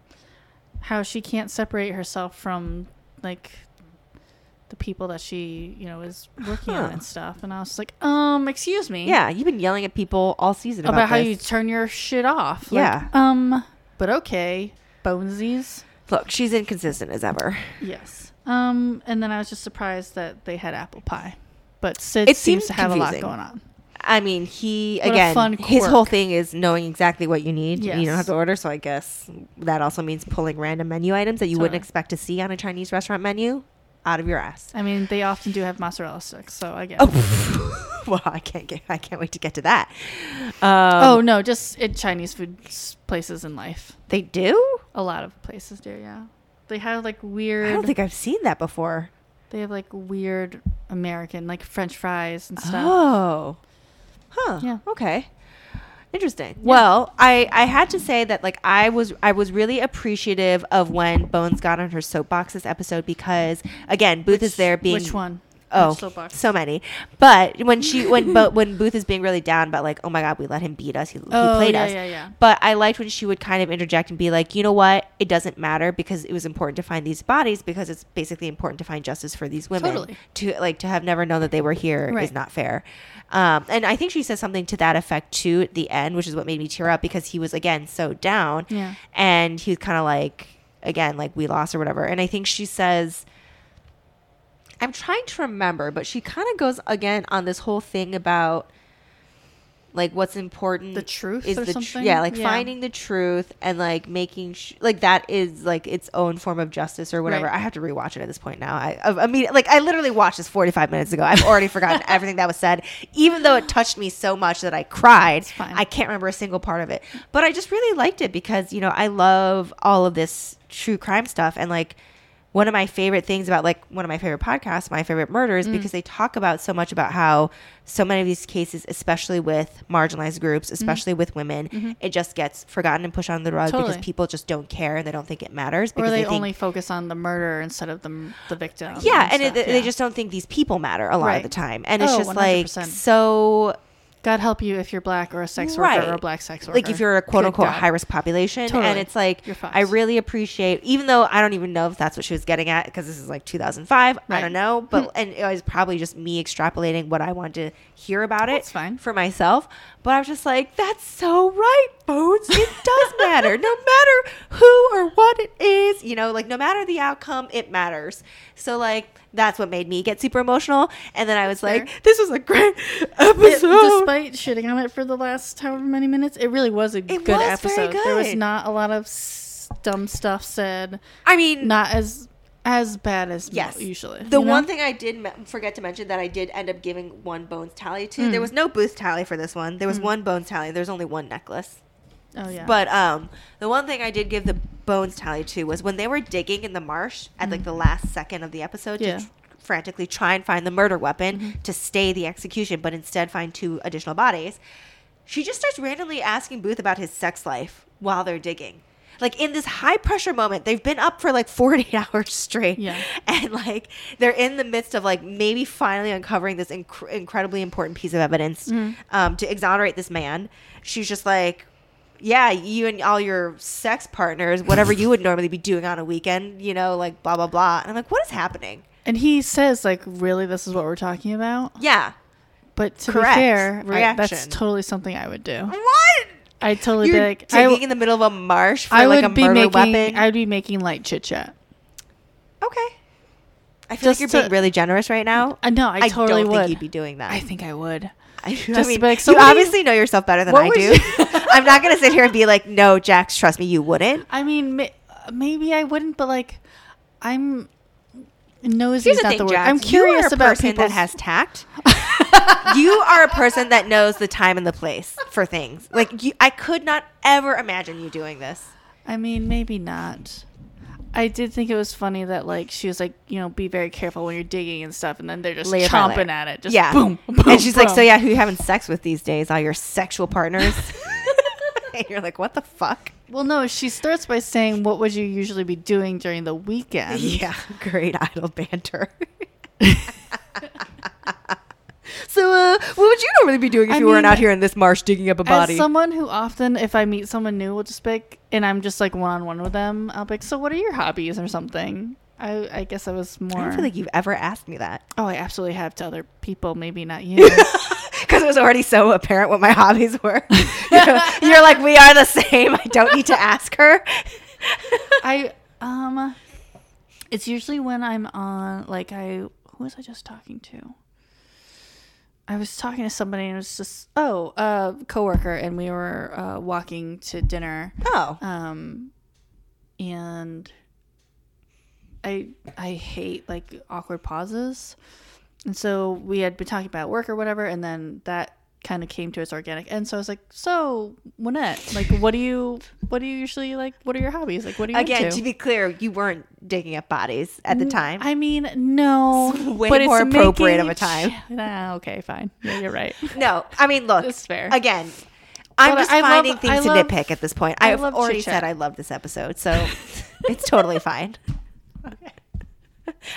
Speaker 1: how she can't separate herself from like the people that she you know is working
Speaker 2: Huh.
Speaker 1: on and stuff. And I was like, um, excuse me,
Speaker 2: Yeah, you've been yelling at people all season
Speaker 1: about,
Speaker 2: about,
Speaker 1: how
Speaker 2: this.
Speaker 1: you turn your shit off. Like,
Speaker 2: Yeah.
Speaker 1: um, but okay, bonesies.
Speaker 2: Look, she's inconsistent as ever.
Speaker 1: Yes. Um, and then I was just surprised that they had apple pie, but Sid
Speaker 2: It
Speaker 1: seems
Speaker 2: seemed
Speaker 1: to have a lot
Speaker 2: confusing.
Speaker 1: going on.
Speaker 2: I mean, he
Speaker 1: What a
Speaker 2: again,
Speaker 1: fun
Speaker 2: his
Speaker 1: quirk.
Speaker 2: whole thing is knowing exactly what you need. and You
Speaker 1: Yes.
Speaker 2: don't have to order, so I guess that also means pulling random menu items that you wouldn't
Speaker 1: Totally.
Speaker 2: expect to see on a Chinese restaurant menu out of your ass.
Speaker 1: I mean, they often do have mozzarella sticks, so I guess.
Speaker 2: Oh, well, I can't get, I can't wait to get to that. Um,
Speaker 1: oh no, just in Chinese food s- places in life.
Speaker 2: they do.
Speaker 1: A lot of places do, yeah. They have like
Speaker 2: I don't
Speaker 1: weird.
Speaker 2: think I've seen that before.
Speaker 1: they have like weird American, like French fries and stuff.
Speaker 2: Oh, huh.
Speaker 1: Yeah.
Speaker 2: Okay. Interesting. Well, I, I had to say that like I was I was really appreciative of when Bones got on her soapbox this episode because again Booth is there being
Speaker 1: which one?
Speaker 2: Oh,
Speaker 1: Which soapbox?
Speaker 2: so many. But when she when but when Booth is being really down, but like, oh my god, we let him beat us. He,
Speaker 1: Oh,
Speaker 2: he played
Speaker 1: yeah,
Speaker 2: us.
Speaker 1: yeah, yeah.
Speaker 2: But I liked when she would kind of interject and be like, you know what? It doesn't matter because it was important to find these bodies because it's basically important to find justice for these women.
Speaker 1: Totally.
Speaker 2: To like to have never known that they were here is
Speaker 1: Right.
Speaker 2: not fair. Um, and I think she says something to that effect too at the end, which is what made me tear up because he was again so down.
Speaker 1: Yeah.
Speaker 2: And he was kind of like again like we lost or whatever. And I think she says I'm trying to remember, but she kind of goes again on this whole thing about like what's important
Speaker 1: The truth
Speaker 2: is
Speaker 1: or
Speaker 2: the tr-
Speaker 1: something?
Speaker 2: yeah like
Speaker 1: Yeah.
Speaker 2: finding the truth and like making sh- like that is like its own form of justice or whatever
Speaker 1: Right.
Speaker 2: i have to rewatch it at this point now i i mean like i literally watched this 45 minutes ago i've already forgotten everything that was said even though it touched me so much that i cried
Speaker 1: fine.
Speaker 2: i can't remember a single part of it but i just really liked it because you know i love all of this true crime stuff and like one of my favorite things about like one of my favorite podcasts, my favorite
Speaker 1: Mm.
Speaker 2: murders, because they talk about so much about how so many of these cases, especially with marginalized
Speaker 1: Mm-hmm.
Speaker 2: groups, especially with women, it just gets forgotten and pushed on the rug
Speaker 1: Totally.
Speaker 2: because people just don't care and they don't think it matters.
Speaker 1: or
Speaker 2: Because
Speaker 1: they,
Speaker 2: think,
Speaker 1: only focus on the murderer instead of the m- the victim.
Speaker 2: yeah, and it,
Speaker 1: stuff,
Speaker 2: they
Speaker 1: yeah.
Speaker 2: just don't think these people matter a lot of
Speaker 1: Right.
Speaker 2: the time, and it's
Speaker 1: Oh,
Speaker 2: just
Speaker 1: 100%.
Speaker 2: like so
Speaker 1: God help you if you're black or a sex worker
Speaker 2: Right.
Speaker 1: or a black sex worker.
Speaker 2: like if you're a quote
Speaker 1: Good
Speaker 2: unquote
Speaker 1: God.
Speaker 2: high risk population and
Speaker 1: Totally.
Speaker 2: it's like
Speaker 1: You're fucked.
Speaker 2: i really appreciate even though i don't even know if that's what she was getting at because this is like 2005 i
Speaker 1: Right. Hmm.
Speaker 2: don't know but and it was probably just me extrapolating what i wanted to hear about it
Speaker 1: That's fine.
Speaker 2: for myself but i was just like that's so right bones it does matter no matter who or what it is you know like no matter the outcome it matters so like that's what made me get super emotional and then i was like
Speaker 1: fair.
Speaker 2: this was a great
Speaker 1: It-
Speaker 2: episode
Speaker 1: despite shitting on it for the last however many minutes, it really was a good
Speaker 2: was very
Speaker 1: episode. There was
Speaker 2: good.
Speaker 1: not a lot of s- dumb stuff said.
Speaker 2: i mean
Speaker 1: Not as as bad as mo-
Speaker 2: Mm. Yes,
Speaker 1: usually.
Speaker 2: The
Speaker 1: you know?
Speaker 2: one thing I did me- forget to mention that I did end up giving one bones tally to.
Speaker 1: Hmm.
Speaker 2: There was no booth tally for this one. There was one bones tally. There's only one necklace.
Speaker 1: Oh Hmm. yeah.
Speaker 2: But um, the one thing I did give the bones tally to was when they were digging in the marsh at like the last second of the episode
Speaker 1: Hmm. Yeah. Mm-hmm.
Speaker 2: to tr- frantically try and find the murder weapon to stay the execution, but instead find two additional bodies. She just starts randomly asking Booth about his sex life while they're digging. Like in this high pressure moment, they've been up for like 48 hours straight.
Speaker 1: Yeah.
Speaker 2: And like they're in the midst of like maybe finally uncovering this inc- incredibly important piece of evidence
Speaker 1: Mm-hmm.
Speaker 2: um, to exonerate this man. She's just like, yeah, you and all your sex partners, whatever you would normally be doing on a weekend, you know, like blah, blah, blah. And I'm like, what is happening?
Speaker 1: and he says like, really, this is what we're talking about.
Speaker 2: Yeah.
Speaker 1: But to
Speaker 2: Correct.
Speaker 1: be fair, I, that's
Speaker 2: Reaction.
Speaker 1: totally something I would do.
Speaker 2: What?
Speaker 1: I totally
Speaker 2: You're
Speaker 1: be
Speaker 2: digging
Speaker 1: like, I, w-
Speaker 2: in the middle of a marsh for
Speaker 1: I
Speaker 2: like
Speaker 1: would
Speaker 2: a
Speaker 1: be
Speaker 2: murder
Speaker 1: making,
Speaker 2: weapon.
Speaker 1: I'd be making light chit chat.
Speaker 2: okay. I feel like
Speaker 1: Just
Speaker 2: you're
Speaker 1: to-
Speaker 2: being really generous right now.
Speaker 1: I know, Uh, I totally
Speaker 2: don't
Speaker 1: would.
Speaker 2: think you'd be doing that.
Speaker 1: I think I would.
Speaker 2: I,
Speaker 1: Just
Speaker 2: mean,
Speaker 1: be like,
Speaker 2: you
Speaker 1: somebody-
Speaker 2: obviously know yourself better than
Speaker 1: What
Speaker 2: I
Speaker 1: would
Speaker 2: do.
Speaker 1: you-
Speaker 2: I'm not gonna sit here and be like, "No, Jax, trust me, you wouldn't."
Speaker 1: I mean, ma- maybe I wouldn't, but like, I'm nosy
Speaker 2: Here's
Speaker 1: is
Speaker 2: the
Speaker 1: not
Speaker 2: thing,
Speaker 1: the word.
Speaker 2: Jax.
Speaker 1: I'm curious
Speaker 2: you are a
Speaker 1: about
Speaker 2: person
Speaker 1: people
Speaker 2: that has tact. you are a person that knows the time and the place for things. Like, you, I could not ever imagine you doing this.
Speaker 1: I mean, maybe not. I did think it was funny that like she was like, you know, be very careful when you're digging and stuff, and then they're just
Speaker 2: Layer by
Speaker 1: chomping
Speaker 2: layer.
Speaker 1: at it, just
Speaker 2: yeah,
Speaker 1: boom, boom.
Speaker 2: and she's like,
Speaker 1: boom."
Speaker 2: "So yeah, who you having sex with these days? All your sexual partners?" and you're like, "What the fuck?"
Speaker 1: Well, no, she starts by saying, "What would you usually be doing during the weekend?"
Speaker 2: Yeah, great idle banter. so, uh, what would you normally be doing if
Speaker 1: I
Speaker 2: you weren't
Speaker 1: mean,
Speaker 2: out here in this marsh digging up a body?
Speaker 1: As someone who often, if I meet someone new, will just be like, and I'm just like one on one with them, I'll be like, "So what are your hobbies?" or something. I, I guess I was more.
Speaker 2: I don't feel like you've ever asked me that
Speaker 1: Oh, I absolutely have to other people, maybe not you.
Speaker 2: because it was already so apparent what my hobbies were. you're, you're like, we are the same. I don't need to ask her.
Speaker 1: I um it's usually when I'm on like I who was I just talking to? I was talking to somebody and it was just oh, uh coworker and we were uh walking to dinner
Speaker 2: Oh,
Speaker 1: um and I I hate like awkward pauses. And so we had been talking about work or whatever and then that kind of came to its organic end. So I was like, "So, Wynette, like what do you what do you usually like what are your hobbies? Like what are you
Speaker 2: again,
Speaker 1: into?"
Speaker 2: to be clear, you weren't digging up bodies at the time.
Speaker 1: Mm, I mean, no,
Speaker 2: way more appropriate of a time.
Speaker 1: Nah, okay, fine. Yeah, you're right.
Speaker 2: no, I mean, look,
Speaker 1: That's fair.
Speaker 2: Again, I'm
Speaker 1: But
Speaker 2: just
Speaker 1: I love-
Speaker 2: finding things
Speaker 1: I
Speaker 2: to
Speaker 1: love-
Speaker 2: nitpick at this point.
Speaker 1: I
Speaker 2: I've
Speaker 1: love
Speaker 2: already
Speaker 1: chit-chat.
Speaker 2: said I love this episode, so it's totally fine.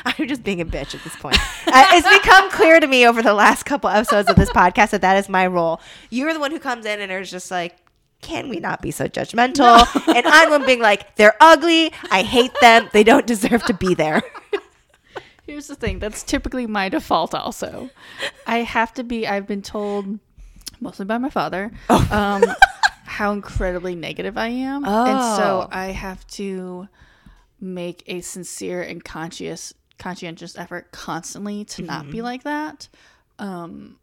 Speaker 2: I'm just being a bitch at this point. Uh, it's become clear to me over the last couple episodes of this podcast that that is my role. You're the one who comes in and is just like, can we not be so judgmental? And I'm the one being like, they're ugly. I hate them. They don't deserve to be there.
Speaker 1: Here's the thing. That's typically my default. Also, I have to be. I've been told, mostly by my father, um, how incredibly negative I am, and so
Speaker 2: Oh.
Speaker 1: I have to make a sincere and conscious conscientious effort constantly to not be like that. Um,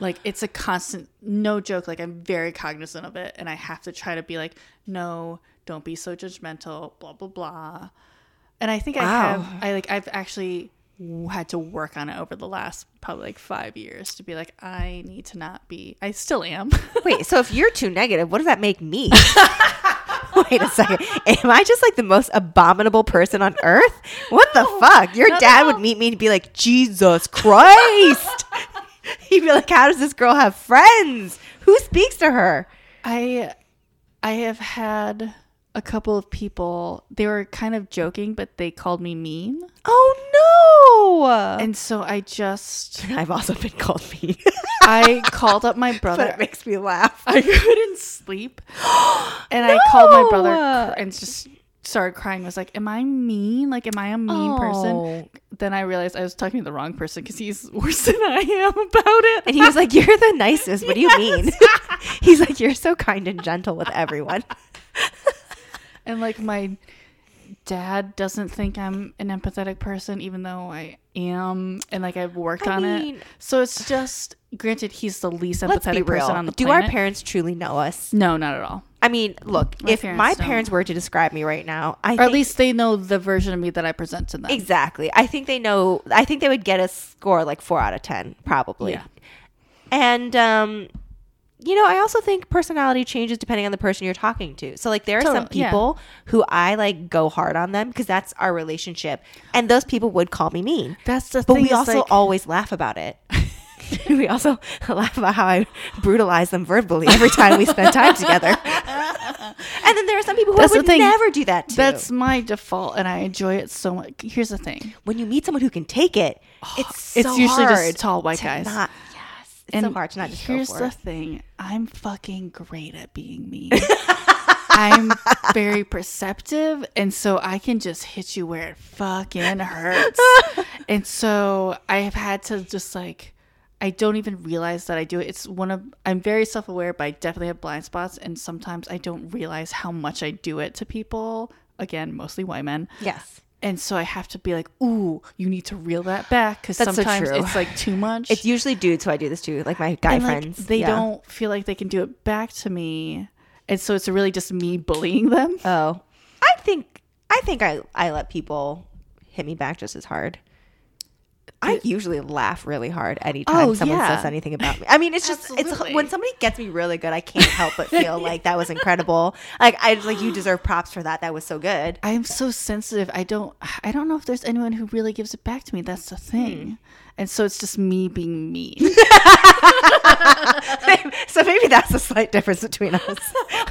Speaker 1: like it's a constant, no joke. Like I'm very cognizant of it, and I have to try to be like, no, don't be so judgmental. Blah blah blah. And I think I
Speaker 2: Wow.
Speaker 1: have. I like I've actually w- had to work on it over the last probably like five years to be like I need to not be. I still am.
Speaker 2: Wait, so if you're too negative, what does that make me? Wait a second. Am I just like the most abominable person on earth? What the fuck? Your
Speaker 1: not at
Speaker 2: dad
Speaker 1: all.
Speaker 2: would meet me and be like, Jesus Christ. He'd be like, How does this girl have friends? Who speaks to her?
Speaker 1: I I have had a couple of people they were kind of joking but they called me mean.
Speaker 2: Oh no.
Speaker 1: And so I just
Speaker 2: I've also been called mean,
Speaker 1: I called up my
Speaker 2: but it
Speaker 1: brother.
Speaker 2: makes me laugh.
Speaker 1: I couldn't sleep. And I called my brother
Speaker 2: No.
Speaker 1: cr- and just started crying was like am i mean like am i a mean person
Speaker 2: Oh.
Speaker 1: then i realized i was talking to the wrong person because he's worse than i am about it
Speaker 2: And he was like, You're the nicest. What do you mean? He's like, You're so kind and gentle with everyone.
Speaker 1: And like my dad doesn't think I'm an empathetic person, even though I am, and like I've worked
Speaker 2: I
Speaker 1: on
Speaker 2: mean-
Speaker 1: it. So it's just granted he's the least
Speaker 2: Let's be
Speaker 1: empathetic
Speaker 2: real.
Speaker 1: person on the
Speaker 2: Do
Speaker 1: planet.
Speaker 2: our parents truly know us?
Speaker 1: No, not at all.
Speaker 2: I mean, look,
Speaker 1: My
Speaker 2: if
Speaker 1: parents
Speaker 2: my
Speaker 1: don't.
Speaker 2: parents were to describe me right now, I
Speaker 1: Or at
Speaker 2: think-
Speaker 1: least they know the version of me that I present to them.
Speaker 2: exactly. I think they know. I think they would get a score like four out of ten, probably.
Speaker 1: Yeah.
Speaker 2: And um, you know, I also think personality changes depending on the person you're talking to. So like, there are some
Speaker 1: Totally, yeah.
Speaker 2: people who I like go hard on them because that's our relationship, and those people would call me mean.
Speaker 1: That's the
Speaker 2: But
Speaker 1: thing.
Speaker 2: we
Speaker 1: is,
Speaker 2: also
Speaker 1: like-
Speaker 2: always laugh about it. we also laugh about how I brutalize them verbally every time we spend time together. and then there are some people who
Speaker 1: That's
Speaker 2: I
Speaker 1: the
Speaker 2: would
Speaker 1: thing.
Speaker 2: never do that to.
Speaker 1: that's my default, and I enjoy it so much. Here's the thing.
Speaker 2: when you meet someone who can take it, it's
Speaker 1: Oh, It's
Speaker 2: so
Speaker 1: usually
Speaker 2: hard
Speaker 1: just tall white
Speaker 2: to
Speaker 1: guys.
Speaker 2: not- yes, it's so hard to not just go
Speaker 1: here's
Speaker 2: for
Speaker 1: the
Speaker 2: it.
Speaker 1: thing i'm fucking great at being mean i'm very perceptive and so i can just hit you where it fucking hurts and so i have had to just like i don't even realize that i do it it's one of i'm very self-aware but i definitely have blind spots and sometimes i don't realize how much i do it to people again mostly white men
Speaker 2: Yes,
Speaker 1: and so I have to be like, "Ooh, you need to reel that back," because
Speaker 2: That's so
Speaker 1: sometimes
Speaker 2: true.
Speaker 1: it's like too much
Speaker 2: it's usually dudes who I do this to, like my guy
Speaker 1: and, like,
Speaker 2: friends.
Speaker 1: they
Speaker 2: Yeah.
Speaker 1: don't feel like they can do it back to me. And so it's really just me bullying them.
Speaker 2: Oh, I think I think I I let people hit me back just as hard. I usually laugh really hard anytime
Speaker 1: Oh,
Speaker 2: someone
Speaker 1: yeah.
Speaker 2: says anything about me. I mean, it's just it's
Speaker 1: Absolutely.
Speaker 2: when somebody gets me really good, I can't help but feel like that was incredible. Like I just like you deserve props for that. That was so good.
Speaker 1: I am so sensitive. I don't I don't know if there's anyone who really gives it back to me. That's the thing. And so it's just me being me.
Speaker 2: so maybe that's the slight difference between us.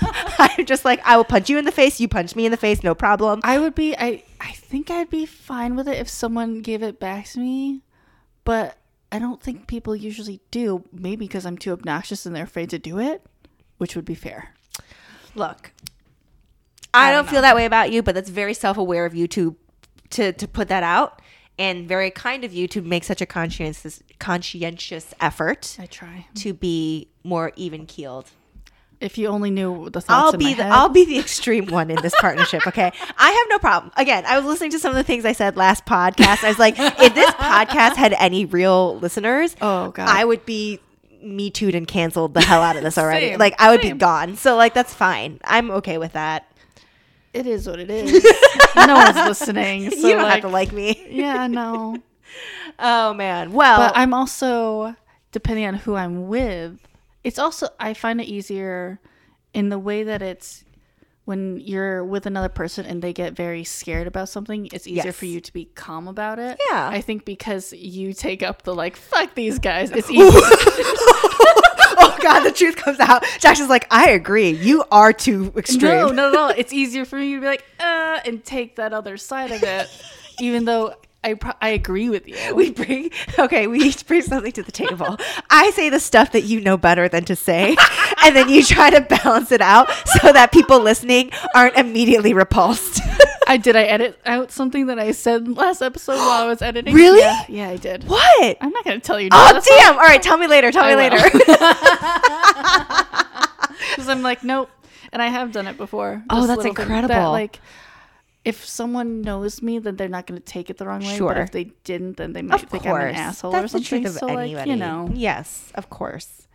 Speaker 2: I'm just like I will punch you in the face. You punch me in the face, no problem.
Speaker 1: I would be I I think I'd be fine with it if someone gave it back to me, but I don't think people usually do, maybe because I'm too obnoxious and they're afraid to do it, which would be fair.
Speaker 2: Look, I, don't feel that way about you, but that's very self-aware of you to to to put that out, and very kind of you to make such a conscientious conscientious effort
Speaker 1: I try.
Speaker 2: to be more even keeled.
Speaker 1: If you only knew the thoughts
Speaker 2: I'll
Speaker 1: in
Speaker 2: be
Speaker 1: my
Speaker 2: the
Speaker 1: head.
Speaker 2: I'll be the extreme one in this partnership. Okay, I have no problem. Again, I was listening to some of the things I said last podcast. I was like, if this podcast had any real listeners,
Speaker 1: Oh, God.
Speaker 2: I would be me too and canceled the hell out of this already.
Speaker 1: Same,
Speaker 2: like I would
Speaker 1: same.
Speaker 2: be gone. So like that's fine. I'm okay with that.
Speaker 1: it is what it is. no one's listening. So
Speaker 2: you don't
Speaker 1: like,
Speaker 2: have to like me.
Speaker 1: yeah, no.
Speaker 2: Oh man. Well,
Speaker 1: But I'm also depending on who I'm with. It's also I find it easier in the way that it's when you're with another person and they get very scared about something, it's easier
Speaker 2: Yes.
Speaker 1: for you to be calm about it.
Speaker 2: Yeah.
Speaker 1: I think because you take up the like, fuck these guys. It's easy.
Speaker 2: oh god, the truth comes out. Josh is like, I agree. You are too extreme.
Speaker 1: No, not at all. It's easier for me to be like, uh, and take that other side of it, even though I pro- I agree with you.
Speaker 2: We bring okay. We each bring something to the table. I say the stuff that you know better than to say, and then you try to balance it out so that people listening aren't immediately repulsed.
Speaker 1: I did. I edit out something that I said last episode while I was editing.
Speaker 2: Really?
Speaker 1: Yeah, yeah, I did.
Speaker 2: what?
Speaker 1: I'm not gonna tell you.
Speaker 2: oh damn! All right, tell me later. Tell me
Speaker 1: I will.
Speaker 2: later.
Speaker 1: Because I'm like, nope. And I have done it before.
Speaker 2: Oh,
Speaker 1: This
Speaker 2: that's
Speaker 1: little thing
Speaker 2: incredible.
Speaker 1: like, if someone knows me, then they're not going to take it the wrong way.
Speaker 2: Sure.
Speaker 1: But if they didn't, then they might
Speaker 2: of
Speaker 1: think
Speaker 2: course,
Speaker 1: I'm an asshole
Speaker 2: that's
Speaker 1: or something.
Speaker 2: the truth
Speaker 1: so
Speaker 2: of
Speaker 1: like
Speaker 2: anybody.
Speaker 1: you know,
Speaker 2: yes, of course.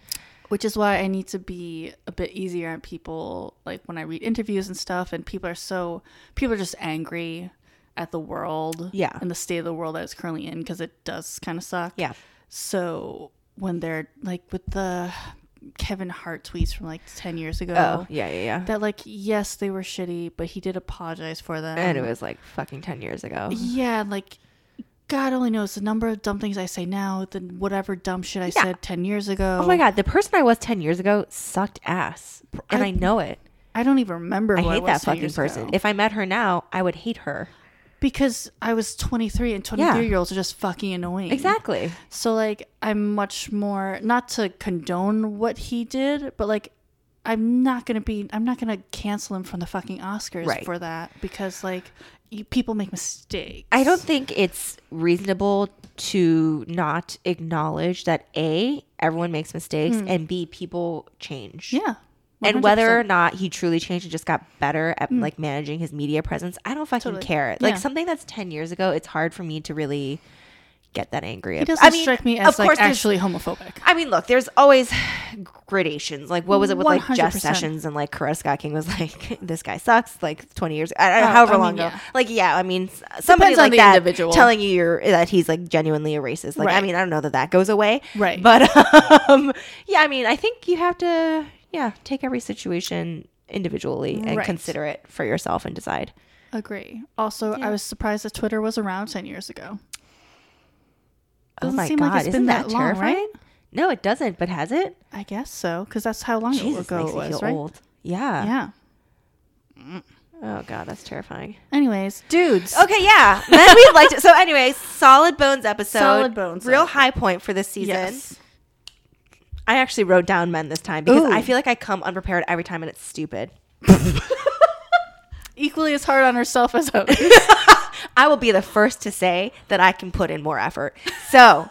Speaker 1: which is why I need to be a bit easier on people. Like when I read interviews and stuff, and people are so people are just angry at the world,
Speaker 2: Yeah.
Speaker 1: and the state of the world that it's currently in because it does kind of suck.
Speaker 2: Yeah,
Speaker 1: So when they're like with the Kevin Hart tweets from like ten years ago,
Speaker 2: oh, yeah, yeah, yeah.
Speaker 1: that like yes they were shitty, but he did apologize for them.
Speaker 2: and it was like fucking ten years ago.
Speaker 1: Yeah, like God only knows the number of dumb things I say now than whatever dumb shit I said ten years ago.
Speaker 2: Oh my god, the person I was ten years ago sucked ass, and I, know it.
Speaker 1: I don't even remember.
Speaker 2: I
Speaker 1: who
Speaker 2: hate
Speaker 1: was
Speaker 2: that
Speaker 1: 10
Speaker 2: fucking
Speaker 1: years
Speaker 2: person.
Speaker 1: ago.
Speaker 2: If I met her now, I would hate her.
Speaker 1: because I was twenty three and twenty three year olds are just fucking annoying.
Speaker 2: Exactly.
Speaker 1: So like I'm much more not to condone what he did, but like I'm not gonna be I'm not gonna cancel him from the fucking Oscars
Speaker 2: Right.
Speaker 1: for that because like you, people make mistakes.
Speaker 2: I don't think it's reasonable to not acknowledge that a everyone makes mistakes and b people change.
Speaker 1: Hmm. Yeah.
Speaker 2: And whether
Speaker 1: 100%.
Speaker 2: or not he truly changed and just got better at like managing his media presence, I don't fucking
Speaker 1: Hmm. Totally.
Speaker 2: care. Like
Speaker 1: Yeah.
Speaker 2: something that's ten years ago, it's hard for me to really get that angry.
Speaker 1: He doesn't
Speaker 2: I mean,
Speaker 1: strike me
Speaker 2: of
Speaker 1: as like
Speaker 2: course, there's-
Speaker 1: actually homophobic.
Speaker 2: I mean, look, there's always gradations. Like, what was it with like Jeff
Speaker 1: 100%.
Speaker 2: Sessions and like Coretta Scott King was like, this guy sucks, like 20 years, I don't know,
Speaker 1: Oh,
Speaker 2: however
Speaker 1: I
Speaker 2: long
Speaker 1: mean,
Speaker 2: ago.
Speaker 1: yeah.
Speaker 2: Like, yeah, I mean, s- somebody
Speaker 1: Depends on
Speaker 2: like
Speaker 1: the
Speaker 2: that
Speaker 1: individual.
Speaker 2: telling you you're, that he's like genuinely a racist. Like, I
Speaker 1: Right.
Speaker 2: mean, I don't know that that goes away.
Speaker 1: Right.
Speaker 2: But um, yeah, I mean, I think you have to, yeah, take every situation individually and
Speaker 1: Right.
Speaker 2: consider it for yourself and decide.
Speaker 1: Agree. Also, I was surprised that Twitter was around 10 years ago.
Speaker 2: oh
Speaker 1: Doesn't
Speaker 2: my
Speaker 1: seem
Speaker 2: God,
Speaker 1: like it's been
Speaker 2: isn't that,
Speaker 1: that long,
Speaker 2: terrifying?
Speaker 1: right?
Speaker 2: No, it doesn't, but has it?
Speaker 1: I guess so, because that's how long
Speaker 2: Jesus,
Speaker 1: ago
Speaker 2: makes
Speaker 1: it
Speaker 2: me feel
Speaker 1: was, right?
Speaker 2: old. Yeah.
Speaker 1: Yeah.
Speaker 2: Oh God, that's terrifying.
Speaker 1: Anyways, dudes.
Speaker 2: Okay, yeah. Then we liked it. So anyway, solid bones episode.
Speaker 1: Solid bones
Speaker 2: Real
Speaker 1: episode.
Speaker 2: high point for this season.
Speaker 1: Yes.
Speaker 2: I actually wrote down men this time because
Speaker 1: Ooh.
Speaker 2: I feel like I come unprepared every time and it's stupid.
Speaker 1: Equally as hard on herself as others.
Speaker 2: I will be the first to say that I can put in more effort. So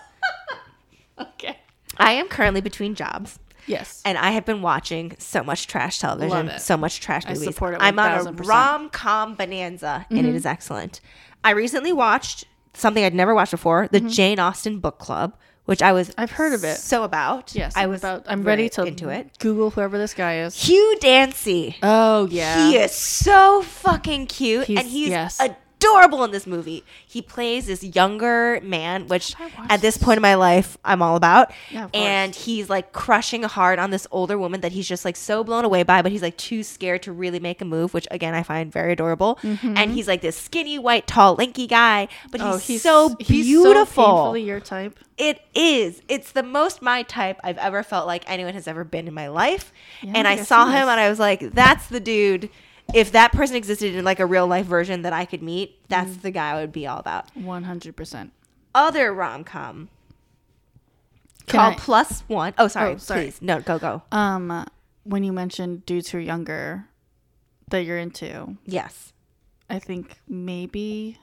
Speaker 1: okay.
Speaker 2: I am currently between jobs.
Speaker 1: Yes.
Speaker 2: And I have been watching so much trash
Speaker 1: Love
Speaker 2: television,
Speaker 1: it.
Speaker 2: so much trash movies.
Speaker 1: support it
Speaker 2: I'm on a
Speaker 1: 1000%.
Speaker 2: rom com bonanza, and
Speaker 1: Mm-hmm.
Speaker 2: it is excellent. I recently watched something I'd never watched before, the Jane Austen book club, which I was
Speaker 1: Mm-hmm. I've heard of it.
Speaker 2: So about
Speaker 1: yes.
Speaker 2: I was
Speaker 1: about, I'm
Speaker 2: very
Speaker 1: ready to
Speaker 2: into it.
Speaker 1: Google whoever this guy is.
Speaker 2: Hugh Dancy,
Speaker 1: Oh,
Speaker 2: he is so fucking cute, and
Speaker 1: He's-
Speaker 2: he's
Speaker 1: yes.
Speaker 2: adorable in this movie. He plays this younger man, which
Speaker 1: I watch
Speaker 2: at this point in my life I'm all about.
Speaker 1: Yeah, of course.
Speaker 2: and he's like crushing hard on this older woman that he's just like so blown away by, but he's like too scared to really make a move, which again I find very adorable.
Speaker 1: Mm-hmm.
Speaker 2: And he's like this skinny, white, tall, lanky guy, but he's, so
Speaker 1: Oh, He's so
Speaker 2: beautiful.
Speaker 1: painfully your type.
Speaker 2: It is. It's the most my type I've ever felt like anyone has ever been in my life.
Speaker 1: Yeah,
Speaker 2: and
Speaker 1: I
Speaker 2: I
Speaker 1: guess
Speaker 2: saw
Speaker 1: it
Speaker 2: him
Speaker 1: is.
Speaker 2: and I was like, that's the dude. If that person existed in like a real life version that I could meet, that's
Speaker 1: Mm.
Speaker 2: the guy I would be all about.
Speaker 1: 100%.
Speaker 2: Other rom com
Speaker 1: Can
Speaker 2: called
Speaker 1: I-
Speaker 2: Plus One. Oh, sorry.
Speaker 1: Oh, sorry.
Speaker 2: Please. No, go, go.
Speaker 1: Um, when you mentioned dudes who are younger that you're into,
Speaker 2: Yes.
Speaker 1: I think maybe.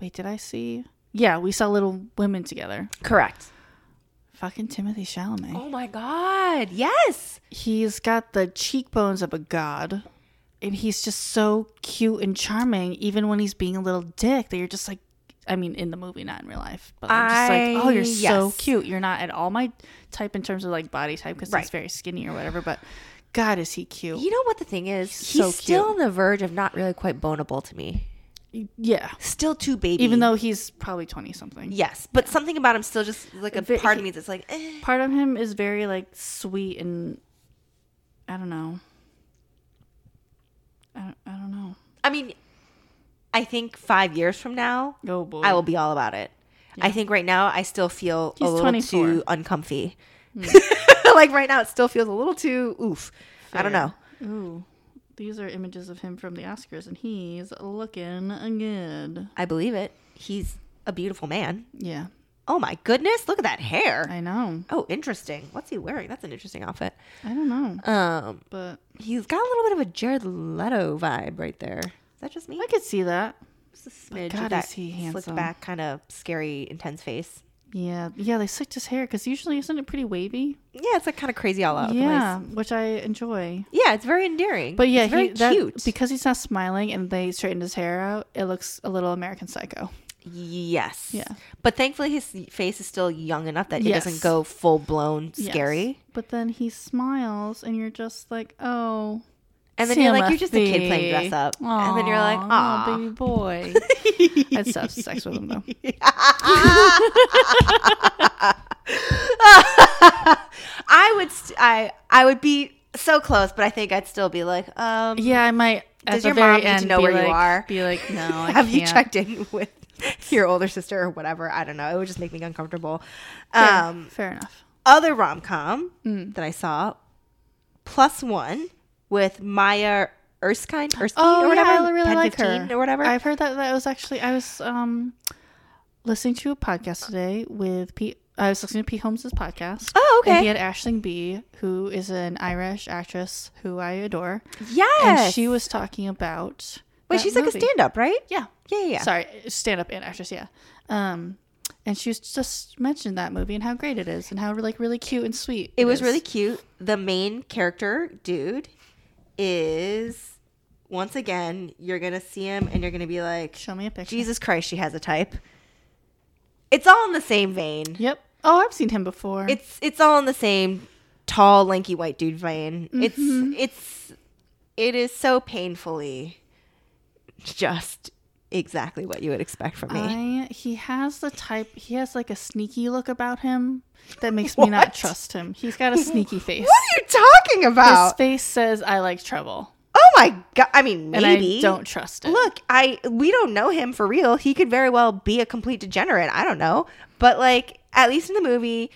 Speaker 1: Wait, did I see? Yeah, we saw Little Women together.
Speaker 2: Correct.
Speaker 1: Fucking Timothy Chalamet.
Speaker 2: Oh my God. Yes.
Speaker 1: He's got the cheekbones of a god, and he's just so cute and charming, even when he's being a little dick. That you're just like, I mean, in the movie, not in real life. But I'm just like, oh,
Speaker 2: I-
Speaker 1: you're so
Speaker 2: yes.
Speaker 1: cute. You're not at all my type in terms of like body type because
Speaker 2: Right.
Speaker 1: he's very skinny or whatever. But God, is he cute?
Speaker 2: You know what the thing is? He's,
Speaker 1: so
Speaker 2: still
Speaker 1: cute.
Speaker 2: on the verge of not really quite boneable to me.
Speaker 1: yeah,
Speaker 2: Still too baby.
Speaker 1: even though he's probably twenty something.
Speaker 2: Yes, but something about him still just like a
Speaker 1: Ve-
Speaker 2: part of
Speaker 1: he-
Speaker 2: me that's like, eh.
Speaker 1: part of him is very like sweet and I don't know. I don't, I don't know.
Speaker 2: I mean, I think five years from now,
Speaker 1: Oh boy.
Speaker 2: I will be all about it. I think right now I still feel
Speaker 1: He's Hmm.
Speaker 2: a little
Speaker 1: 24.
Speaker 2: too uncomfy. like right now, it still feels a little too oof. I don't know.
Speaker 1: Ooh. These are images of him from the Oscars and he's looking good.
Speaker 2: I believe it. He's a beautiful man.
Speaker 1: Yeah.
Speaker 2: Oh my goodness, look at that hair.
Speaker 1: I know.
Speaker 2: oh, interesting. What's he wearing? That's an interesting outfit.
Speaker 1: I don't know.
Speaker 2: Um,
Speaker 1: But
Speaker 2: he's got a little bit of a Jared Leto vibe right there. Is that just me?
Speaker 1: I could see that.
Speaker 2: Just a smidge
Speaker 1: God,
Speaker 2: of that
Speaker 1: is he
Speaker 2: slicked
Speaker 1: handsome.
Speaker 2: back, kind of scary, intense face.
Speaker 1: Yeah, yeah, they slicked his hair because usually isn't it pretty wavy?
Speaker 2: Yeah, it's like kind of crazy all over
Speaker 1: yeah,
Speaker 2: the place.
Speaker 1: which I enjoy.
Speaker 2: Yeah, it's very endearing.
Speaker 1: But yeah,
Speaker 2: it's very
Speaker 1: he, that,
Speaker 2: cute.
Speaker 1: because he's not smiling and they straightened his hair out. It looks a little American Psycho.
Speaker 2: yes.
Speaker 1: Yeah.
Speaker 2: But thankfully, his face is still young enough that he
Speaker 1: Yes.
Speaker 2: doesn't go full blown
Speaker 1: Yes.
Speaker 2: scary.
Speaker 1: But then he smiles and you're just like, oh.
Speaker 2: And then you're like, you're just a kid playing
Speaker 1: Timothy.
Speaker 2: dress up. And then you're like,
Speaker 1: Aw,
Speaker 2: ah,
Speaker 1: baby boy. I'd still have sex with him though.
Speaker 2: I would, st- I, I would be so close, but I think I'd still be like, um,
Speaker 1: Yeah, I might. At
Speaker 2: Does
Speaker 1: the
Speaker 2: your
Speaker 1: very
Speaker 2: mom need to
Speaker 1: end,
Speaker 2: know
Speaker 1: be
Speaker 2: where you
Speaker 1: like,
Speaker 2: are?
Speaker 1: Be like, no. I
Speaker 2: have you
Speaker 1: can't."
Speaker 2: checked in with your older sister or whatever? I don't know. It would just make me uncomfortable.
Speaker 1: Fair,
Speaker 2: Um,
Speaker 1: fair enough.
Speaker 2: other rom com
Speaker 1: Mm.
Speaker 2: that I saw, plus one with Maya Erskine, Erskine or whatever,
Speaker 1: Oh, I really
Speaker 2: Pen
Speaker 1: like
Speaker 2: 15
Speaker 1: her
Speaker 2: or whatever.
Speaker 1: I've heard that that was actually I was um listening to a podcast today with Pete. I was listening to Pete Holmes's podcast.
Speaker 2: Oh, okay.
Speaker 1: And he had Ashling B, who is an Irish actress who I adore,
Speaker 2: yes.
Speaker 1: and she was talking about.
Speaker 2: Wait,
Speaker 1: that
Speaker 2: she's like a
Speaker 1: movie.
Speaker 2: stand up, right?
Speaker 1: Yeah,
Speaker 2: Yeah, yeah. yeah.
Speaker 1: sorry, stand up and actress, yeah. Um, and she was just mentioned that movie and how great it is and how like really cute and sweet.
Speaker 2: It was
Speaker 1: is.
Speaker 2: really cute. The main character dude is once again, you're gonna see him and you're gonna be like,
Speaker 1: Show me a picture.
Speaker 2: Jesus Christ, she has a type. It's all in the same vein.
Speaker 1: Yep. Oh, I've seen him before.
Speaker 2: It's it's all in the same tall, lanky white dude vein.
Speaker 1: Mm-hmm.
Speaker 2: It's it's it is so painfully just exactly what you would expect from me.
Speaker 1: I, he has the type. He has like a sneaky look about him that makes me
Speaker 2: What?
Speaker 1: not trust him. He's got a sneaky face.
Speaker 2: what are you talking
Speaker 1: His
Speaker 2: about?
Speaker 1: face says, "I like trouble,"
Speaker 2: Oh my god! I mean,
Speaker 1: and
Speaker 2: maybe
Speaker 1: I don't trust it.
Speaker 2: Look, I we don't know him for real. He could very well be a complete degenerate. I don't know. But like at least in the movie,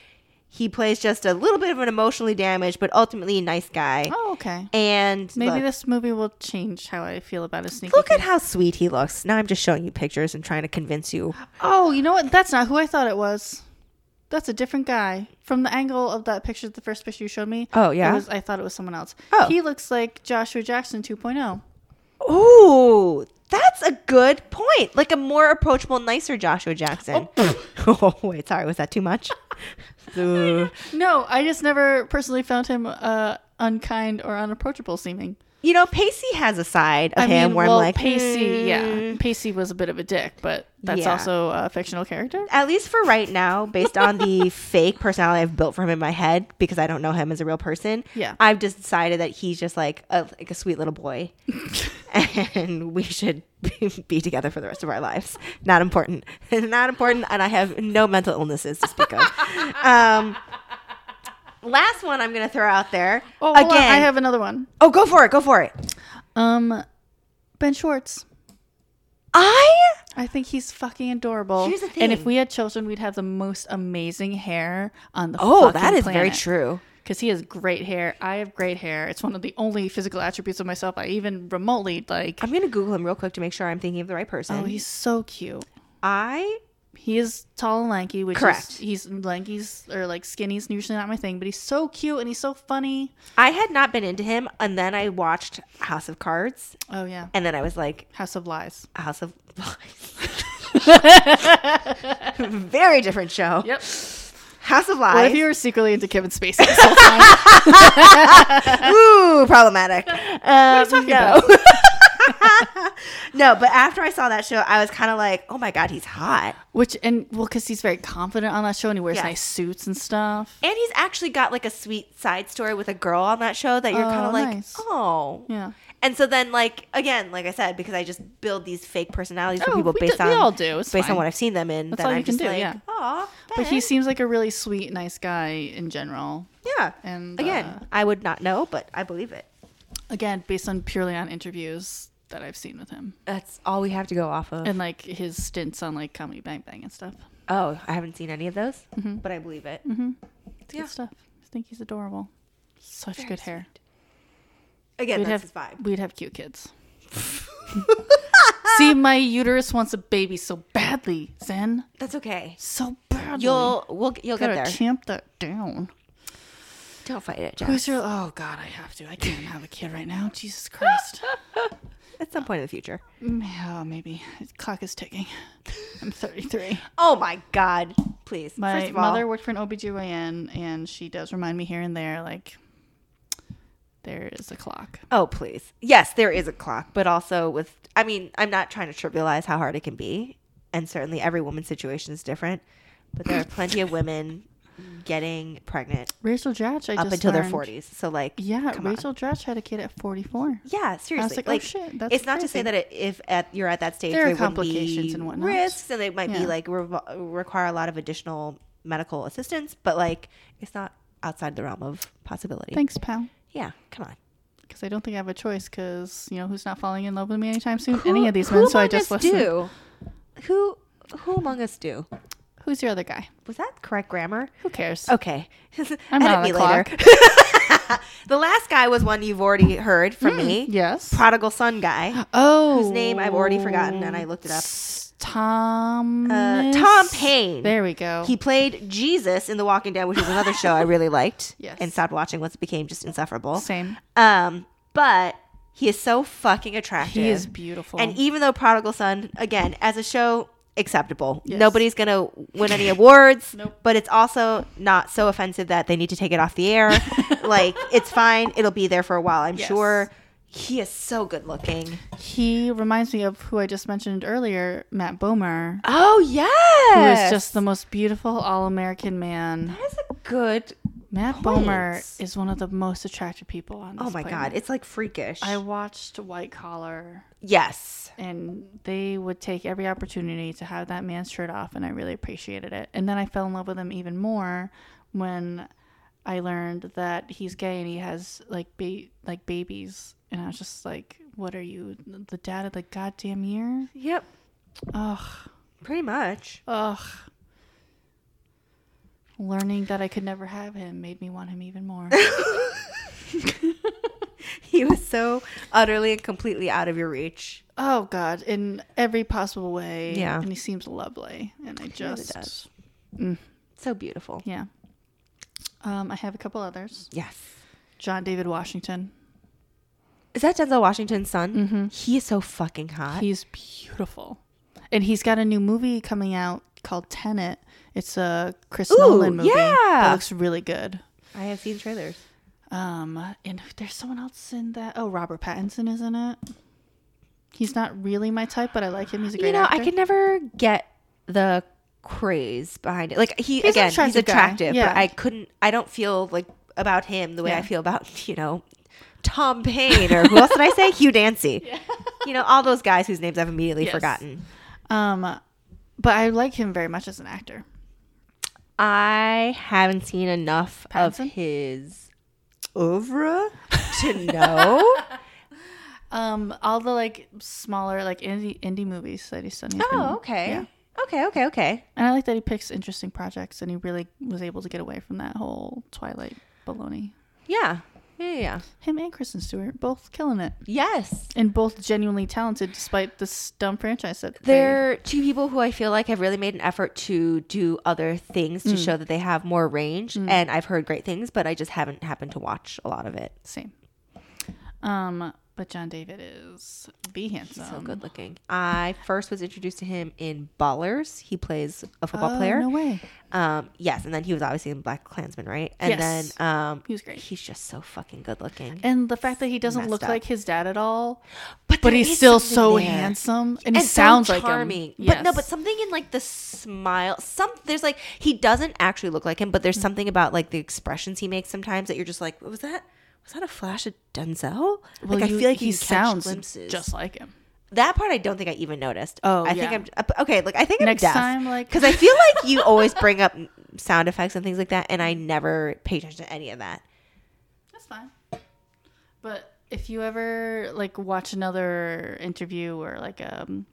Speaker 2: he plays just a little bit of an emotionally damaged but ultimately nice guy.
Speaker 1: Oh, okay.
Speaker 2: And
Speaker 1: Maybe
Speaker 2: look,
Speaker 1: this movie will change how I feel about a sneaky.
Speaker 2: look at
Speaker 1: face.
Speaker 2: how sweet he looks. Now I'm just showing you pictures and trying to convince you.
Speaker 1: Oh, you know what? That's not who I thought it was. That's a different guy. From the angle of that picture, the first picture you showed me.
Speaker 2: Oh, yeah?
Speaker 1: it was, I thought it was someone else.
Speaker 2: Oh.
Speaker 1: he looks like Joshua Jackson oh. 2.0.
Speaker 2: Ooh, that's a good point. Like a more approachable, nicer Joshua Jackson. Oh, wait, sorry, was that too much? Ooh.
Speaker 1: No, I just never personally found him uh, unkind or unapproachable seeming.
Speaker 2: you know, Pacey has a side of
Speaker 1: I
Speaker 2: him
Speaker 1: mean,
Speaker 2: where
Speaker 1: well,
Speaker 2: I'm like,
Speaker 1: Pacey,
Speaker 2: "Mm,
Speaker 1: yeah, Pacey was a bit of a dick, but that's
Speaker 2: Yeah.
Speaker 1: also a fictional character.
Speaker 2: at least for right now, based on the fake personality I've built for him in my head, because I don't know him as a real person,
Speaker 1: Yeah.
Speaker 2: I've just decided that he's just like a, like a sweet little boy, and we should be, be together for the rest of our lives. Not important, not important, and I have no mental illnesses to speak of. Um, last one I'm gonna throw out there
Speaker 1: Oh,
Speaker 2: again.
Speaker 1: Again, I have another one.
Speaker 2: oh, go for it, go for it.
Speaker 1: Um, Ben Schwartz.
Speaker 2: I
Speaker 1: I think he's fucking adorable.
Speaker 2: Here's the
Speaker 1: And
Speaker 2: thing.
Speaker 1: if we had children, we'd have the most amazing hair on the
Speaker 2: oh,
Speaker 1: fucking
Speaker 2: that is very
Speaker 1: planet.
Speaker 2: true.
Speaker 1: Because he has great hair. I have great hair. It's one of the only physical attributes of myself I even remotely like.
Speaker 2: I'm gonna Google him real quick to make sure I'm thinking of the right person.
Speaker 1: Oh, he's so cute.
Speaker 2: I
Speaker 1: He is tall and lanky, which
Speaker 2: Correct.
Speaker 1: is he's lanky's or like skinny's usually not my thing, but he's so cute and he's so funny.
Speaker 2: I had not been into him, and then I watched House of Cards,
Speaker 1: Oh yeah.
Speaker 2: and then I was like,
Speaker 1: House of Lies.
Speaker 2: House of Lies. Very different show.
Speaker 1: Yep.
Speaker 2: House of
Speaker 1: What if
Speaker 2: Lies.
Speaker 1: you were secretly into Kevin Spacey? this whole time?
Speaker 2: Ooh, problematic. Um,
Speaker 1: talking
Speaker 2: no. no, but after I saw that show, I was kind of like, oh my God, he's hot.
Speaker 1: Which and well, because he's very confident on that show and he wears
Speaker 2: Yes.
Speaker 1: nice suits and stuff.
Speaker 2: And he's actually got like a sweet side story with a girl on that show that you're kind
Speaker 1: Oh,
Speaker 2: of like,
Speaker 1: nice.
Speaker 2: oh.
Speaker 1: Yeah.
Speaker 2: And so then, like again, like I said, because I just build these fake personalities for
Speaker 1: Oh,
Speaker 2: people
Speaker 1: we
Speaker 2: based
Speaker 1: do-
Speaker 2: on
Speaker 1: we all do. It's
Speaker 2: based on
Speaker 1: fine.
Speaker 2: what I've seen them in.
Speaker 1: That's
Speaker 2: then
Speaker 1: all you
Speaker 2: I'm
Speaker 1: can
Speaker 2: just
Speaker 1: do,
Speaker 2: like,
Speaker 1: yeah.
Speaker 2: "Aw,
Speaker 1: But he
Speaker 2: thanks."
Speaker 1: seems like a really sweet, nice guy in general.
Speaker 2: yeah.
Speaker 1: and,
Speaker 2: again,
Speaker 1: uh,
Speaker 2: I would not know, but I believe it.
Speaker 1: Again, based on purely on interviews that I've seen with him
Speaker 2: That's all we have to go off of.
Speaker 1: and like his stints on like Comedy Bang Bang and stuff.
Speaker 2: oh, I haven't seen any of those,
Speaker 1: Mm-hmm.
Speaker 2: but I believe it.
Speaker 1: It's good stuff. I think he's adorable. Such good hair.
Speaker 2: Again,
Speaker 1: We'd
Speaker 2: that's
Speaker 1: have
Speaker 2: his vibe.
Speaker 1: we'd have cute kids. See, my uterus wants a baby so badly, Zen.
Speaker 2: That's okay.
Speaker 1: So badly.
Speaker 2: You'll we'll you'll get
Speaker 1: gotta
Speaker 2: there.
Speaker 1: tamp that down.
Speaker 2: Don't fight it, Jess.
Speaker 1: Who's your? Oh God, I have to. I can't have a kid right now. Jesus Christ.
Speaker 2: At some point in the future.
Speaker 1: Mm, Oh, maybe His clock is ticking. I'm 33.
Speaker 2: Oh my God! Please,
Speaker 1: My
Speaker 2: first of all,
Speaker 1: mother worked for an OBGYN, and she does remind me here and there, like there is a clock.
Speaker 2: Oh, please. Yes, there is a clock, but also with, I mean, I'm not trying to trivialize how hard it can be. And certainly every woman's situation is different, but there are plenty of women getting pregnant
Speaker 1: Rachel Dratch, I
Speaker 2: up
Speaker 1: just
Speaker 2: until
Speaker 1: learned-
Speaker 2: their 40s. So, like,
Speaker 1: Yeah,
Speaker 2: come on.
Speaker 1: Rachel Dratch had a kid at 44.
Speaker 2: Yeah, seriously.
Speaker 1: like, oh, shit, that's
Speaker 2: it's not to
Speaker 1: crazy.
Speaker 2: say that it, if at, you're at that stage,
Speaker 1: There are
Speaker 2: there, wouldn't be
Speaker 1: complications and whatnot.
Speaker 2: risks, and they might be
Speaker 1: Yeah.
Speaker 2: like revo- require a lot of additional medical assistance, but like, it's not outside the realm of possibility.
Speaker 1: Thanks, pal.
Speaker 2: yeah, come on.
Speaker 1: Because I don't think I have a choice. Because you know who's not falling in love with me anytime soon? Any
Speaker 2: Who-
Speaker 1: of these
Speaker 2: who
Speaker 1: men. So I
Speaker 2: among
Speaker 1: just
Speaker 2: us
Speaker 1: listened.
Speaker 2: Do? Who who among us do?
Speaker 1: Who's your other guy?
Speaker 2: Was that correct grammar?
Speaker 1: Who cares?
Speaker 2: Okay.
Speaker 1: I'm
Speaker 2: Edit
Speaker 1: not on
Speaker 2: me
Speaker 1: the
Speaker 2: later.
Speaker 1: clock. Hmm,
Speaker 2: the last guy was one you've already heard from me.
Speaker 1: Yes.
Speaker 2: Prodigal son guy.
Speaker 1: Oh,
Speaker 2: Whose name I've already forgotten and I looked it up.
Speaker 1: Tom.
Speaker 2: Uh, Tom Payne.
Speaker 1: There we go.
Speaker 2: He played Jesus in The Walking Dead, which is another show I really liked
Speaker 1: Yes.
Speaker 2: and stopped watching once it became just insufferable.
Speaker 1: Same.
Speaker 2: Um, but he is so fucking attractive.
Speaker 1: He is beautiful.
Speaker 2: And even though Prodigal Son, again, as a show, acceptable.
Speaker 1: Yes.
Speaker 2: Nobody's going to win any awards,
Speaker 1: Nope.
Speaker 2: but it's also not so offensive that they need to take it off the air. like, it's fine. It'll be there for a while, I'm
Speaker 1: Yes.
Speaker 2: sure. He is so good looking.
Speaker 1: he reminds me of who I just mentioned earlier, Matt Bomer,
Speaker 2: Oh, yes.
Speaker 1: who is just the most beautiful all-American man.
Speaker 2: That's a good.
Speaker 1: Matt
Speaker 2: Points.
Speaker 1: Bomer is one of the most attractive people on. This
Speaker 2: Oh, my
Speaker 1: planet.
Speaker 2: God. It's like freakish.
Speaker 1: I watched White Collar,
Speaker 2: yes.
Speaker 1: and they would take every opportunity to have that man's shirt off, and I really appreciated it. And then I fell in love with him even more when I learned that he's gay and he has like ba- like babies, and I was just like, "What are you, the dad of the goddamn year?"
Speaker 2: Yep.
Speaker 1: Ugh,
Speaker 2: Pretty much.
Speaker 1: ugh. Learning that I could never have him made me want him even more.
Speaker 2: He was so utterly and completely out of your reach.
Speaker 1: Oh God, in every possible way.
Speaker 2: Yeah.
Speaker 1: and he seems lovely, and I just
Speaker 2: does. So beautiful.
Speaker 1: yeah. Um, I have a couple others.
Speaker 2: Yes.
Speaker 1: John David Washington.
Speaker 2: Is that Denzel Washington's son? Mm-hmm. He is so fucking hot.
Speaker 1: He's beautiful, and he's got a new movie coming out called Tenet. It's a Chris
Speaker 2: Ooh,
Speaker 1: Nolan movie
Speaker 2: yeah.
Speaker 1: that looks really good.
Speaker 2: I have seen trailers.
Speaker 1: Um, and there's someone else in that. Oh, Robert Pattinson is in it. He's not really my type, but I like him. He's a great
Speaker 2: You know,
Speaker 1: actor.
Speaker 2: I could never get the craze behind it. Like he
Speaker 1: an
Speaker 2: again, he's
Speaker 1: attractive guy.
Speaker 2: attractive,
Speaker 1: Yeah.
Speaker 2: but I couldn't. I don't feel like about him the way
Speaker 1: Yeah.
Speaker 2: I feel about you know Tom Payne or who else did I say? Hugh Dancy. You know all those guys whose names I've immediately
Speaker 1: Yes.
Speaker 2: forgotten.
Speaker 1: Um, but I like him very much as an actor.
Speaker 2: I haven't seen enough
Speaker 1: Pattinson?
Speaker 2: of his oeuvre to know.
Speaker 1: Um, all the like smaller like indie indie movies that he's done. he's
Speaker 2: oh,
Speaker 1: been-
Speaker 2: okay.
Speaker 1: yeah.
Speaker 2: Okay, okay, okay.
Speaker 1: And I like that he picks interesting projects, and he really was able to get away from that whole Twilight baloney.
Speaker 2: Yeah. Yeah, yeah.
Speaker 1: Him and Kristen Stewart both killing it,
Speaker 2: Yes.
Speaker 1: and both genuinely talented, despite this dumb franchise that they-
Speaker 2: They're two people who I feel like have really made an effort to do other things
Speaker 1: Mm.
Speaker 2: to show that they have more range. And I've heard great things, but I just haven't happened to watch a lot of it.
Speaker 1: same. Um, but John David is be handsome.
Speaker 2: So good looking. Um, I first was introduced to him in Ballers. He plays a football
Speaker 1: Oh,
Speaker 2: player.
Speaker 1: No way.
Speaker 2: Um, yes, and then he was obviously in Black Klansman, right? And
Speaker 1: Yes.
Speaker 2: then um,
Speaker 1: He was great.
Speaker 2: He's just so fucking good looking.
Speaker 1: And the fact that he doesn't
Speaker 2: Messed
Speaker 1: look
Speaker 2: up.
Speaker 1: like his dad at all,
Speaker 2: there
Speaker 1: but he's
Speaker 2: is
Speaker 1: still
Speaker 2: something
Speaker 1: so
Speaker 2: there.
Speaker 1: handsome, and he
Speaker 2: so
Speaker 1: sounds like
Speaker 2: charming.
Speaker 1: him. Yes.
Speaker 2: But no, but something in like the smile, some there's like he doesn't actually look like him, but
Speaker 1: Mm.
Speaker 2: there's something about like the expressions he makes sometimes that you're just like, was that was that a flash of Denzel?
Speaker 1: Well,
Speaker 2: like
Speaker 1: you-
Speaker 2: I feel like
Speaker 1: he
Speaker 2: you can catch
Speaker 1: sounds
Speaker 2: glimpses.
Speaker 1: just like him.
Speaker 2: that part I don't think I even noticed.
Speaker 1: Oh,
Speaker 2: I
Speaker 1: yeah.
Speaker 2: think I'm okay. Like I think
Speaker 1: Next
Speaker 2: I'm deaf.
Speaker 1: time, like-
Speaker 2: because I feel like you always bring up sound effects and things like that, and I never pay attention to any of that.
Speaker 1: That's fine. But if you ever like watch another interview or like um,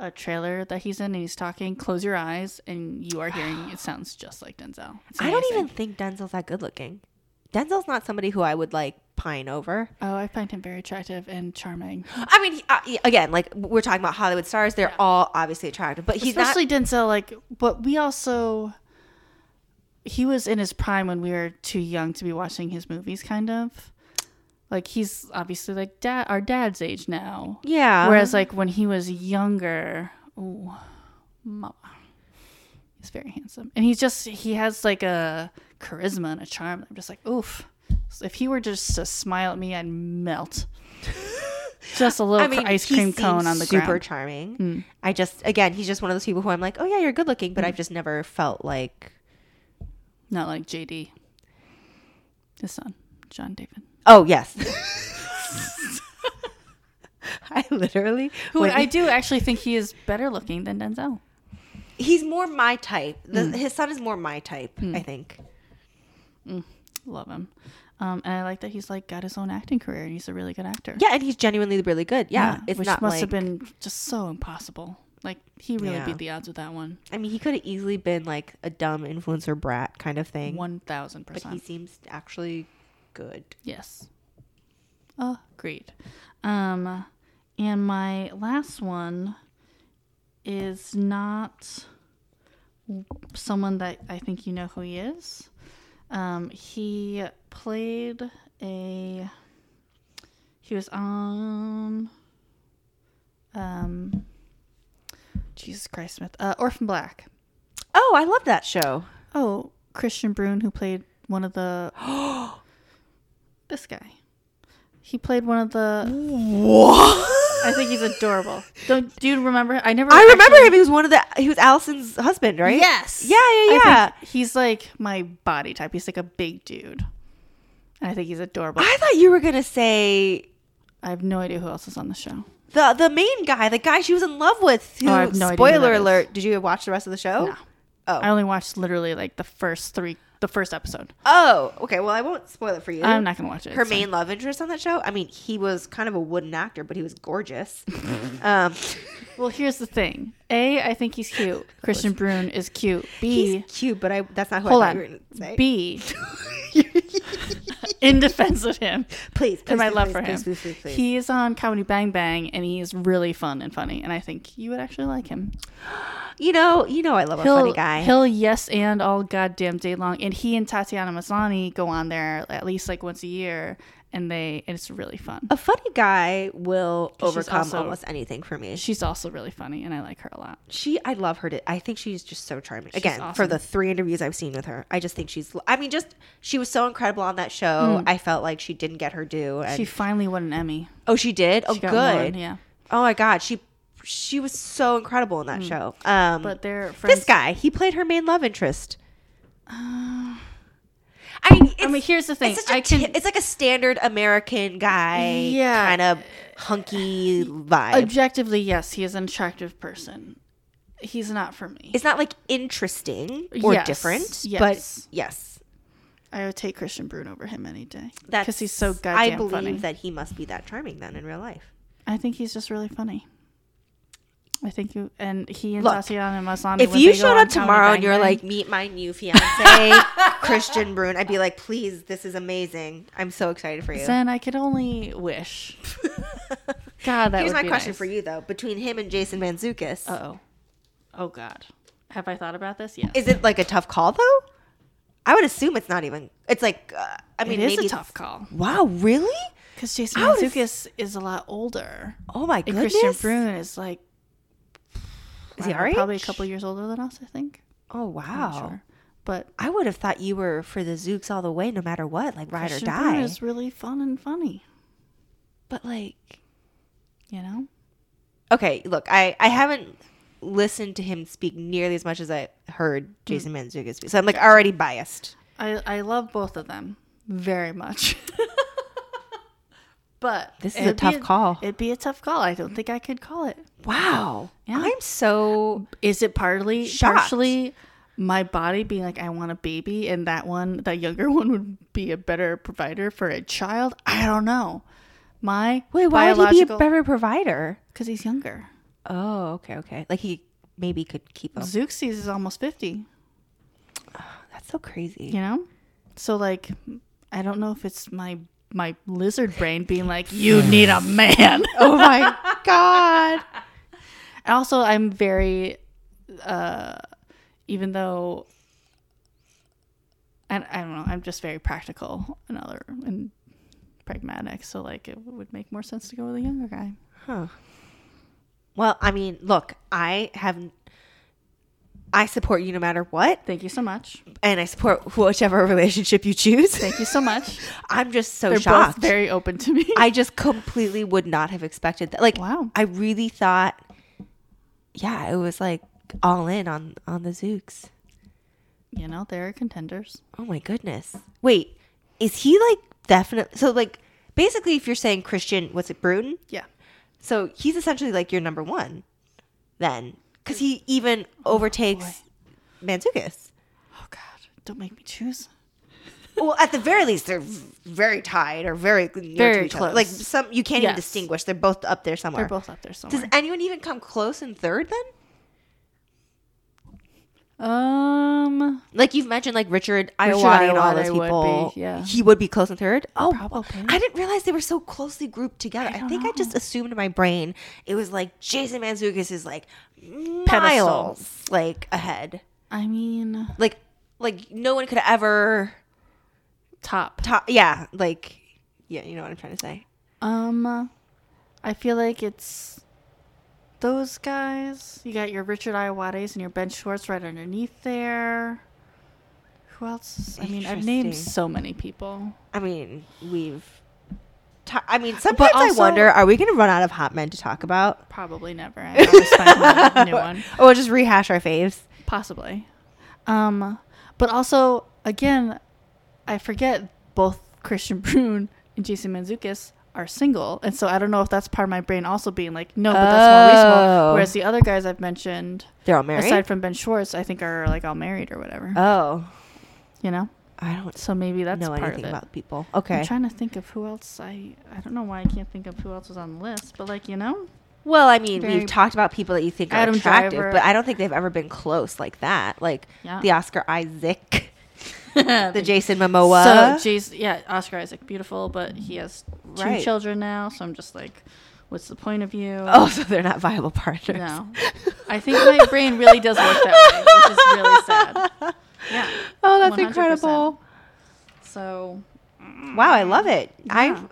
Speaker 1: a trailer that he's in and he's talking, close your eyes and you are hearing it sounds just like Denzel. It's
Speaker 2: I don't
Speaker 1: amazing.
Speaker 2: even think Denzel's that good looking. Denzel's not somebody who I would like pine over.
Speaker 1: Oh, I find him very attractive and charming,
Speaker 2: I mean, he, uh, he- again, like we're talking about Hollywood stars, they're all obviously attractive, but he's
Speaker 1: especially Denzel. Like, but we also he was in his prime when we were too young to be watching his movies kind of like he's obviously like dad our dad's age now
Speaker 2: Yeah.
Speaker 1: whereas like when he was younger ooh mama he's very handsome and he's just he has like a charisma and a charm i'm just like oof So if he were just to smile at me i'd melt just a little cr- ice
Speaker 2: he
Speaker 1: cream cone
Speaker 2: seems
Speaker 1: on the
Speaker 2: super
Speaker 1: ground Mm.
Speaker 2: charming. I just again, he's just one of those people who I'm like, oh yeah, you're good looking, but I've just never felt like,
Speaker 1: not like jd his son john david
Speaker 2: oh yes. I literally
Speaker 1: Who
Speaker 2: when
Speaker 1: I do actually think he is better looking than Denzel.
Speaker 2: he's more my type. The,
Speaker 1: Mm.
Speaker 2: His son is more my type, I think.
Speaker 1: Love him. Um, and I like that he's like got his own acting career and he's a really good actor.
Speaker 2: Yeah, and he's genuinely really good. Yeah, it's
Speaker 1: which
Speaker 2: not
Speaker 1: must
Speaker 2: like
Speaker 1: have been just so impossible. Like he really
Speaker 2: Yeah.
Speaker 1: beat the odds with that one,
Speaker 2: I mean, he could have easily been like a dumb influencer brat kind of thing,
Speaker 1: one thousand
Speaker 2: but he
Speaker 1: percent.
Speaker 2: seems actually good.
Speaker 1: Yes, agreed. Um, and my last one is not someone that I think you know who he is. Um, he played a. He was on. Um, Jesus Christ Smith, uh, Orphan Black.
Speaker 2: Oh, I love that show.
Speaker 1: Oh, Christian Brune, who played one of the. this guy. He played one of the.
Speaker 2: What?
Speaker 1: I think he's adorable. Don't do you remember? I never.
Speaker 2: I remember
Speaker 1: actually-
Speaker 2: him. He was one of the. He was Allison's husband, right?
Speaker 1: Yes.
Speaker 2: Yeah, yeah, yeah.
Speaker 1: I think he's like my body type. He's like a big dude. And I think he's adorable.
Speaker 2: I thought you were gonna say
Speaker 1: I have no idea who else is on the show.
Speaker 2: the the main guy, the guy she was in love with. Who,
Speaker 1: Oh, I have no idea who
Speaker 2: spoiler
Speaker 1: that is.
Speaker 2: alert! Did you watch the rest of the show?
Speaker 1: No.
Speaker 2: Oh.
Speaker 1: I only watched literally like the first three, the first episode.
Speaker 2: Oh, okay. Well, I won't spoil it for you.
Speaker 1: I'm not gonna watch it.
Speaker 2: her
Speaker 1: It's fine.
Speaker 2: main love interest on that show. I mean, he was kind of a wooden actor, but he was gorgeous. um,
Speaker 1: Well, here's the thing. A, I think he's cute. Christian Brune is cute. B,
Speaker 2: he's cute, but I that's not who
Speaker 1: Hold
Speaker 2: I thought you were
Speaker 1: on.
Speaker 2: gonna say.
Speaker 1: B. in defense of him
Speaker 2: please, please,
Speaker 1: and my
Speaker 2: please,
Speaker 1: love
Speaker 2: please,
Speaker 1: for him,
Speaker 2: Please, please, please, please.
Speaker 1: he is on Comedy Bang Bang, and he is really fun and funny. And I think you would actually like him.
Speaker 2: you know, you know, I love
Speaker 1: He'll,
Speaker 2: a funny guy.
Speaker 1: he'll yes and all goddamn day long. And he and Tatiana Maslany go on there at least like once a year, and they and it's really fun.
Speaker 2: a funny guy will
Speaker 1: she's
Speaker 2: overcome
Speaker 1: also-
Speaker 2: almost anything for me.
Speaker 1: She's also really funny, and I like her a lot.
Speaker 2: She, I love her. To, I think she's just so charming. Again, for
Speaker 1: awesome.
Speaker 2: the three interviews I've seen with her, I just think she's. I mean, just she was so incredible on that show. I felt like she didn't get her due. And
Speaker 1: Mm. She finally won an Emmy.
Speaker 2: oh, she did. Oh,
Speaker 1: She
Speaker 2: good.
Speaker 1: got one, yeah.
Speaker 2: Oh my God, she she was so incredible in that show. Um,
Speaker 1: Mm. But they're friends.
Speaker 2: this guy, he played her main love interest. I mean, it's,
Speaker 1: Uh, I mean, here's the thing.
Speaker 2: it's, such a
Speaker 1: I can.
Speaker 2: ti- it's like a standard American guy,
Speaker 1: Yeah.
Speaker 2: kind of hunky vibe.
Speaker 1: objectively, yes, he is an attractive person. He's not for me.
Speaker 2: it's not like interesting or
Speaker 1: Yes,
Speaker 2: different,
Speaker 1: yes.
Speaker 2: but yes.
Speaker 1: I would take Christian Brune over him any day.
Speaker 2: That's
Speaker 1: because he's so goddamn
Speaker 2: I believe
Speaker 1: funny.
Speaker 2: that he must be that charming then in real life.
Speaker 1: I think he's just really funny. I think you and he and
Speaker 2: Look,
Speaker 1: Tatiana Maslany.
Speaker 2: If
Speaker 1: when
Speaker 2: you
Speaker 1: they go
Speaker 2: showed
Speaker 1: on
Speaker 2: up
Speaker 1: Comedy
Speaker 2: tomorrow and
Speaker 1: Bang
Speaker 2: you're
Speaker 1: Bang-
Speaker 2: like, meet my new fiance, Christian Brune, I'd be like, please, this is amazing. I'm so excited for you.
Speaker 1: then I could only wish. God, that
Speaker 2: Here's
Speaker 1: would
Speaker 2: my
Speaker 1: be
Speaker 2: question
Speaker 1: nice.
Speaker 2: for you though: between him and Jason Manzukis,
Speaker 1: Oh, oh God, have I thought about this? Yes,
Speaker 2: is it like a tough call though? I would assume it's not even. It's like uh, I mean,
Speaker 1: it is
Speaker 2: maybe
Speaker 1: a tough call
Speaker 2: Wow, really?
Speaker 1: because Jason
Speaker 2: I would've-
Speaker 1: Mantzoukas is a lot older,
Speaker 2: Oh my
Speaker 1: and
Speaker 2: goodness!
Speaker 1: Christian Brune is like I
Speaker 2: is he
Speaker 1: don't know,
Speaker 2: alright?
Speaker 1: probably a couple years older than us. I think.
Speaker 2: Oh
Speaker 1: I'm
Speaker 2: wow!
Speaker 1: not sure. But
Speaker 2: I would have thought you were for the Zooks all the way, no matter what, like ride
Speaker 1: Christian
Speaker 2: or
Speaker 1: Brune
Speaker 2: die.
Speaker 1: is really fun and funny.
Speaker 2: But like,
Speaker 1: You know.
Speaker 2: okay, look, I I haven't listened to him speak nearly as much as I heard Jason Manzukis speak, so I'm like already biased.
Speaker 1: I I love both of them very much. but
Speaker 2: This is a
Speaker 1: it'd be
Speaker 2: tough call.
Speaker 1: It'd be a tough call. I don't think I could call it.
Speaker 2: Wow,
Speaker 1: Yeah.
Speaker 2: I'm so
Speaker 1: Is it partly
Speaker 2: Shocked.
Speaker 1: partially my body being like I want a baby and that one that younger one would be a better provider for a child? I don't know. My
Speaker 2: wait. Why would he be a
Speaker 1: biological
Speaker 2: better provider?
Speaker 1: because he's younger.
Speaker 2: Oh, okay, okay. Like he maybe could keep up.
Speaker 1: Zooxes is almost fifty,
Speaker 2: That's so crazy.
Speaker 1: you know? So like I don't know if it's my my lizard brain being like, You need a man.
Speaker 2: Oh my god.
Speaker 1: also i'm very uh even though and I don't know. I'm just very practical and other and pragmatic. So like, it would make more sense to go with a younger guy.
Speaker 2: Huh. Well, I mean, look, I have I support you no matter what,
Speaker 1: Thank you so much.
Speaker 2: and I support whichever relationship you choose.
Speaker 1: Thank you so much.
Speaker 2: I'm just so
Speaker 1: They're
Speaker 2: shocked.
Speaker 1: both very open to me.
Speaker 2: I just completely would not have expected that. Like,
Speaker 1: Wow.
Speaker 2: I really thought, yeah, it was like all in on on the Zooks.
Speaker 1: you know, they're contenders.
Speaker 2: Oh my goodness. Wait, is he like definitely? So like, basically, if you're saying Christian, what's it, Bruton?
Speaker 1: Yeah.
Speaker 2: So he's essentially like your number one, then, because he even overtakes Manzukis.
Speaker 1: Oh God, don't make me choose.
Speaker 2: Well, at the very least, they're v- very tied or very near to
Speaker 1: Very
Speaker 2: each other. Like
Speaker 1: close.
Speaker 2: some, you can't even
Speaker 1: Yes.
Speaker 2: distinguish. They're both up there somewhere.
Speaker 1: They're both up there somewhere.
Speaker 2: Does anyone even come close in third then?
Speaker 1: um,
Speaker 2: Like you've mentioned, like Richard
Speaker 1: Richard
Speaker 2: Iowati and all
Speaker 1: Iowati
Speaker 2: those
Speaker 1: would
Speaker 2: people,
Speaker 1: be, yeah.
Speaker 2: he would be close in third. Oh,
Speaker 1: Probably.
Speaker 2: I didn't realize they were so closely grouped together. I,
Speaker 1: don't
Speaker 2: think I just assumed in my brain it was like Jason Manzukis is like miles
Speaker 1: Pedestal.
Speaker 2: like ahead,
Speaker 1: I mean,
Speaker 2: like like no one could ever
Speaker 1: top.
Speaker 2: top. Yeah, like yeah, you know what I'm trying to say.
Speaker 1: Um, I feel like it's those guys. You got your Richard Iowates and your Ben Schwartz right underneath there. Who else? I mean, I've named
Speaker 2: Interesting.
Speaker 1: so many people.
Speaker 2: I mean, we've. T- I mean, sometimes
Speaker 1: But
Speaker 2: I
Speaker 1: also-
Speaker 2: wonder: Are we going to run out of hot men to talk about?
Speaker 1: Probably never. I always find a new one.
Speaker 2: Or we'll just rehash our faves.
Speaker 1: Possibly. Um, but also, again, I forget both Christian Brune and Jason Manzukis are single. And so I don't know if that's part of my brain also being like, no, but that's more
Speaker 2: Oh.
Speaker 1: reasonable. Whereas the other guys I've mentioned,
Speaker 2: They're all married.
Speaker 1: aside from Ben Schwartz, I think are like all married or whatever.
Speaker 2: oh,
Speaker 1: you know?
Speaker 2: I don't
Speaker 1: So maybe that's
Speaker 2: know
Speaker 1: part
Speaker 2: anything
Speaker 1: of it.
Speaker 2: about people.
Speaker 1: I'm
Speaker 2: Okay.
Speaker 1: trying to think of who else I I don't know why I can't think of who else was on the list, but like, you know?
Speaker 2: well, I mean,
Speaker 1: Very-
Speaker 2: we've talked about people that you think are
Speaker 1: Adam
Speaker 2: attractive,
Speaker 1: Driver.
Speaker 2: but I don't think they've ever been close like that. Like
Speaker 1: Yeah.
Speaker 2: the Oscar Isaac, the Jason Momoa.
Speaker 1: So, Jason, yeah, Oscar Isaac, beautiful, but he has two
Speaker 2: Right.
Speaker 1: children now. So I'm just like, what's the point of you?
Speaker 2: oh, so they're not viable partners.
Speaker 1: no. I think my brain really does work that way, which is really sad. Yeah.
Speaker 2: Oh, that's
Speaker 1: 100%.
Speaker 2: incredible.
Speaker 1: So,
Speaker 2: Wow, I love it.
Speaker 1: Yeah.
Speaker 2: I'm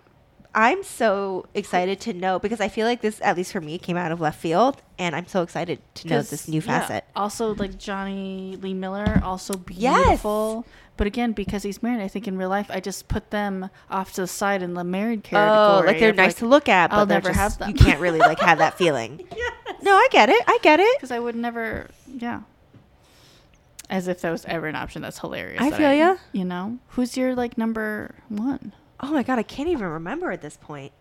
Speaker 2: I'm so excited to know because I feel like this, at least for me, came out of left field, and I'm so excited to know
Speaker 1: 'cause,
Speaker 2: this new
Speaker 1: yeah,
Speaker 2: facet.
Speaker 1: also, like Johnny Lee Miller, also beautiful. But again, because he's married, I think in real life, I just put them off to the side in the married category.
Speaker 2: Oh, like they're
Speaker 1: of,
Speaker 2: nice to look at, but
Speaker 1: I'll
Speaker 2: they're
Speaker 1: never
Speaker 2: just-
Speaker 1: have them.
Speaker 2: you can't really like have that feeling. No, I get it. I get it.
Speaker 1: because I would never, yeah. As if that was ever an option. That's hilarious.
Speaker 2: I
Speaker 1: that
Speaker 2: feel ya.
Speaker 1: You know, who's your like number one?
Speaker 2: Oh my god, I can't even remember at this point.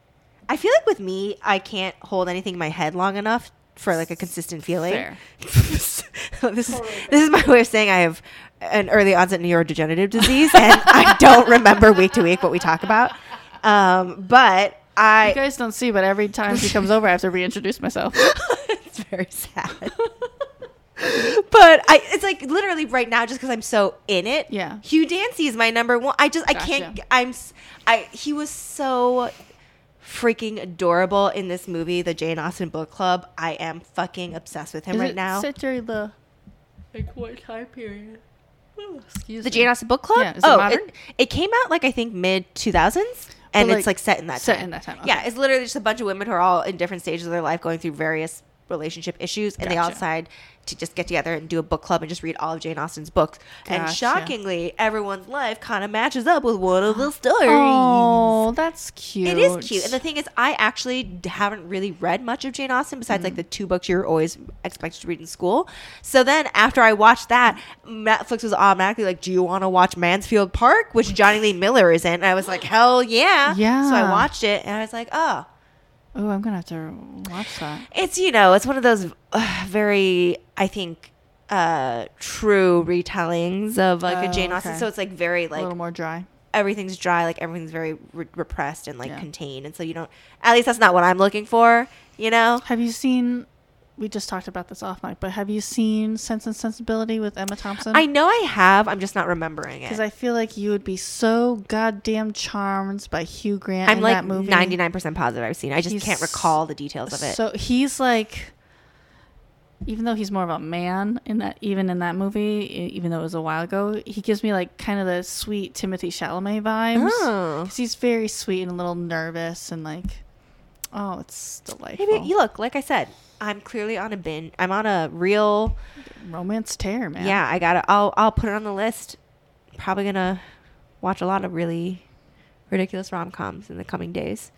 Speaker 2: I feel like with me, I can't hold anything in my head long enough for like a consistent feeling.
Speaker 1: Fair.
Speaker 2: this is this is my way of saying I have an early onset neurodegenerative disease, and I don't remember week to week what we talk about. Um, but
Speaker 1: You
Speaker 2: I,
Speaker 1: guys don't see, but every time she comes over, I have to reintroduce myself.
Speaker 2: it's very sad. but I, it's like literally right now, just because I'm so in it.
Speaker 1: Yeah.
Speaker 2: Hugh Dancy is my number one. I just I can't.
Speaker 1: Gotcha.
Speaker 2: I'm. s- I he was so freaking adorable in this movie, the Jane Austen book club. I am fucking obsessed with him
Speaker 1: Is
Speaker 2: right
Speaker 1: it
Speaker 2: now.
Speaker 1: set during the like what time period? Oh, excuse
Speaker 2: The
Speaker 1: me.
Speaker 2: Jane Austen book club.
Speaker 1: Yeah, is it
Speaker 2: oh,
Speaker 1: modern?
Speaker 2: It, it came out like I think mid two thousands, and
Speaker 1: But,
Speaker 2: it's
Speaker 1: like,
Speaker 2: like set in that
Speaker 1: set
Speaker 2: time.
Speaker 1: in that time,
Speaker 2: Yeah, it's literally just a bunch of women who are all in different stages of their life, going through various relationship issues, and they all
Speaker 1: Gotcha.
Speaker 2: decide to just get together and do a book club and just read all of Jane Austen's books. And
Speaker 1: Gotcha.
Speaker 2: shockingly, everyone's life kind of matches up with one of the stories.
Speaker 1: Oh, that's cute.
Speaker 2: It is cute. And the thing is, I actually d- haven't really read much of Jane Austen besides
Speaker 1: Mm-hmm.
Speaker 2: like the two books you were always expected to read in school. So then after I watched that, Netflix was automatically like, Do you want to watch Mansfield Park? Which Johnny Lee Miller is in. And I was like, Hell yeah. So I
Speaker 1: Yeah.
Speaker 2: watched it and I was like, Oh,
Speaker 1: oh, I'm gonna have to watch that.
Speaker 2: it's, you know, it's one of those uh, very, I think, uh true retellings of like a
Speaker 1: Oh,
Speaker 2: Jane Austen.
Speaker 1: okay.
Speaker 2: So it's like very
Speaker 1: a
Speaker 2: like
Speaker 1: little more dry.
Speaker 2: everything's dry, like everything's very re- repressed and like
Speaker 1: Yeah.
Speaker 2: contained, and so you don't. At least that's not what I'm looking for, you know.
Speaker 1: Have you seen? We just talked about this off mic, but have you seen Sense and Sensibility with Emma Thompson?
Speaker 2: I know I have. I'm just not remembering it.
Speaker 1: because I feel like you would be so goddamn charmed by Hugh Grant
Speaker 2: I'm
Speaker 1: in
Speaker 2: like
Speaker 1: that movie.
Speaker 2: 99 percent positive I've seen. it. I just
Speaker 1: He's
Speaker 2: can't recall the details of it.
Speaker 1: So he's like even though he's more of a man in that even in that movie, e- even though it was a while ago, he gives me like kind of the sweet Timothy Chalamet vibes.
Speaker 2: Oh.
Speaker 1: 'Cause he's very sweet and a little nervous and like, oh, it's delightful.
Speaker 2: Maybe you look like I said. I'm clearly on a bin. I'm on a real.
Speaker 1: romance tear, man.
Speaker 2: Yeah, I gotta. I'll I'll put it on the list. Probably gonna watch a lot of really ridiculous rom coms in the coming days.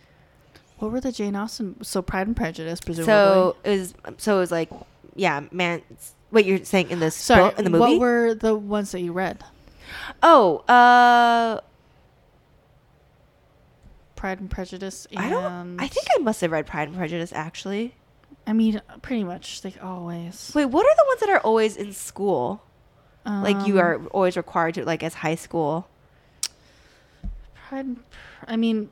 Speaker 1: What were the Jane Austen? So Pride and Prejudice, presumably.
Speaker 2: So it was. um, So it was like, yeah, man. What you're saying in this
Speaker 1: sorry,
Speaker 2: book, in the movie?
Speaker 1: what were the ones that you read?
Speaker 2: oh, uh,
Speaker 1: Pride and Prejudice. And
Speaker 2: I don't. I think I must have read Pride and Prejudice actually.
Speaker 1: I mean, pretty much like always.
Speaker 2: Wait, what are the ones that are always in school? like you
Speaker 1: Um,
Speaker 2: are always required to like as high school.
Speaker 1: Pride. and Pre- I mean.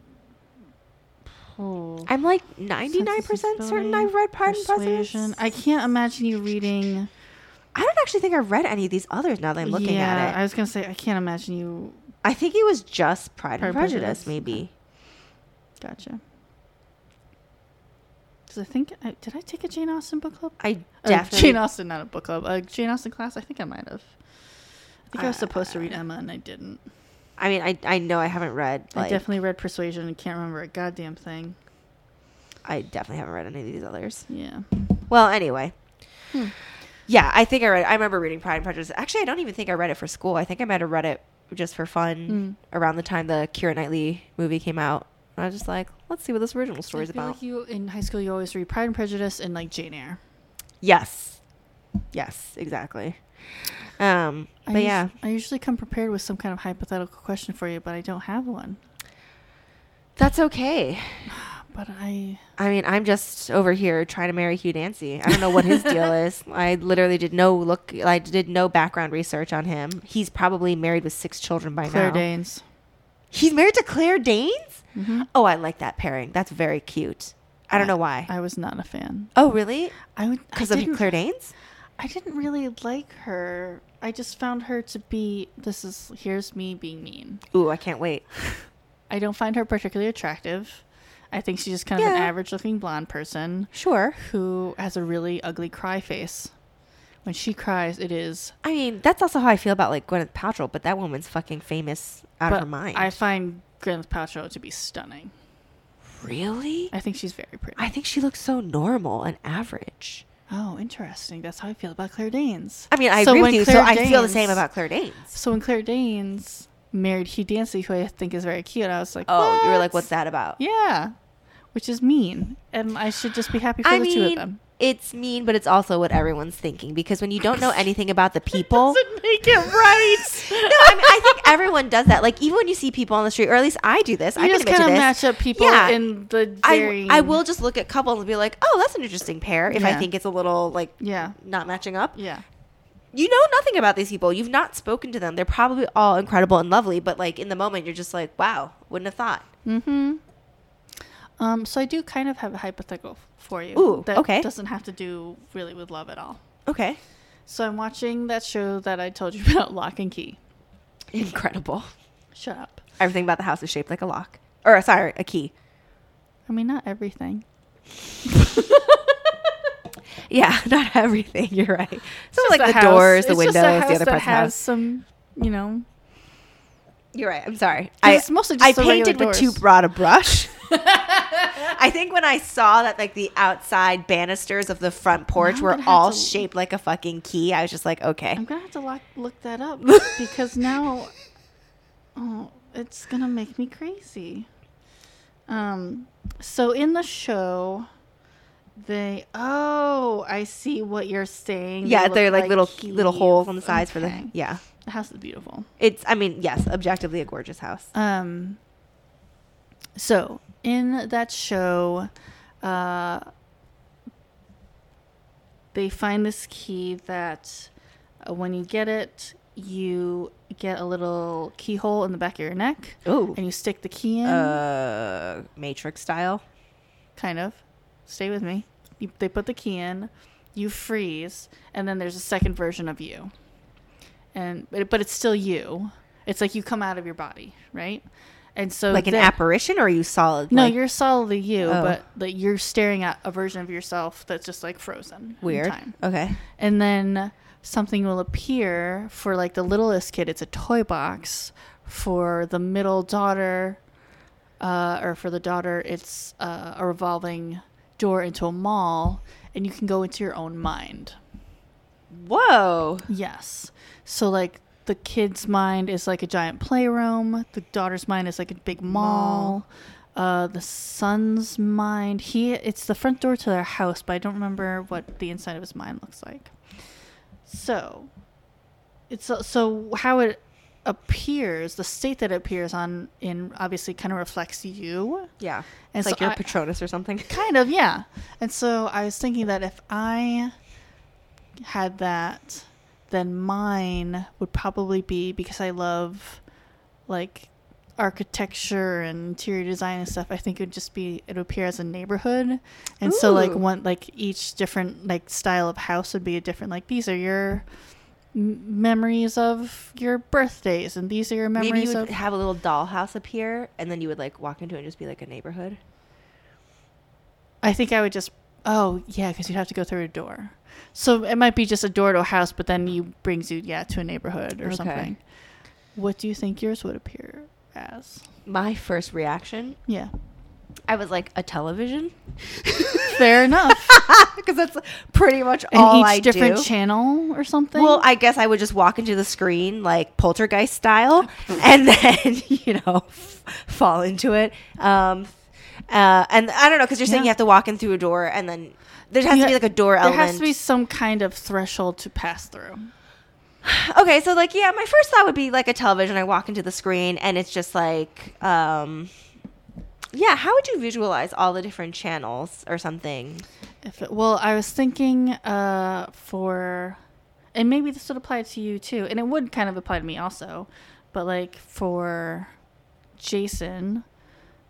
Speaker 1: oh.
Speaker 2: I'm like 99 percent certain I've read Pride and Prejudice.
Speaker 1: Persuasion. I can't imagine you reading.
Speaker 2: I don't actually think I read any of these others now that I'm looking
Speaker 1: yeah,
Speaker 2: at it.
Speaker 1: I was gonna say I can't imagine you.
Speaker 2: I think it was just Pride, and
Speaker 1: Pride and
Speaker 2: Prejudice,
Speaker 1: Prejudice.
Speaker 2: maybe.
Speaker 1: Gotcha. Because I think I, did I take a Jane Austen book club?
Speaker 2: I
Speaker 1: Or
Speaker 2: definitely.
Speaker 1: Jane Austen, not a book club. A Jane Austen class. I think I might have. I think I was supposed to
Speaker 2: Uh,
Speaker 1: read Emma and I didn't.
Speaker 2: I mean, I, I know I haven't read. Like,
Speaker 1: I definitely read Persuasion and can't remember a goddamn thing.
Speaker 2: I definitely haven't read any of these others.
Speaker 1: Yeah.
Speaker 2: Well, anyway.
Speaker 1: Hmm.
Speaker 2: Yeah, I think I read. I remember reading Pride and Prejudice. Actually, I don't even think I read it for school. I think I might have read it just for fun
Speaker 1: Hmm.
Speaker 2: around the time the Kira Knightley movie came out. And I was just like, let's see what this original
Speaker 1: I
Speaker 2: story's
Speaker 1: feel
Speaker 2: about.
Speaker 1: like you in high school you always read Pride and Prejudice and like Jane Eyre.
Speaker 2: Yes. Yes, exactly. Um,
Speaker 1: I
Speaker 2: but
Speaker 1: us-
Speaker 2: yeah,
Speaker 1: I usually come prepared with some kind of hypothetical question for you, but I don't have one.
Speaker 2: that's okay.
Speaker 1: But I
Speaker 2: I mean, I'm just over here trying to marry Hugh Dancy. I don't know what his deal is. I literally did no look. I did no background research on him. He's probably married with six children by
Speaker 1: Claire
Speaker 2: now.
Speaker 1: Danes.
Speaker 2: He's married to Claire Danes.
Speaker 1: Mhm.
Speaker 2: Oh, I like that pairing. That's very cute. I don't know why.
Speaker 1: I was not a fan.
Speaker 2: oh, really?
Speaker 1: I would I
Speaker 2: Because of
Speaker 1: didn't-
Speaker 2: Claire Danes?
Speaker 1: I didn't really like her. I just found her to be this is here's me being mean.
Speaker 2: Ooh, I can't wait.
Speaker 1: I don't find her particularly attractive. I think she's just kind of an
Speaker 2: Yeah.
Speaker 1: average looking blonde person
Speaker 2: Sure.
Speaker 1: who has a really ugly cry face. When she cries, it is.
Speaker 2: I mean, that's also how I feel about like Gwyneth Paltrow. But that woman's fucking famous out of
Speaker 1: But
Speaker 2: her mind.
Speaker 1: I find Gwyneth Paltrow to be stunning.
Speaker 2: really?
Speaker 1: I think she's very pretty.
Speaker 2: I think she looks so normal and average.
Speaker 1: oh, interesting. That's how I feel about Claire Danes.
Speaker 2: I mean, I
Speaker 1: So
Speaker 2: agree
Speaker 1: when
Speaker 2: with you. so
Speaker 1: Claire
Speaker 2: I feel the
Speaker 1: Danes-
Speaker 2: same about Claire Danes.
Speaker 1: So when Claire Danes married Hugh Dancy, who I think is very cute, I was like,
Speaker 2: Oh, you were like,
Speaker 1: "What?"
Speaker 2: what's that about?
Speaker 1: Yeah, which is mean, and I should just be happy for
Speaker 2: I
Speaker 1: the two of
Speaker 2: mean,
Speaker 1: them.
Speaker 2: it's mean, but it's also what everyone's thinking because when you don't know anything about the people.
Speaker 1: Doesn't make it right.
Speaker 2: No, I, mean, I think everyone does that. Like even when you see people on the street, or at least I do this. I
Speaker 1: I
Speaker 2: can
Speaker 1: just
Speaker 2: admit
Speaker 1: kind
Speaker 2: to
Speaker 1: of
Speaker 2: this.
Speaker 1: match up people
Speaker 2: Yeah.
Speaker 1: in the
Speaker 2: I,
Speaker 1: varying.
Speaker 2: I will just look at couples and be like, oh, that's an interesting pair. If I
Speaker 1: Yeah.
Speaker 2: think it's a little like
Speaker 1: Yeah.
Speaker 2: not matching up,
Speaker 1: Yeah.
Speaker 2: you know nothing about these people. You've not spoken to them. They're probably all incredible and lovely, but like in the moment, you're just like, wow, wouldn't have thought.
Speaker 1: Mm-hmm. Um, so I do kind of have a hypothetical f- for you.
Speaker 2: Ooh,
Speaker 1: that
Speaker 2: okay.
Speaker 1: Doesn't have to do really with love at all.
Speaker 2: Okay,
Speaker 1: So I'm watching that show that I told you about, Lock and Key.
Speaker 2: incredible.
Speaker 1: Shut up.
Speaker 2: Everything about the house is shaped like a lock. Or sorry, a key.
Speaker 1: I mean, not everything.
Speaker 2: Yeah, not everything. You're right. So
Speaker 1: Just
Speaker 2: like
Speaker 1: a
Speaker 2: the
Speaker 1: house-
Speaker 2: doors, the
Speaker 1: it's
Speaker 2: windows,
Speaker 1: just a
Speaker 2: the
Speaker 1: house that
Speaker 2: other person's
Speaker 1: has
Speaker 2: house.
Speaker 1: some, you know.
Speaker 2: You're right. I'm sorry.
Speaker 1: 'Cause it's mostly just
Speaker 2: I
Speaker 1: the
Speaker 2: painted
Speaker 1: regular
Speaker 2: with too
Speaker 1: doors.
Speaker 2: broad a brush. I think when I saw that like the outside banisters of the front porch
Speaker 1: I'm
Speaker 2: were
Speaker 1: gonna have
Speaker 2: all
Speaker 1: to-
Speaker 2: shaped like a fucking key, I was just like, okay.
Speaker 1: I'm gonna have to lock, look that up because now, oh, it's gonna make me crazy. Um, so in the show, they oh, I see what you're saying.
Speaker 2: yeah,
Speaker 1: look
Speaker 2: they're like, little
Speaker 1: keys.
Speaker 2: little holes on the sides for the
Speaker 1: Okay.
Speaker 2: yeah.
Speaker 1: The house is beautiful.
Speaker 2: It's I mean, yes, objectively a gorgeous house.
Speaker 1: Um, so in that show, uh, they find this key that uh, when you get it, you get a little keyhole in the back of your neck,
Speaker 2: Ooh.
Speaker 1: and you stick the key
Speaker 2: Um,
Speaker 1: in.
Speaker 2: Uh matrix style.
Speaker 1: kind of. Stay with me. You, they put the key in, you freeze, and then there's a second version of you. And but, but it's still you. It's like you come out of your body, right? And so
Speaker 2: Like an
Speaker 1: then-
Speaker 2: apparition, or you saw
Speaker 1: No,
Speaker 2: like,
Speaker 1: you're solidly you,
Speaker 2: Oh.
Speaker 1: but like you're staring at a version of yourself that's just like frozen. in
Speaker 2: weird.
Speaker 1: time.
Speaker 2: Okay.
Speaker 1: And then something will appear for like the littlest kid. It's a toy box. For the middle daughter, uh, or for the daughter, it's uh, a revolving door into a mall, and you can go into your own mind.
Speaker 2: Whoa.
Speaker 1: Yes. So like the kid's mind is like a giant playroom. The daughter's mind is like a big mall. Uh, the son's mind he it's the front door to their house, but I don't remember what the inside of his mind looks like. So it's so- so how it appears, the state that it appears on in obviously kind of reflects you.
Speaker 2: Yeah.
Speaker 1: And
Speaker 2: It's
Speaker 1: so
Speaker 2: like your
Speaker 1: I-
Speaker 2: Patronus or something.
Speaker 1: Kind of, yeah. And so I was thinking that if I had that, then mine would probably be because I love like architecture and interior design and stuff. I think it would just be it would appear as a neighborhood, and so like
Speaker 2: Ooh.
Speaker 1: one like each different like style of house would be a different like these are your m- memories of your birthdays and these are your memories
Speaker 2: Maybe you would
Speaker 1: of
Speaker 2: have a little dollhouse appear, and then you would like walk into it and just be like a neighborhood.
Speaker 1: I think I would just. Oh yeah, because you'd have to go through a door. So it might be just a door to a house, but then you brings you yeah to a neighborhood or
Speaker 2: Okay.
Speaker 1: something. What do you think yours would appear as?
Speaker 2: My first reaction,
Speaker 1: Yeah,
Speaker 2: I was like a television,
Speaker 1: fair enough.
Speaker 2: because that's pretty much
Speaker 1: And
Speaker 2: all
Speaker 1: each
Speaker 2: I
Speaker 1: different
Speaker 2: do.
Speaker 1: channel or something.
Speaker 2: Well, I guess I would just walk into the screen like poltergeist style, and then you know f- fall into it. Um, uh, and I don't know because you're saying
Speaker 1: Yeah.
Speaker 2: you have to walk in through a door, and then there has
Speaker 1: You
Speaker 2: to be
Speaker 1: ha-
Speaker 2: like a door
Speaker 1: there
Speaker 2: element.
Speaker 1: has to be some kind of threshold to pass through.
Speaker 2: okay, so like yeah, my first thought would be like a television. I walk into the screen, and it's just like. Um, yeah, how would you visualize all the different channels or something?
Speaker 1: If it, well, I was thinking uh, for, and maybe this would apply to you too, and it would kind of apply to me also, but like for Jason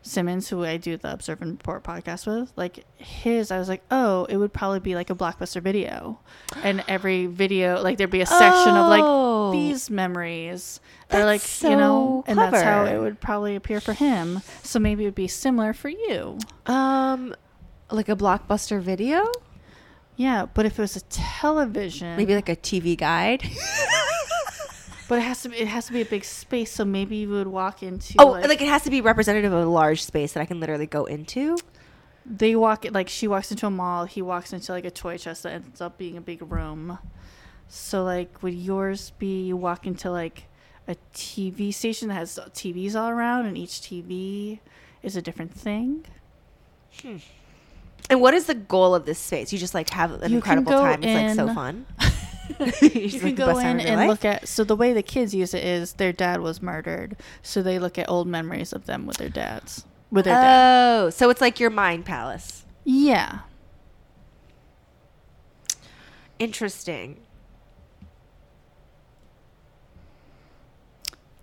Speaker 1: Simmons, who I do the Observe and Report podcast with, like his, I was like, oh, it would probably be like a blockbuster video, and every video, like there'd be a section
Speaker 2: Oh.
Speaker 1: of like these memories, or
Speaker 2: That's
Speaker 1: like you know,
Speaker 2: so
Speaker 1: and that's how
Speaker 2: clever.
Speaker 1: it would probably appear for him. So maybe it would be similar for you.
Speaker 2: Um, like a blockbuster video?
Speaker 1: Yeah, but if it was a television,
Speaker 2: Maybe like a TV guide.
Speaker 1: But it has to be, it has to be a big space, so maybe you would walk into
Speaker 2: oh,
Speaker 1: like,
Speaker 2: like, it has to be representative of a large space that I can literally go into.
Speaker 1: they walk like she walks into a mall, he walks into like a toy chest that ends up being a big room. So like would yours be you walk into like a TV station that has TVs all around and each TV is a different thing?
Speaker 2: And what is the goal of this space? You just like have an
Speaker 1: You can
Speaker 2: incredible
Speaker 1: go
Speaker 2: time. It's like so
Speaker 1: in-
Speaker 2: fun.
Speaker 1: you can go in and look at so the way the kids use it is their dad was murdered, so they look at old memories of them with their dads. With their dad.
Speaker 2: Oh, so it's like your mind palace.
Speaker 1: Yeah.
Speaker 2: Interesting.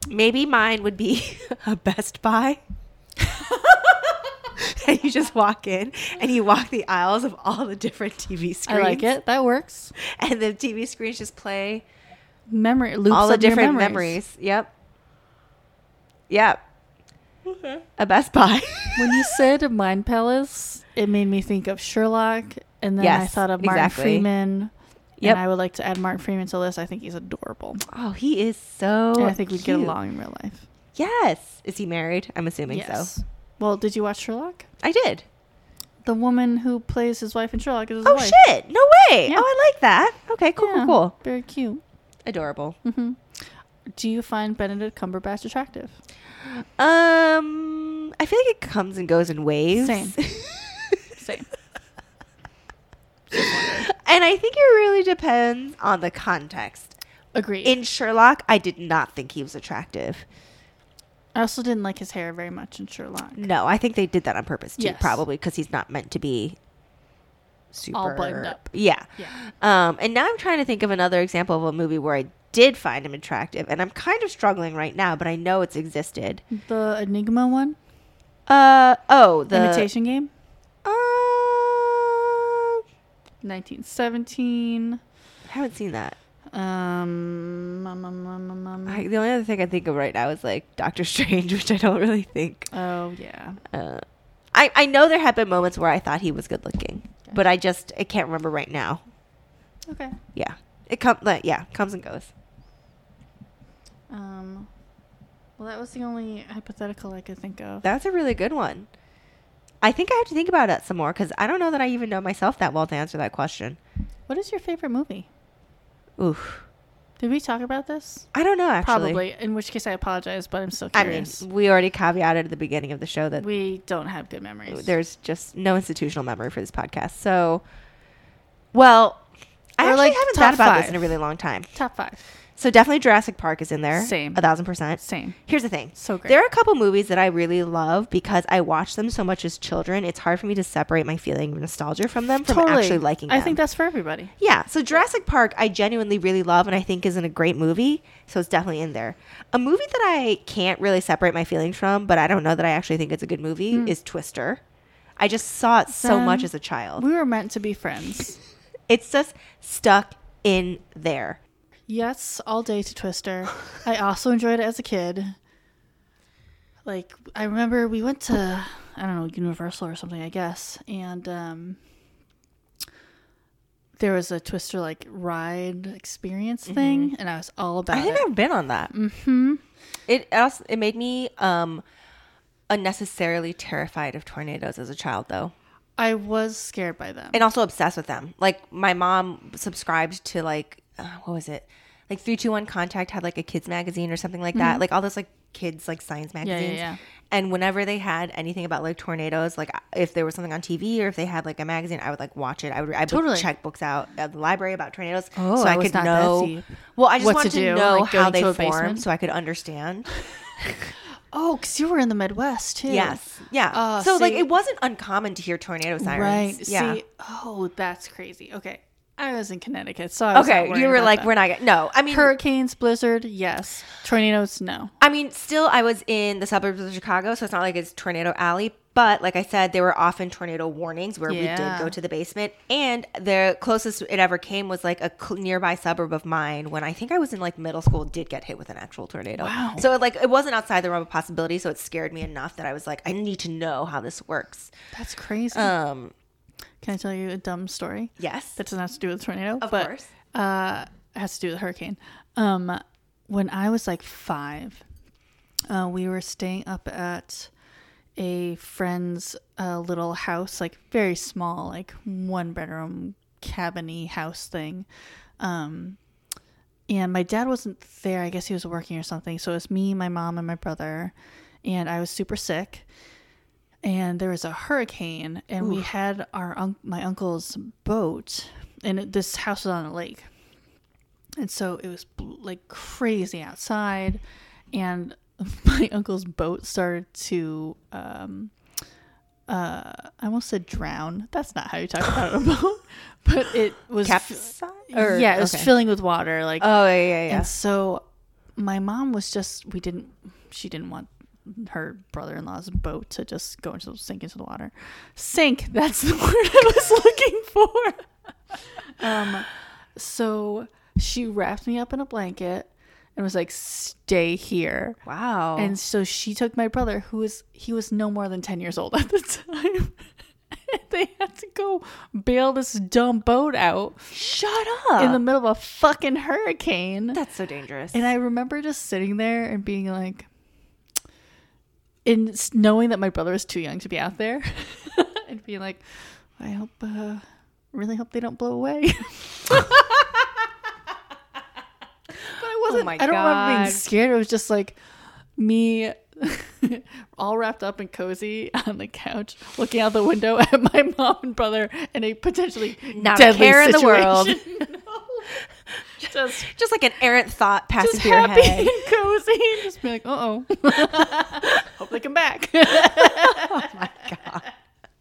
Speaker 2: Maybe mine would be a Best Buy. and you just walk in and you walk the aisles of all the different TV screens.
Speaker 1: I like it. That works.
Speaker 2: And the TV screens just play
Speaker 1: Memory loops
Speaker 2: all the
Speaker 1: of your
Speaker 2: different memories.
Speaker 1: memories.
Speaker 2: Yep. Yep. A Best Buy.
Speaker 1: Mm-hmm. when you said Mind Palace, it made me think of Sherlock, and then I
Speaker 2: Yes,
Speaker 1: thought of Martin
Speaker 2: exactly.
Speaker 1: Freeman.
Speaker 2: Yep.
Speaker 1: And I would like to add Martin Freeman to the list. I think he's adorable.
Speaker 2: oh, he is so.
Speaker 1: and I think we'd get
Speaker 2: Oh, cute.
Speaker 1: along in real life.
Speaker 2: Yes. Is he married? I'm assuming so.
Speaker 1: Well, did you watch Sherlock?
Speaker 2: I did.
Speaker 1: The woman who plays his wife in Sherlock is his
Speaker 2: Oh
Speaker 1: wife.
Speaker 2: shit! No way!
Speaker 1: Yeah.
Speaker 2: Oh, I like that. Okay, cool,
Speaker 1: Yeah,
Speaker 2: cool, cool.
Speaker 1: Very cute.
Speaker 2: Adorable.
Speaker 1: hmm Do you find Benedict Cumberbatch attractive?
Speaker 2: Um, I feel like it comes and goes in waves.
Speaker 1: Same. Same.
Speaker 2: and I think it really depends on the context.
Speaker 1: Agreed.
Speaker 2: In Sherlock, I did not think he was attractive.
Speaker 1: I also didn't like his hair very much in Sherlock.
Speaker 2: No, I think they did that on purpose too,
Speaker 1: Yes.
Speaker 2: probably because he's not meant to be super
Speaker 1: All buttoned up.
Speaker 2: Yeah.
Speaker 1: Yeah.
Speaker 2: Um, and now I'm trying to think of another example of a movie where I did find him attractive, and I'm kind of struggling right now, but I know it's existed.
Speaker 1: The Enigma one?
Speaker 2: Uh oh, the
Speaker 1: Imitation Game?
Speaker 2: Uh,
Speaker 1: 1917.
Speaker 2: Um, haven't seen that.
Speaker 1: Um, um, um, um, um, um.
Speaker 2: I, the only other thing I think of right now is like Doctor Strange, which I don't really think.
Speaker 1: oh yeah.
Speaker 2: Uh, I I know there have been moments where I thought he was good looking, but I just I can't remember right now.
Speaker 1: Okay.
Speaker 2: Yeah, it comes. Like, yeah, comes and goes.
Speaker 1: Um, well, that was the only hypothetical I could think of.
Speaker 2: That's a really good one. I think I have to think about it some more because I don't know that I even know myself that well to answer that question.
Speaker 1: What is your favorite movie?
Speaker 2: Oof,
Speaker 1: Did we talk about this?
Speaker 2: I don't know. Actually,
Speaker 1: Probably. In which case, I apologize, but I'm still
Speaker 2: I mean,
Speaker 1: curious.
Speaker 2: we already caveated at the beginning of the show that
Speaker 1: we don't have good memories.
Speaker 2: there's just no institutional memory for this podcast. So, well, I
Speaker 1: Or,
Speaker 2: actually
Speaker 1: like,
Speaker 2: haven't
Speaker 1: top
Speaker 2: thought about this in a
Speaker 1: five.
Speaker 2: really long time.
Speaker 1: Top five.
Speaker 2: So definitely Jurassic Park is in there.
Speaker 1: Same.
Speaker 2: A thousand percent.
Speaker 1: Same.
Speaker 2: Here's the thing.
Speaker 1: So great.
Speaker 2: There are a couple movies that I really love because I watched them so much as children. It's hard for me to separate my feeling of nostalgia from them from actually liking them.
Speaker 1: I think that's for everybody.
Speaker 2: Yeah, so Jurassic Park, I genuinely really love and I think isn't a great movie, so it's definitely in there. A movie that I can't really separate my feelings from, but I don't know that I actually think it's a good movie, is Twister. I just saw it so
Speaker 1: Then-
Speaker 2: much as a child.
Speaker 1: We were meant to be friends.
Speaker 2: It's just stuck in there.
Speaker 1: yes, all day to Twister. I also enjoyed it as a kid. Like I remember we went to I don't know Universal or something I guess, and um, there was a Twister like ride experience thing, and I was all about
Speaker 2: Mm-hmm. I think
Speaker 1: it.
Speaker 2: I've been on that. Mm-hmm. It also it made me um unnecessarily terrified of tornadoes as a child though.
Speaker 1: I was scared by them.
Speaker 2: and also obsessed with them. Like my mom subscribed to like uh, what was it? Like 321 Contact had like a kids magazine or something like that. Like all those like kids like science magazines.
Speaker 1: Mm-hmm. yeah.
Speaker 2: And whenever they had anything about like tornadoes, like if there was something on TV or if they had like a magazine, I would like watch it. I would I would
Speaker 1: Totally.
Speaker 2: check books out at the library about tornadoes
Speaker 1: Oh,
Speaker 2: so I,
Speaker 1: I was
Speaker 2: could
Speaker 1: not that
Speaker 2: know.
Speaker 1: deep.
Speaker 2: Well, I just
Speaker 1: What to
Speaker 2: wanted to,
Speaker 1: do,
Speaker 2: know
Speaker 1: like,
Speaker 2: how
Speaker 1: going
Speaker 2: they
Speaker 1: to a
Speaker 2: form
Speaker 1: basement?
Speaker 2: so I could understand.
Speaker 1: Oh, because you were in the Midwest too.
Speaker 2: Yes. Yeah.
Speaker 1: Oh,
Speaker 2: so like
Speaker 1: see-
Speaker 2: it wasn't uncommon to hear tornado sirens.
Speaker 1: Right.
Speaker 2: Yeah.
Speaker 1: See, oh, that's crazy. Okay. I was in Connecticut, so I was not
Speaker 2: okay.
Speaker 1: worried
Speaker 2: You were
Speaker 1: about
Speaker 2: like,
Speaker 1: that.
Speaker 2: we're not. gonna- No. I mean,
Speaker 1: hurricanes, blizzard, yes. Tornadoes, no.
Speaker 2: I mean, still, I was in the suburbs of Chicago, so it's not like it's tornado alley. But like I said, there were often tornado warnings where we did
Speaker 1: Yeah.
Speaker 2: go to the basement, and the closest it ever came was like a cl- nearby suburb of mine when I think I was in like middle school did get hit with an actual tornado.
Speaker 1: Wow.
Speaker 2: So like it wasn't outside the realm of possibility, so it scared me enough that I was like, I need to know how this works.
Speaker 1: That's crazy.
Speaker 2: Um,
Speaker 1: Can I tell you a dumb story?
Speaker 2: yes,
Speaker 1: That doesn't have to do with tornado,
Speaker 2: of
Speaker 1: but
Speaker 2: course.
Speaker 1: uh, it has to do with hurricane. Um, when I was like five, uh, we were staying up at a friend's uh, little house, like very small, like one bedroom cabiny house thing. and my dad wasn't there. I guess he was working or something. So it was me, my mom, and my brother, and I was super sick. And there was a hurricane, and we had our un- my uncle's boat, and it, this house was on a lake, and so it was bl- like crazy outside, and my uncle's boat started to. Um, uh, I almost said drown. That's not how you talk about a boat, but it was
Speaker 2: Capsize?
Speaker 1: yeah, it was
Speaker 2: okay.
Speaker 1: filling with water. Like,
Speaker 2: Oh yeah, yeah, yeah.
Speaker 1: and so my mom was just we didn't she didn't want her brother-in-law's boat to just go into sink into the water. Sink. That's the word I was looking for. um, so she wrapped me up in a blanket and was like, "Stay here."
Speaker 2: wow.
Speaker 1: And so she took my brother, who was he was no more than ten years old at the time. they had to go bail this dumb boat out
Speaker 2: shut up.
Speaker 1: in the middle of a fucking hurricane.
Speaker 2: That's so dangerous.
Speaker 1: And I remember just sitting there and being like, and s- knowing that my brother was too young to be out there, and being like, I hope, uh, really hope they don't blow away. but I wasn't.
Speaker 2: Oh my
Speaker 1: I don't remember
Speaker 2: God.
Speaker 1: being scared. It was just like me. all wrapped up and cozy on the couch, looking out the window at my mom and brother in a potentially
Speaker 2: Not a
Speaker 1: deadly
Speaker 2: care in the
Speaker 1: situation.
Speaker 2: world.
Speaker 1: No. Just
Speaker 2: just like an errant thought passing
Speaker 1: just
Speaker 2: through your
Speaker 1: happy
Speaker 2: head.
Speaker 1: and cozy and just be like, uh oh. Hope they come back.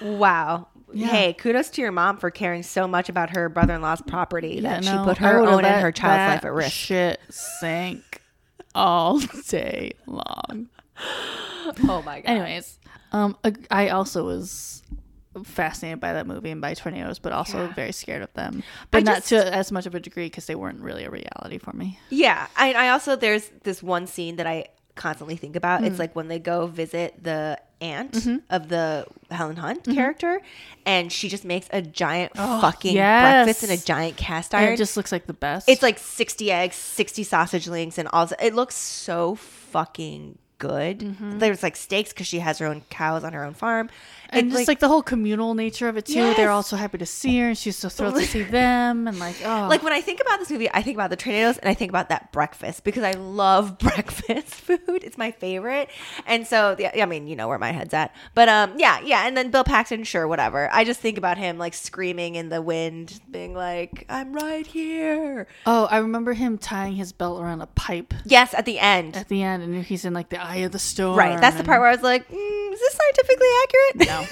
Speaker 2: Wow. Hey, kudos to your mom for caring so much about her brother in law's property that she
Speaker 1: Oh, No,
Speaker 2: put
Speaker 1: I
Speaker 2: her
Speaker 1: would've
Speaker 2: own and
Speaker 1: let
Speaker 2: her child's
Speaker 1: that
Speaker 2: life at risk.
Speaker 1: Shit sank all day long.
Speaker 2: Oh my God.
Speaker 1: Anyways, um, ag- I also was fascinated by that movie and by tornadoes, but also very scared of them. But not
Speaker 2: just-
Speaker 1: to as much of a degree because they weren't really a reality for me.
Speaker 2: Yeah, I, I also there's this one scene that I constantly think about.
Speaker 1: Mm.
Speaker 2: It's like when they go visit the aunt
Speaker 1: Mm-hmm.
Speaker 2: of the Helen Hunt character, and she just makes a giant fucking breakfast in a
Speaker 1: Oh, yes.
Speaker 2: giant cast
Speaker 1: And
Speaker 2: iron.
Speaker 1: it just looks like the best.
Speaker 2: it's like sixty eggs, sixty sausage links, and all. It looks so fucking good.
Speaker 1: Mm-hmm.
Speaker 2: There's like steaks because she has her own cows on her own farm,
Speaker 1: and just like, the whole communal nature of it too. They're all
Speaker 2: Yes.
Speaker 1: so happy to see her, and she's so thrilled to see them, and like oh,
Speaker 2: Like when I think about this movie, I think about the tornadoes and I think about that breakfast because I love breakfast food. It's my favorite. And so, yeah, I mean, you know where my head's at. But um, yeah, yeah. And then Bill Paxton, sure, whatever. I just think about him like screaming in the wind, being like, I'm right here.
Speaker 1: oh, I remember him tying his belt around a pipe
Speaker 2: Yes, at the end.
Speaker 1: at the end, and he's in like the eye of the storm.
Speaker 2: Right. That's the part where I was like, mm, is this scientifically accurate?
Speaker 1: No.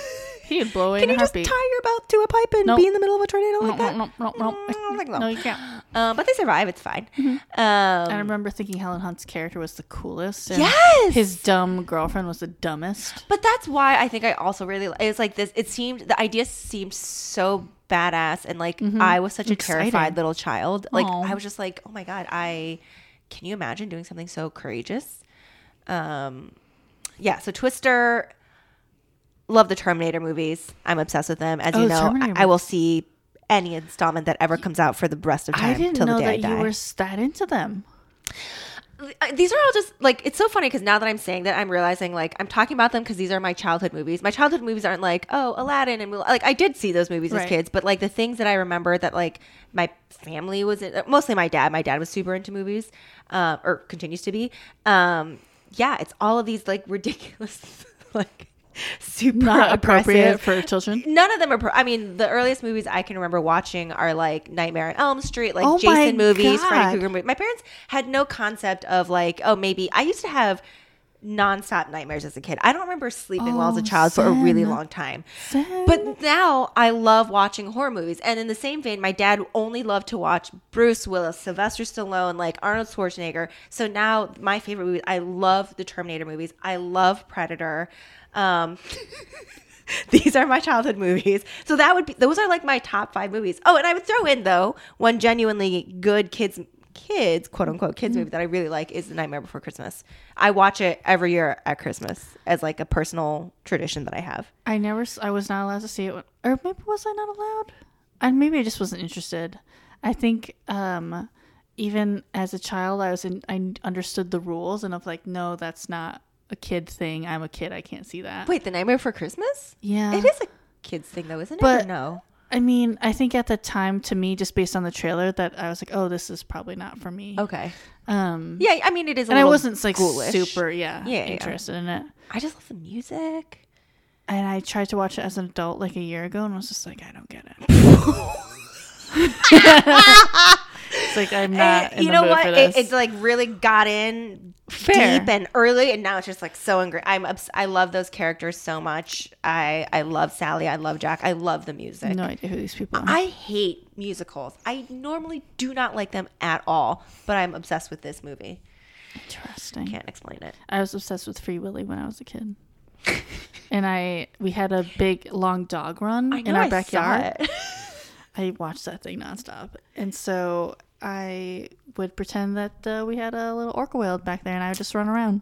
Speaker 1: he would blow in
Speaker 2: Can
Speaker 1: a
Speaker 2: you just tie
Speaker 1: heartbeat.
Speaker 2: your belt to a pipe and
Speaker 1: Nope.
Speaker 2: be in the middle of a tornado like
Speaker 1: no,
Speaker 2: that?
Speaker 1: no, no, no,
Speaker 2: Mm, I don't think so.
Speaker 1: no, you can't.
Speaker 2: Uh, but they survive. It's fine.
Speaker 1: And I
Speaker 2: Um,
Speaker 1: remember thinking Helen Hunt's character was the coolest. And
Speaker 2: Yes!
Speaker 1: his dumb girlfriend was the dumbest.
Speaker 2: But that's why I think I also really it's like this. It seemed the idea seemed so badass, and like I was such a
Speaker 1: Mm-hmm. Exciting.
Speaker 2: terrified little child. Like
Speaker 1: Aw.
Speaker 2: I was just like, oh my god, I can you imagine doing something so courageous? Um, yeah. So Twister, love the Terminator movies. I'm obsessed with them. As
Speaker 1: Oh, the
Speaker 2: you know, I,
Speaker 1: Terminator
Speaker 2: I will see any installment that ever comes out for the rest of
Speaker 1: I
Speaker 2: time.
Speaker 1: didn't
Speaker 2: till
Speaker 1: know
Speaker 2: the day I
Speaker 1: that you
Speaker 2: die
Speaker 1: were s- that into them.
Speaker 2: uh, these are all just like it's so funny because now that I'm saying that I'm realizing like I'm talking about them because these are my childhood movies. My childhood movies aren't like oh Aladdin and Mulan. like I did see those movies as
Speaker 1: Right.
Speaker 2: kids, but like the things that I remember that like my family was in, mostly my dad. My dad was super into movies, uh, or continues to be. Um, yeah, it's all of these like ridiculous like super
Speaker 1: Not appropriate
Speaker 2: oppressive-
Speaker 1: for children.
Speaker 2: None of them are. Pro- I mean, the earliest movies I can remember watching are like Nightmare on Elm Street, like
Speaker 1: Oh my
Speaker 2: Jason movies,
Speaker 1: God.
Speaker 2: Freddy Krueger movies. My parents had no concept of like, oh, maybe I used to have nonstop nightmares as a kid. I don't remember sleeping well as a
Speaker 1: Oh,
Speaker 2: child for a really
Speaker 1: Zen.
Speaker 2: long time.
Speaker 1: Zen.
Speaker 2: But now I love watching horror movies. And in the same vein, my dad only loved to watch Bruce Willis, Sylvester Stallone, like Arnold Schwarzenegger. So now my favorite movies, I love the Terminator movies. I love Predator. Um, these are my childhood movies. So that would be those are like my top five movies. Oh, and I would throw in though one genuinely good kids kids quote unquote kids movie that I really like is The Nightmare Before Christmas. I watch it every year at Christmas as like a personal tradition that I have.
Speaker 1: I never, s- I was not allowed to see it. when- Or maybe was I not allowed? And maybe I just wasn't interested. I think um, even as a child, I was in, I understood the rules and of like, no, that's not a kid thing. I'm a kid. I can't see that.
Speaker 2: Wait, The Nightmare Before Christmas?
Speaker 1: yeah.
Speaker 2: It is a kids thing though, isn't it?
Speaker 1: But-
Speaker 2: Or no.
Speaker 1: I mean, I think at the time, to me, just based on the trailer, that I was like, oh, this is probably not for me.
Speaker 2: Okay.
Speaker 1: Um,
Speaker 2: Yeah, I mean it is. A
Speaker 1: and I
Speaker 2: little
Speaker 1: wasn't like
Speaker 2: ghoulish.
Speaker 1: super, yeah,
Speaker 2: Yeah, yeah.
Speaker 1: interested in it.
Speaker 2: I just love the music.
Speaker 1: And I tried to watch it as an adult like a year ago, and was just like, I don't get it. it's like I'm not.
Speaker 2: Eh,
Speaker 1: in
Speaker 2: you
Speaker 1: the
Speaker 2: know
Speaker 1: mood
Speaker 2: what?
Speaker 1: For
Speaker 2: It,
Speaker 1: this.
Speaker 2: it's like really got in
Speaker 1: Fair.
Speaker 2: deep and early, and now it's just like so angry. I'm obs- I love those characters so much. I I love Sally. I love Jack. I love the music.
Speaker 1: no idea who these people are.
Speaker 2: I hate musicals. I normally do not like them at all, but I'm obsessed with this movie.
Speaker 1: Interesting.
Speaker 2: Can't explain it.
Speaker 1: I was obsessed with Free Willy when I was a kid. and I we had a big long dog run
Speaker 2: I
Speaker 1: in
Speaker 2: know
Speaker 1: our
Speaker 2: I saw
Speaker 1: backyard.
Speaker 2: it.
Speaker 1: I watched that thing nonstop, and so I would pretend that uh, we had a little orca whale back there, and I would just run around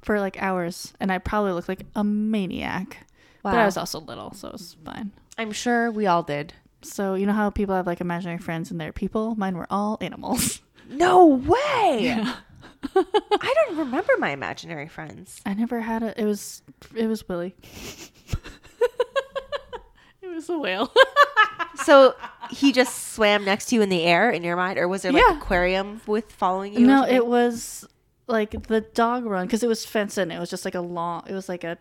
Speaker 1: for like hours, and I probably looked like a maniac. But
Speaker 2: Wow.
Speaker 1: I was also little, so it was fine.
Speaker 2: I'm sure we all did.
Speaker 1: So you know how people have like imaginary friends and they're people. Mine were all animals.
Speaker 2: No way. I don't remember my imaginary friends.
Speaker 1: I never had a. It was it was Willy. it was a whale.
Speaker 2: So he just swam next to you in the air in your mind, or was there like
Speaker 1: Yeah.
Speaker 2: aquarium with following you? or
Speaker 1: no,
Speaker 2: something?
Speaker 1: it was like the dog run because it was fenced in. It was just like a long. It was like a.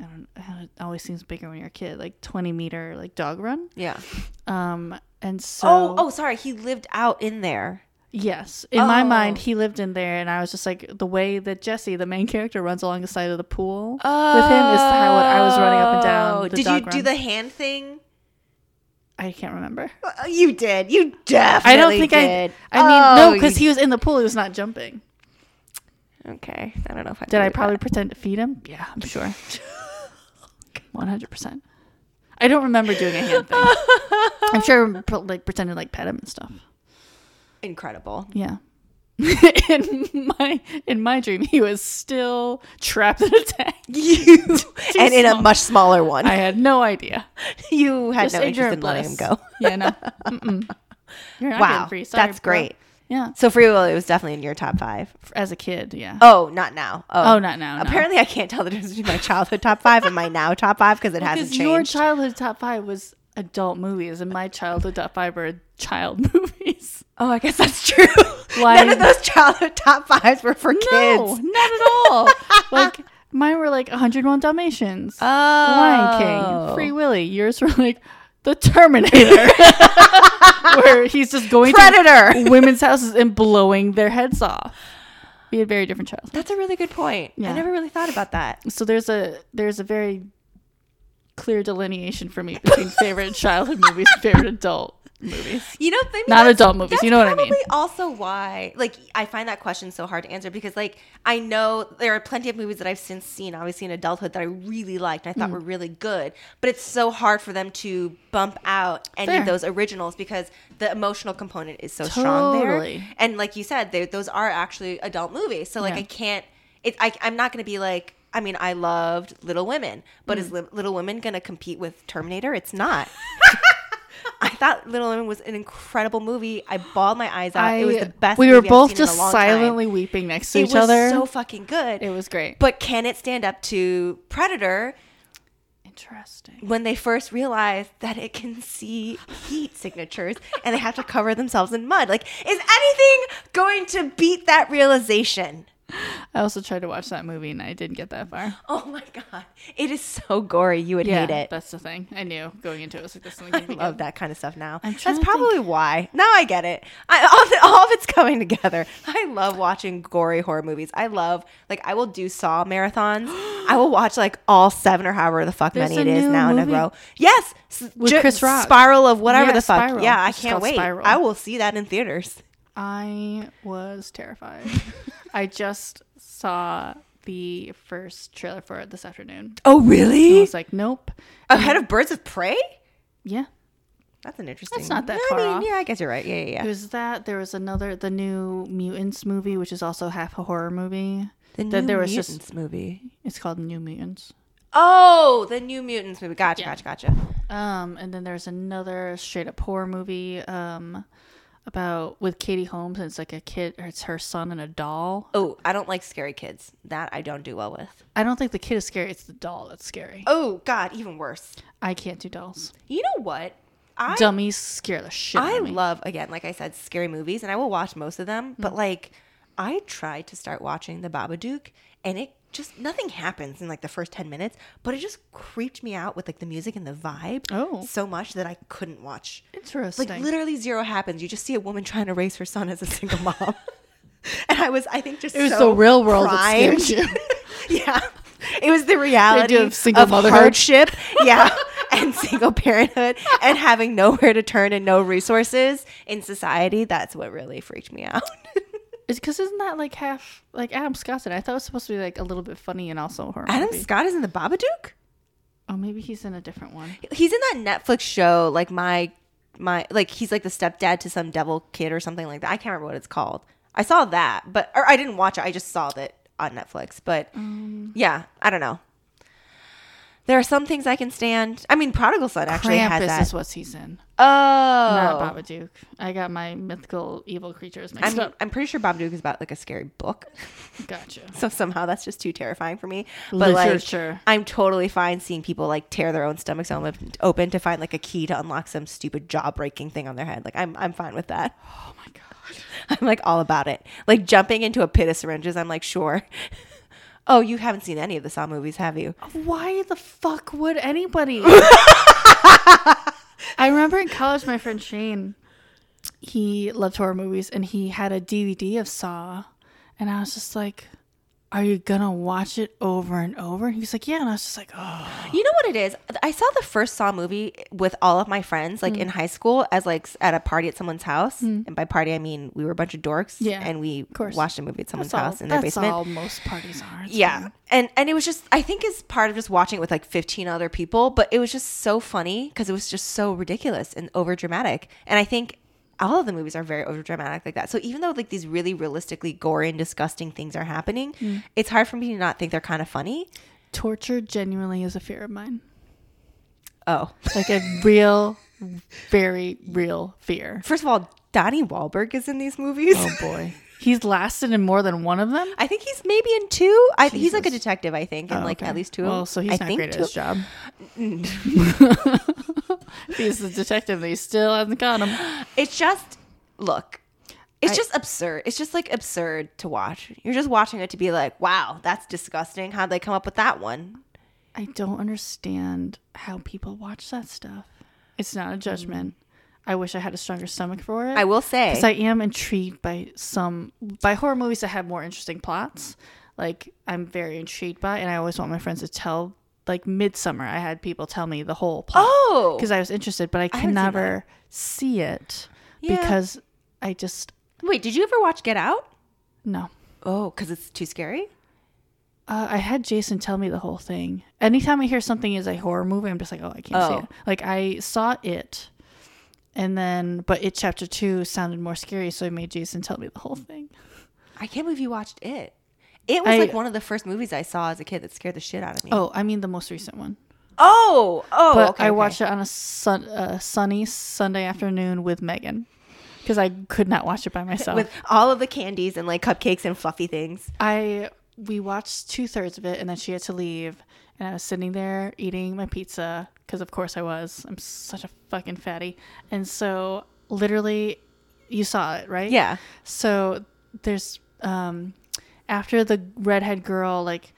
Speaker 1: I don't. know, It always seems bigger when you're a kid. Like twenty meter like dog run.
Speaker 2: Yeah.
Speaker 1: Um and so.
Speaker 2: Oh, oh, sorry. He lived out in there.
Speaker 1: Yes, in my
Speaker 2: Oh.
Speaker 1: mind, he lived in there, and I was just like the way that Jesse, the main character, runs along the side of the pool with him is how I was running up and down.
Speaker 2: Oh,
Speaker 1: The
Speaker 2: did
Speaker 1: dog
Speaker 2: you do
Speaker 1: run.
Speaker 2: the hand thing?
Speaker 1: I can't remember.
Speaker 2: Uh, You did. You definitely.
Speaker 1: I don't think
Speaker 2: did.
Speaker 1: I. I mean, no,
Speaker 2: Oh,
Speaker 1: because
Speaker 2: you-
Speaker 1: he was in the pool. He was not jumping.
Speaker 2: Okay, I don't know if I
Speaker 1: Did I
Speaker 2: believe
Speaker 1: probably
Speaker 2: that.
Speaker 1: pretend to feed him? Yeah, I'm sure. One hundred percent. I don't remember doing a hand thing. I'm sure I pr- like pretended like pet him and stuff.
Speaker 2: Incredible.
Speaker 1: Yeah. in my in my dream, he was still trapped in a tank.
Speaker 2: You and in a
Speaker 1: small.
Speaker 2: much smaller one.
Speaker 1: I had no idea.
Speaker 2: you had
Speaker 1: Just
Speaker 2: no interest
Speaker 1: ignorant
Speaker 2: in letting him
Speaker 1: bliss.
Speaker 2: go.
Speaker 1: Yeah, no. Mm-mm. You're not
Speaker 2: Wow,
Speaker 1: getting free. Sorry,
Speaker 2: that's
Speaker 1: bro.
Speaker 2: great.
Speaker 1: Yeah,
Speaker 2: So free will, it was definitely in your top five.
Speaker 1: f- as a kid, yeah.
Speaker 2: Oh, not now. Oh,
Speaker 1: Oh, not now, no.
Speaker 2: Apparently, I can't tell the difference between my childhood top five and my now top five because it hasn't
Speaker 1: Because your
Speaker 2: changed.
Speaker 1: childhood top five was adult movies, and my childhood top five were child movies.
Speaker 2: oh, I guess that's true.
Speaker 1: Why-
Speaker 2: None of those childhood top fives were for
Speaker 1: No,
Speaker 2: kids.
Speaker 1: not at all. like mine were like 101 Dalmatians,
Speaker 2: Oh,
Speaker 1: Lion King, Free Willy. Yours were like The Terminator, where he's just going
Speaker 2: Predator.
Speaker 1: to women's houses and blowing their heads off. We had very different childhoods.
Speaker 2: That's a really good point. I
Speaker 1: Yeah.
Speaker 2: never really thought about that.
Speaker 1: so there's a there's a very clear delineation for me between favorite childhood movies and favorite adult movies.
Speaker 2: You know, maybe
Speaker 1: Not
Speaker 2: that's-
Speaker 1: adult movies,
Speaker 2: that's
Speaker 1: you know what I mean.
Speaker 2: Probably also why, like, I find that question so hard to answer because, like, I know there are plenty of movies that I've since seen, obviously in adulthood, that I really liked and I thought
Speaker 1: Mm.
Speaker 2: were really good, but it's so hard for them to bump out any
Speaker 1: Fair.
Speaker 2: of those originals because the emotional component is so strong there.
Speaker 1: Totally.
Speaker 2: And like you said, they, those are actually adult movies, so like
Speaker 1: Yeah.
Speaker 2: I can't. It, I, I'm not going to be like. I mean, I loved Little Women, but
Speaker 1: Mm.
Speaker 2: is Li- Little Women going to compete with Terminator? It's not. I thought Little Women was an incredible movie. I bawled my eyes out. it was the best.
Speaker 1: We
Speaker 2: movie
Speaker 1: were
Speaker 2: I've
Speaker 1: both
Speaker 2: seen in a
Speaker 1: just
Speaker 2: long
Speaker 1: silently
Speaker 2: Time.
Speaker 1: weeping next to
Speaker 2: It
Speaker 1: each
Speaker 2: was
Speaker 1: other.
Speaker 2: so fucking good.
Speaker 1: it was great.
Speaker 2: But can it stand up to Predator
Speaker 1: Interesting.
Speaker 2: when they first realize that it can see heat signatures and they have to cover themselves in mud? Like, is anything going to beat that realization?
Speaker 1: I also tried to watch that movie and I didn't get that far.
Speaker 2: Oh my god, it is so gory. You would hate it.
Speaker 1: That's the thing. I knew going into it I was like this is something
Speaker 2: I
Speaker 1: gonna be
Speaker 2: love
Speaker 1: good.
Speaker 2: that kind of stuff now.
Speaker 1: trying
Speaker 2: That's
Speaker 1: to
Speaker 2: probably why. Now I get it. I, all, of it- all of it's coming together. I love watching gory horror movies. I love, like, I will do Saw marathons. I will watch, like, all seven or however the fuck
Speaker 1: There's
Speaker 2: many it
Speaker 1: a
Speaker 2: is
Speaker 1: new
Speaker 2: now in
Speaker 1: movie
Speaker 2: a row. Yes. s-
Speaker 1: with
Speaker 2: ju-
Speaker 1: Chris Rock.
Speaker 2: Spiral of whatever
Speaker 1: Yeah,
Speaker 2: the fuck.
Speaker 1: Spiral.
Speaker 2: Yeah, I
Speaker 1: It's
Speaker 2: can't
Speaker 1: called
Speaker 2: wait.
Speaker 1: Spiral.
Speaker 2: I will see that in theaters.
Speaker 1: I was terrified. I just saw the first trailer for it this afternoon.
Speaker 2: Oh,
Speaker 1: I
Speaker 2: really?
Speaker 1: was like, nope.
Speaker 2: Oh, Ahead of Birds of Prey?
Speaker 1: Yeah.
Speaker 2: That's an interesting.
Speaker 1: not that
Speaker 2: I
Speaker 1: far
Speaker 2: mean,
Speaker 1: off.
Speaker 2: Yeah, I guess you're right. Yeah, yeah, yeah.
Speaker 1: There's that. There was another, the new Mutants movie, which is also half a horror movie.
Speaker 2: The New
Speaker 1: that there was
Speaker 2: Mutants
Speaker 1: just,
Speaker 2: movie.
Speaker 1: it's called New Mutants.
Speaker 2: Oh, the New Mutants movie. Gotcha, gotcha, gotcha.
Speaker 1: Um, and then there's another straight up horror movie um, about with Katie Holmes, and it's like a kid, or it's her son and a doll.
Speaker 2: Oh, I don't like scary kids. That I don't do well with.
Speaker 1: I don't think the kid is scary; it's the doll that's scary.
Speaker 2: Oh God, even worse.
Speaker 1: I can't do dolls.
Speaker 2: You know what? I
Speaker 1: Dummies scare the shit out
Speaker 2: I
Speaker 1: of me.
Speaker 2: love again, like I said, scary movies, and I will watch most of them.
Speaker 1: Mm.
Speaker 2: But like, I tried to start watching The Babadook, and it just nothing happens in like the first ten minutes. But it just creeped me out with like the music and the vibe
Speaker 1: Oh.
Speaker 2: so much that I couldn't watch.
Speaker 1: Interesting.
Speaker 2: Like literally zero happens. You just see a woman trying to raise her son as a single mom. And I was, I think, just
Speaker 1: it was
Speaker 2: so
Speaker 1: the real world that
Speaker 2: primed.
Speaker 1: scared you.
Speaker 2: yeah. It was the reality
Speaker 1: Idea
Speaker 2: of
Speaker 1: of single motherhood.
Speaker 2: hardship, yeah, and single parenthood, and having nowhere to turn and no resources in society. That's what really freaked me out.
Speaker 1: It's because isn't that like half like Adam Scott's in it? I thought it was supposed to be like a little bit funny and also a horror.
Speaker 2: Adam
Speaker 1: movie.
Speaker 2: Scott is in the Babadook.
Speaker 1: Oh, maybe he's in a different one.
Speaker 2: He's in that Netflix show, like my my like he's like the stepdad to some devil kid or something like that. I can't remember what it's called. I saw that, but or I didn't watch it. I just saw that on Netflix. But yeah, I don't know. There are some things I can stand. I mean, Prodigal Son actually
Speaker 1: Krampus
Speaker 2: has
Speaker 1: is
Speaker 2: that.
Speaker 1: what he's in.
Speaker 2: Oh,
Speaker 1: Not Babadook. I got my mythical evil creatures mixed
Speaker 2: I'm,
Speaker 1: up.
Speaker 2: I'm pretty sure Babadook is about like a scary book,
Speaker 1: Gotcha.
Speaker 2: so somehow that's just too terrifying for me. But
Speaker 1: Literature.
Speaker 2: like, I'm totally fine seeing people like tear their own stomachs open- open to find like a key to unlock some stupid jaw breaking thing on their head. Like, I'm I'm fine with that.
Speaker 1: Oh my god.
Speaker 2: I'm like all about it. Like jumping into a pit of syringes. I'm like sure. oh, you haven't seen any of the Saw movies, have you?
Speaker 1: Why the fuck would anybody? I remember in college, my friend Shane, he loved horror movies, and he had a DVD of Saw, and I was just like, Are you gonna watch it over and over? And he was like, Yeah. And I was just like, Oh,
Speaker 2: You know what it is? I saw the first Saw movie with all of my friends, like in
Speaker 1: Mm.
Speaker 2: high school, as like s- at a party at someone's house. And by party, I mean we were a bunch of dorks.
Speaker 1: Yeah,
Speaker 2: and we
Speaker 1: course.
Speaker 2: watched a movie at someone's
Speaker 1: that's all,
Speaker 2: house in their
Speaker 1: that's
Speaker 2: basement.
Speaker 1: all most parties are. It's
Speaker 2: Yeah,
Speaker 1: fine.
Speaker 2: and and it was just I think it's part of just watching it with like fifteen other people, but it was just so funny because it was just so ridiculous and over dramatic. And I think all of the movies are very over dramatic like that. So even though like these really realistically gory and disgusting things are happening,
Speaker 1: Mm.
Speaker 2: it's hard for me to not think they're kind of funny.
Speaker 1: Torture genuinely is a fear of mine.
Speaker 2: Oh,
Speaker 1: Like a real, very real fear.
Speaker 2: first of all, Donnie Wahlberg is in these movies.
Speaker 1: Oh boy. He's lasted in more than one of them.
Speaker 2: I think he's maybe in two. I, he's like a
Speaker 1: Jesus.
Speaker 2: detective, I think, and
Speaker 1: Oh,
Speaker 2: like
Speaker 1: okay.
Speaker 2: at least two. of-
Speaker 1: Well, so he's
Speaker 2: I
Speaker 1: not
Speaker 2: think
Speaker 1: great at
Speaker 2: two
Speaker 1: his
Speaker 2: of-
Speaker 1: job. If he's the detective. They still hasn't caught him.
Speaker 2: It's just look. It's
Speaker 1: I-
Speaker 2: just absurd. It's just like absurd to watch. You're just watching it to be like, wow, that's disgusting. How'd they come up with that one?
Speaker 1: I don't understand how people watch that stuff. It's not a judgment. I wish I had a stronger stomach for it.
Speaker 2: Mm. I will say,
Speaker 1: because I am intrigued by some by horror movies that have more interesting plots. Like I'm very intrigued by, and I always want my friends to tell. Like Midsummer, I had people tell me the whole plot.
Speaker 2: oh,
Speaker 1: because I was interested, but I
Speaker 2: haven't
Speaker 1: can
Speaker 2: seen that.
Speaker 1: never see it
Speaker 2: Yeah.
Speaker 1: because I just
Speaker 2: wait, did you ever watch Get Out?
Speaker 1: no.
Speaker 2: Oh, because it's too scary.
Speaker 1: Uh, I had Jason tell me the whole thing. Anytime I hear something is a horror movie, I'm just like, oh, I can't
Speaker 2: Oh.
Speaker 1: see it. Like I saw it, and then but it chapter two sounded more scary, so I made Jason tell me the whole thing.
Speaker 2: I can't believe you watched it. It was
Speaker 1: I-
Speaker 2: like one of the first movies I saw as a kid that scared the shit out of me.
Speaker 1: Oh, I mean the most recent one.
Speaker 2: oh, oh,
Speaker 1: But
Speaker 2: okay,
Speaker 1: I
Speaker 2: okay.
Speaker 1: watched it on a sun, uh, sunny Sunday afternoon with Megan because I could not watch it by myself.
Speaker 2: with all of the candies and like cupcakes and fluffy things.
Speaker 1: I we watched two thirds of it, and then she had to leave, and I was sitting there eating my pizza because, of course, I was. I'm such a fucking fatty, and so literally, you saw it, right?
Speaker 2: Yeah.
Speaker 1: So there's um, after the redhead girl like.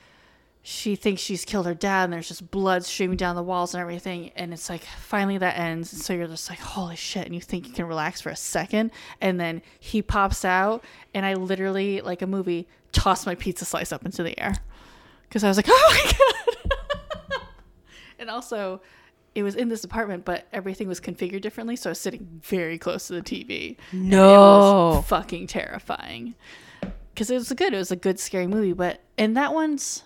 Speaker 1: She thinks she's killed her dad, and there's just blood streaming down the walls and everything. And it's like finally that ends, and so you're just like, "Holy shit!" And you think you can relax for a second, and then he pops out, and I literally, like a movie, toss my pizza slice up into the air because I was like, "Oh my god!" and also, it was in this apartment, but everything was configured differently, so I was sitting very close to the TV. It was fucking terrifying. Because it was good. It was a good scary movie, but and that one's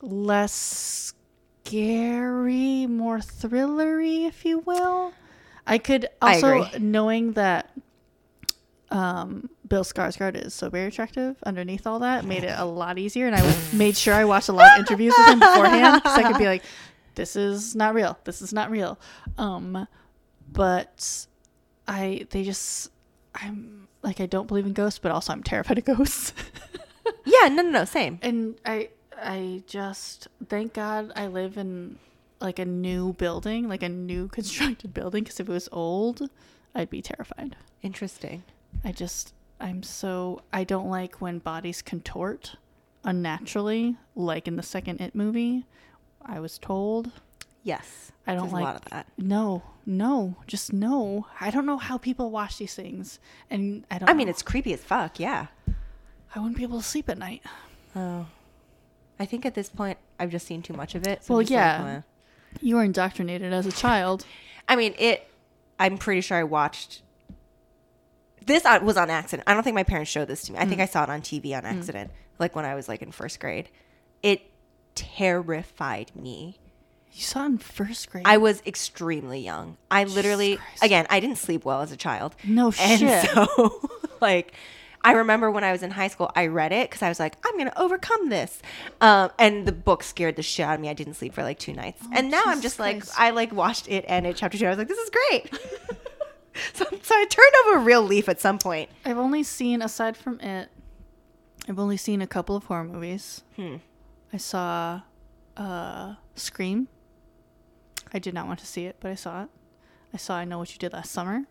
Speaker 1: less scary, more thrillery, if you will. I could
Speaker 2: I
Speaker 1: also
Speaker 2: agree.
Speaker 1: knowing that um, Bill Skarsgård is so very attractive. Underneath all that, made it a lot easier, and I made sure I watched a lot of interviews with him beforehand, so I could be like, "This is not real. This is not real." Um, but I they just I'm like I don't believe in ghosts, but also I'm terrified of ghosts.
Speaker 2: Yeah, no, no, no, same.
Speaker 1: and I I just thank God I live in like a new building, like a new constructed building because if it was old, I'd be terrified.
Speaker 2: Interesting.
Speaker 1: I just I'm so I don't like when bodies contort unnaturally, like in the second It movie. I was told
Speaker 2: Yes,
Speaker 1: I don't
Speaker 2: There's
Speaker 1: like
Speaker 2: a lot of that.
Speaker 1: No, no, just no. I don't know how people watch these things, and I don't.
Speaker 2: I mean,
Speaker 1: know.
Speaker 2: it's creepy as fuck. Yeah.
Speaker 1: I wouldn't be able to sleep at night.
Speaker 2: Oh. I think at this point, I've just seen too much of it. so I'm
Speaker 1: Well,
Speaker 2: just like,
Speaker 1: yeah.
Speaker 2: "Meh."
Speaker 1: You were indoctrinated as a child.
Speaker 2: I mean, it. I'm pretty sure I watched. This on- was on accident. I don't think my parents showed this to me. I
Speaker 1: Mm.
Speaker 2: think I saw it on TV on accident, like when I was like in first grade. It terrified me.
Speaker 1: You saw in first grade.
Speaker 2: I was extremely young. I literally,
Speaker 1: Christ.
Speaker 2: again, I didn't sleep well as a child.
Speaker 1: No
Speaker 2: and
Speaker 1: shit.
Speaker 2: so, like, I remember when I was in high school, I read it because I was like, I'm going to overcome this. Um, and the book scared the shit out of me. I didn't sleep for like two nights. and now I'm
Speaker 1: Jesus
Speaker 2: just like,
Speaker 1: Christ.
Speaker 2: I like watched it and it, chapter two. I was like, this is great. so, so I turned over a real leaf at some point.
Speaker 1: I've only seen, aside from it, I've only seen a couple of horror movies.
Speaker 2: Hmm.
Speaker 1: I saw uh, Scream. I did not want to see it, but I saw it. I saw I Know What You Did Last Summer.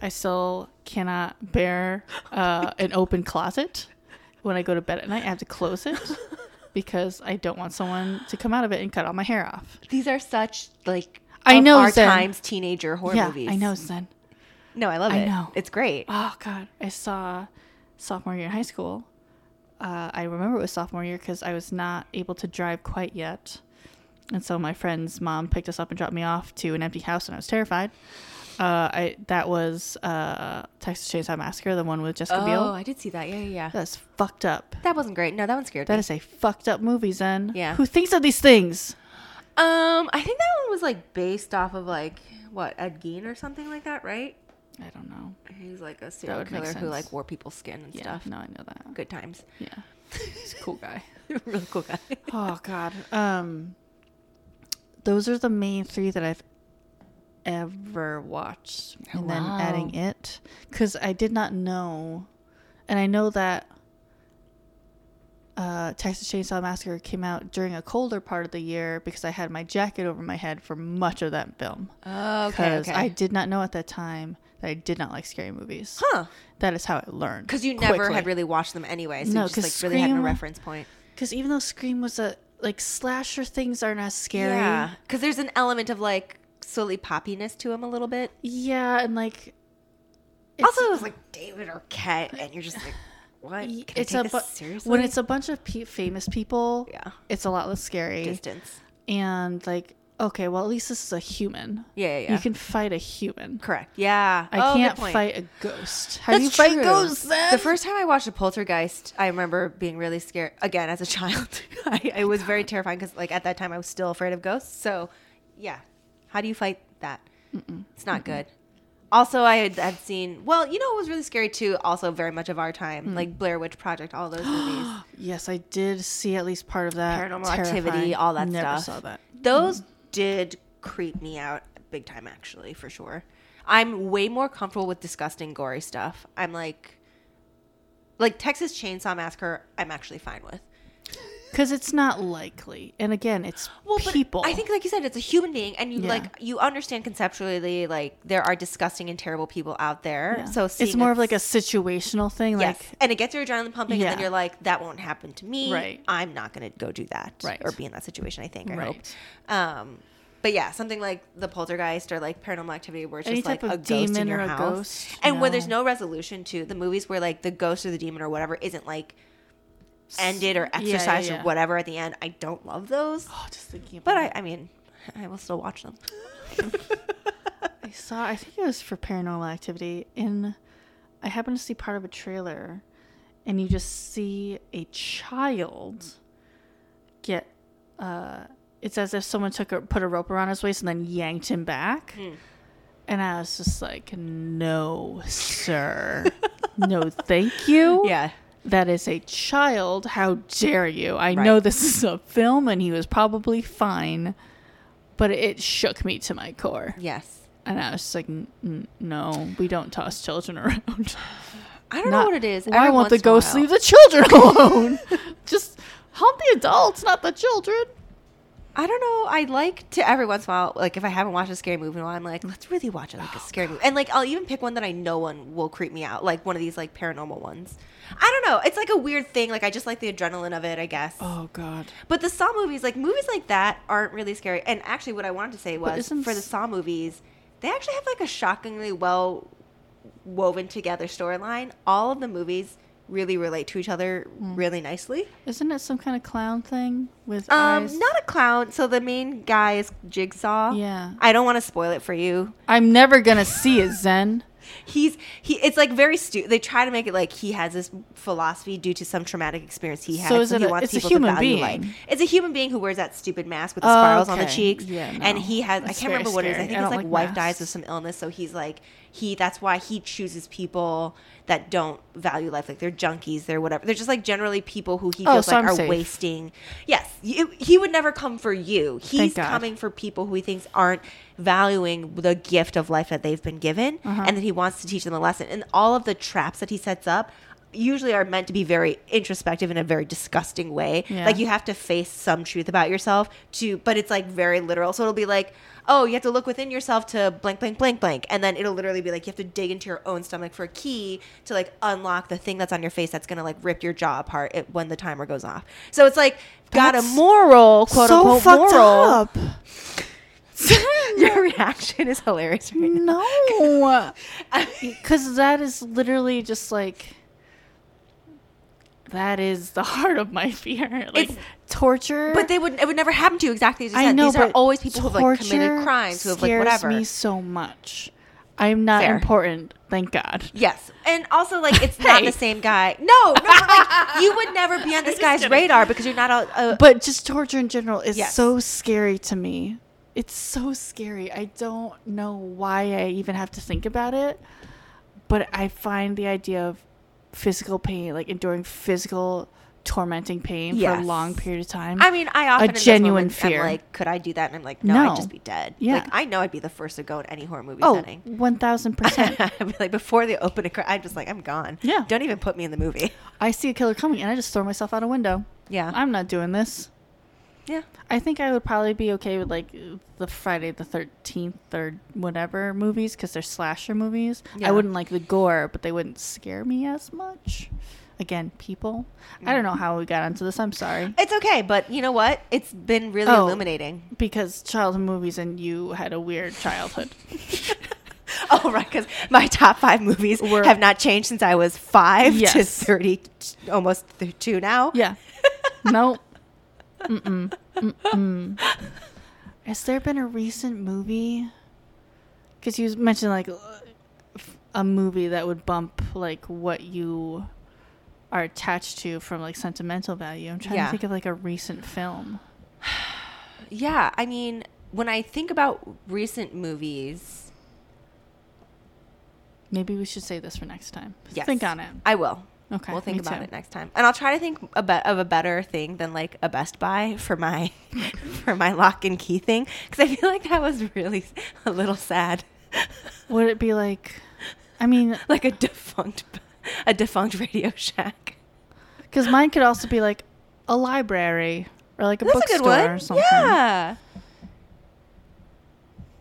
Speaker 1: I still cannot bear uh, an open closet. When I go to bed at night, I have to close it because I don't want someone to come out of it and cut all my hair off.
Speaker 2: These are such like
Speaker 1: I
Speaker 2: of
Speaker 1: know,
Speaker 2: our
Speaker 1: Zen.
Speaker 2: times teenager horror
Speaker 1: yeah,
Speaker 2: movies.
Speaker 1: I know, Zen.
Speaker 2: No, I love
Speaker 1: I
Speaker 2: it.
Speaker 1: know.
Speaker 2: It's great.
Speaker 1: Oh God, I saw sophomore year in high school. uh, I remember it was sophomore year because I was not able to drive quite yet. And so my friend's mom picked us up and dropped me off to an empty house, and I was terrified. Uh, I that was uh, Texas Chainsaw Massacre, the one with Jessica
Speaker 2: Oh,
Speaker 1: Biel.
Speaker 2: I did see that. Yeah, yeah, yeah.
Speaker 1: That's fucked up.
Speaker 2: That wasn't great. No, that one scared
Speaker 1: That
Speaker 2: me.
Speaker 1: is a fucked up movie, Zen.
Speaker 2: Yeah.
Speaker 1: Who thinks of these things?
Speaker 2: Um, I think that one was like based off of like what Ed Gein or something like that, right?
Speaker 1: I don't know.
Speaker 2: He's like a serial
Speaker 1: would make
Speaker 2: killer who
Speaker 1: sense.
Speaker 2: like wore people's skin and
Speaker 1: Yeah.
Speaker 2: stuff.
Speaker 1: No, I know that.
Speaker 2: Good times.
Speaker 1: Yeah. He's a cool guy.
Speaker 2: really cool guy.
Speaker 1: oh god um those are the main three that i've ever watched and then
Speaker 2: Oh, Wow.
Speaker 1: adding it because i did not know and i know that uh, Texas Chainsaw Massacre came out during a colder part of the year because I had my jacket over my head for much of that film.
Speaker 2: okay.
Speaker 1: Because
Speaker 2: Okay.
Speaker 1: I did not know at that time that I did not like scary movies.
Speaker 2: huh?
Speaker 1: That is how I learned.
Speaker 2: Because you never
Speaker 1: quickly.
Speaker 2: had really watched them anyway, so
Speaker 1: No,
Speaker 2: you just
Speaker 1: 'cause
Speaker 2: like really had no
Speaker 1: Scream-
Speaker 2: reference point.
Speaker 1: Because even though Scream was a like slasher things aren't as scary.
Speaker 2: Yeah. Because there's an element of like silly poppiness to him a little bit.
Speaker 1: Yeah, and like it's,
Speaker 2: also, it was like David Arquette, and you're just like, what? Can I
Speaker 1: it's
Speaker 2: take
Speaker 1: a
Speaker 2: this
Speaker 1: bu-
Speaker 2: seriously?
Speaker 1: when it's a bunch of pe- famous people.
Speaker 2: Yeah.
Speaker 1: it's a lot less scary.
Speaker 2: distance.
Speaker 1: and like, okay, well, at least this is a human.
Speaker 2: Yeah, yeah, yeah.
Speaker 1: You can fight a human.
Speaker 2: Correct. Yeah.
Speaker 1: I
Speaker 2: Oh, good
Speaker 1: can't
Speaker 2: point.
Speaker 1: fight a ghost. How
Speaker 2: That's
Speaker 1: do you fight
Speaker 2: true.
Speaker 1: ghosts? Then?
Speaker 2: The first time I watched a poltergeist, I remember being really scared. Again, as a child, I, I was very terrifying because, like, at that time, I was still afraid of ghosts. So, yeah, how do you fight that? It's not good. Also, I had I'd seen. Well, you know, it was really scary too. Also, very much of our time, like Blair Witch Project, all those movies,
Speaker 1: yes, I did see at least part of that.
Speaker 2: Paranormal
Speaker 1: Terrifying.
Speaker 2: Activity, all that
Speaker 1: Never
Speaker 2: stuff.
Speaker 1: saw that.
Speaker 2: Those did creep me out big time, actually, for sure. I'm way more comfortable with disgusting, gory stuff. I'm like, like Texas Chainsaw Massacre. I'm actually fine with.
Speaker 1: Because it's not likely. And again, it's
Speaker 2: but
Speaker 1: people.
Speaker 2: I think, like you said, it's a human being, and you
Speaker 1: Yeah.
Speaker 2: like you understand conceptually, like there are disgusting and terrible people out there.
Speaker 1: Yeah.
Speaker 2: So
Speaker 1: it's
Speaker 2: seeing
Speaker 1: more of like a situational thing.
Speaker 2: yes,
Speaker 1: Like
Speaker 2: and it gets your adrenaline pumping, and then
Speaker 1: Yeah.
Speaker 2: you're like, that won't happen to me.
Speaker 1: Right.
Speaker 2: I'm not going to go do that.
Speaker 1: Right.
Speaker 2: Or be in that situation. I think. I
Speaker 1: Right.
Speaker 2: hope. Um, but yeah, something like the poltergeist or like paranormal activity, where it's
Speaker 1: Any
Speaker 2: just like
Speaker 1: type
Speaker 2: a
Speaker 1: of
Speaker 2: ghost in
Speaker 1: demon
Speaker 2: your
Speaker 1: or a
Speaker 2: house,
Speaker 1: ghost,
Speaker 2: and when
Speaker 1: no.
Speaker 2: there's no resolution to the movies, where like the ghost or the demon or whatever isn't like ended or
Speaker 1: yeah,
Speaker 2: exercised
Speaker 1: yeah.
Speaker 2: or whatever at the end. I don't love those.
Speaker 1: oh, just thinking about
Speaker 2: But
Speaker 1: it.
Speaker 2: I, I mean, I will still watch them.
Speaker 1: I saw, I think it was for Paranormal Activity, and I happened to see part of a trailer, and you just see a child get. Uh, it's as if someone took a, put a rope around his waist and then yanked him back, and I was just like, "No, sir, no, thank you.
Speaker 2: Yeah.
Speaker 1: That is a child. How dare you? I
Speaker 2: Right.
Speaker 1: know this is a film, and he was probably fine." But it shook me to my core.
Speaker 2: Yes.
Speaker 1: And I was just like, "N- n- no, we don't toss children around.
Speaker 2: I don't
Speaker 1: Not-
Speaker 2: know what it is.
Speaker 1: Why
Speaker 2: Every
Speaker 1: won't the
Speaker 2: once in a
Speaker 1: ghosts
Speaker 2: while-
Speaker 1: leave the children alone? just help the adults, not the children.
Speaker 2: I don't know. I like to every once in a while, like if I haven't watched a scary movie in a while, I'm like, let's really watch it, like a
Speaker 1: Oh,
Speaker 2: scary movie. And like I'll even pick one that I know one will creep me out, like one of these like paranormal ones. I don't know. It's like a weird thing. Like I just like the adrenaline of it, I guess.
Speaker 1: Oh, God.
Speaker 2: But the Saw movies, like movies like that, aren't really scary. And actually, what I wanted to say was
Speaker 1: isn't
Speaker 2: for the
Speaker 1: s-
Speaker 2: Saw movies, they actually have like a shockingly well woven together storyline. All of the movies really relate to each other
Speaker 1: Mm.
Speaker 2: really nicely.
Speaker 1: Isn't it some kind of clown thing with
Speaker 2: Um,
Speaker 1: eyes?
Speaker 2: not a clown. So the main guy is Jigsaw.
Speaker 1: Yeah.
Speaker 2: I don't want to spoil it for you.
Speaker 1: I'm never going to see it, Zen.
Speaker 2: He's he. It's like very stu. They try to make it like he has this philosophy due to some traumatic experience he had.
Speaker 1: So is it
Speaker 2: he
Speaker 1: a- it's a human being?
Speaker 2: It's a human being who wears that stupid mask with the
Speaker 1: Oh,
Speaker 2: spirals on the
Speaker 1: okay.
Speaker 2: cheeks.
Speaker 1: Yeah,
Speaker 2: And
Speaker 1: no.
Speaker 2: he has. I
Speaker 1: That's
Speaker 2: can't
Speaker 1: very
Speaker 2: remember what it is. I
Speaker 1: scary.
Speaker 2: think
Speaker 1: I
Speaker 2: it's
Speaker 1: don't
Speaker 2: like
Speaker 1: like
Speaker 2: wife dies
Speaker 1: masks.
Speaker 2: with some illness. So he's like he. That's why he chooses people that don't value life. Like they're junkies. They're whatever. They're just like generally people who he
Speaker 1: Oh,
Speaker 2: feels
Speaker 1: so
Speaker 2: like
Speaker 1: I'm
Speaker 2: are
Speaker 1: safe.
Speaker 2: wasting. Yes, you, he would never come for you. He's
Speaker 1: Thank God.
Speaker 2: coming for people who he thinks aren't valuing the gift of life that they've been given
Speaker 1: Uh-huh.
Speaker 2: and that he wants to teach them a lesson. And all of the traps that he sets up usually are meant to be very introspective in a very disgusting way.
Speaker 1: Yeah.
Speaker 2: Like you have to face some truth about yourself to but it's like very literal. So it'll be like, oh, you have to look within yourself to blank blank blank blank and then it'll literally be like you have to dig into your own stomach for a key to like unlock the thing that's on your face that's going to like rip your jaw apart it, when the timer goes off. So it's like got a
Speaker 1: That's
Speaker 2: moral, quote
Speaker 1: so
Speaker 2: unquote
Speaker 1: fucked
Speaker 2: moral.
Speaker 1: up.
Speaker 2: Your reaction is hilarious. Right now.
Speaker 1: No. Because that is literally just like that is the heart of my fear. Like
Speaker 2: It's-
Speaker 1: torture.
Speaker 2: But they would it would never happen to you exactly as you said. These are
Speaker 1: but
Speaker 2: always people who've like committed
Speaker 1: torture
Speaker 2: crimes, who have like
Speaker 1: scares
Speaker 2: whatever.
Speaker 1: me so much. I'm not
Speaker 2: Fair.
Speaker 1: important, thank God.
Speaker 2: Yes, and also like it's not
Speaker 1: Hey.
Speaker 2: the same guy. No, no, but, like you would never be on this
Speaker 1: just
Speaker 2: guy's
Speaker 1: kidding.
Speaker 2: radar because you're not a. a
Speaker 1: But just torture in general is
Speaker 2: Yes.
Speaker 1: so scary to me. It's so scary. I don't know why I even have to think about it, but I find the idea of physical pain, like enduring physical tormenting pain for a
Speaker 2: Yes.
Speaker 1: long period of time.
Speaker 2: I mean, I often in those
Speaker 1: genuine
Speaker 2: moments, I'm
Speaker 1: fear.
Speaker 2: like, could I do that? And I'm like, no,
Speaker 1: No.
Speaker 2: I'd just be dead.
Speaker 1: Yeah.
Speaker 2: like I know I'd be the first to go in any horror movie
Speaker 1: oh,
Speaker 2: setting.
Speaker 1: 1000%.
Speaker 2: I'd be like before they open a cra I'm just like, I'm gone.
Speaker 1: Yeah.
Speaker 2: don't even put me in the movie.
Speaker 1: I see a killer coming and I just throw myself out a window.
Speaker 2: Yeah,
Speaker 1: I'm not doing this.
Speaker 2: yeah.
Speaker 1: I think I would probably be okay with like the Friday the Thirteenth or whatever movies because they're slasher movies.
Speaker 2: Yeah.
Speaker 1: I wouldn't like the gore, but they wouldn't scare me as much. Again, people. I don't know how we got onto this. I'm sorry
Speaker 2: It's okay, but you know what? It's been really
Speaker 1: Oh.
Speaker 2: illuminating.
Speaker 1: because childhood movies and you had a weird childhood.
Speaker 2: Oh right, because my top five movies
Speaker 1: Were-
Speaker 2: have not changed since I was five to
Speaker 1: Yes.
Speaker 2: thirty, almost th- two now.
Speaker 1: yeah. No. Mm-mm. Mm-mm. Has there been a recent movie? Because you mentioned like f- a movie that would bump like what you are attached to from like sentimental value. I'm trying
Speaker 2: Yeah.
Speaker 1: to think of like a recent film.
Speaker 2: Yeah, I mean, when I think about recent movies,
Speaker 1: Maybe we should say this for next time.
Speaker 2: yes,
Speaker 1: Think on it.
Speaker 2: I will.
Speaker 1: Okay,
Speaker 2: we'll think
Speaker 1: me
Speaker 2: about
Speaker 1: too.
Speaker 2: it next time, and I'll try to think a be- of a better thing than like a Best Buy for my for my lock and key thing because I feel like that was really s- a little sad,
Speaker 1: Would it be like? I mean,
Speaker 2: like a defunct a defunct Radio Shack.
Speaker 1: because mine could also be like a library or like a
Speaker 2: That's a
Speaker 1: bookstore
Speaker 2: good one.
Speaker 1: or something.
Speaker 2: Yeah.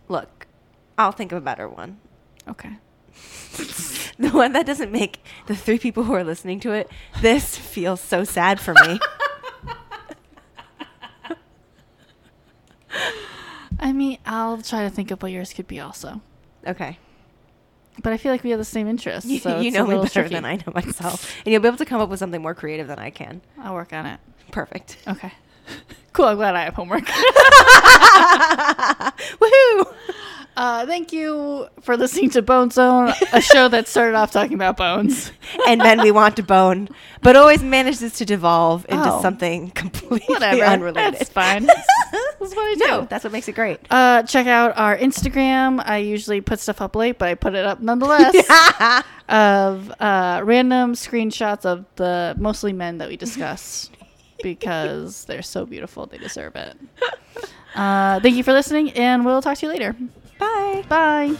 Speaker 2: Look, I'll think of a better one.
Speaker 1: Okay.
Speaker 2: The one that doesn't make the three people who are listening to it. This feels so sad for me.
Speaker 1: I mean, I'll try to think of what yours could be also.
Speaker 2: okay.
Speaker 1: But I feel like we have the same interests.
Speaker 2: You,
Speaker 1: So
Speaker 2: you
Speaker 1: it's a
Speaker 2: know me
Speaker 1: little
Speaker 2: better
Speaker 1: tricky.
Speaker 2: than I know myself. And you'll be able to come up with something more creative than I can.
Speaker 1: I'll work on it.
Speaker 2: Perfect.
Speaker 1: Okay. Cool. I'm glad I have homework.
Speaker 2: Woohoo!
Speaker 1: uh, thank you for listening to Bone Zone, a show that started off talking about bones.
Speaker 2: And then we want to bone, but always manages to devolve into
Speaker 1: Oh.
Speaker 2: something completely
Speaker 1: Whatever.
Speaker 2: unrelated.
Speaker 1: That's fine. That's what I do.
Speaker 2: No, that's what makes it great.
Speaker 1: Uh, check out our Instagram. I usually put stuff up late, but I put it up nonetheless. of uh, random screenshots of the mostly men that we discuss because they're so beautiful. They Uh, deserve it. Uh, thank you for listening, and we'll talk to you later.
Speaker 2: Bye.
Speaker 1: Bye.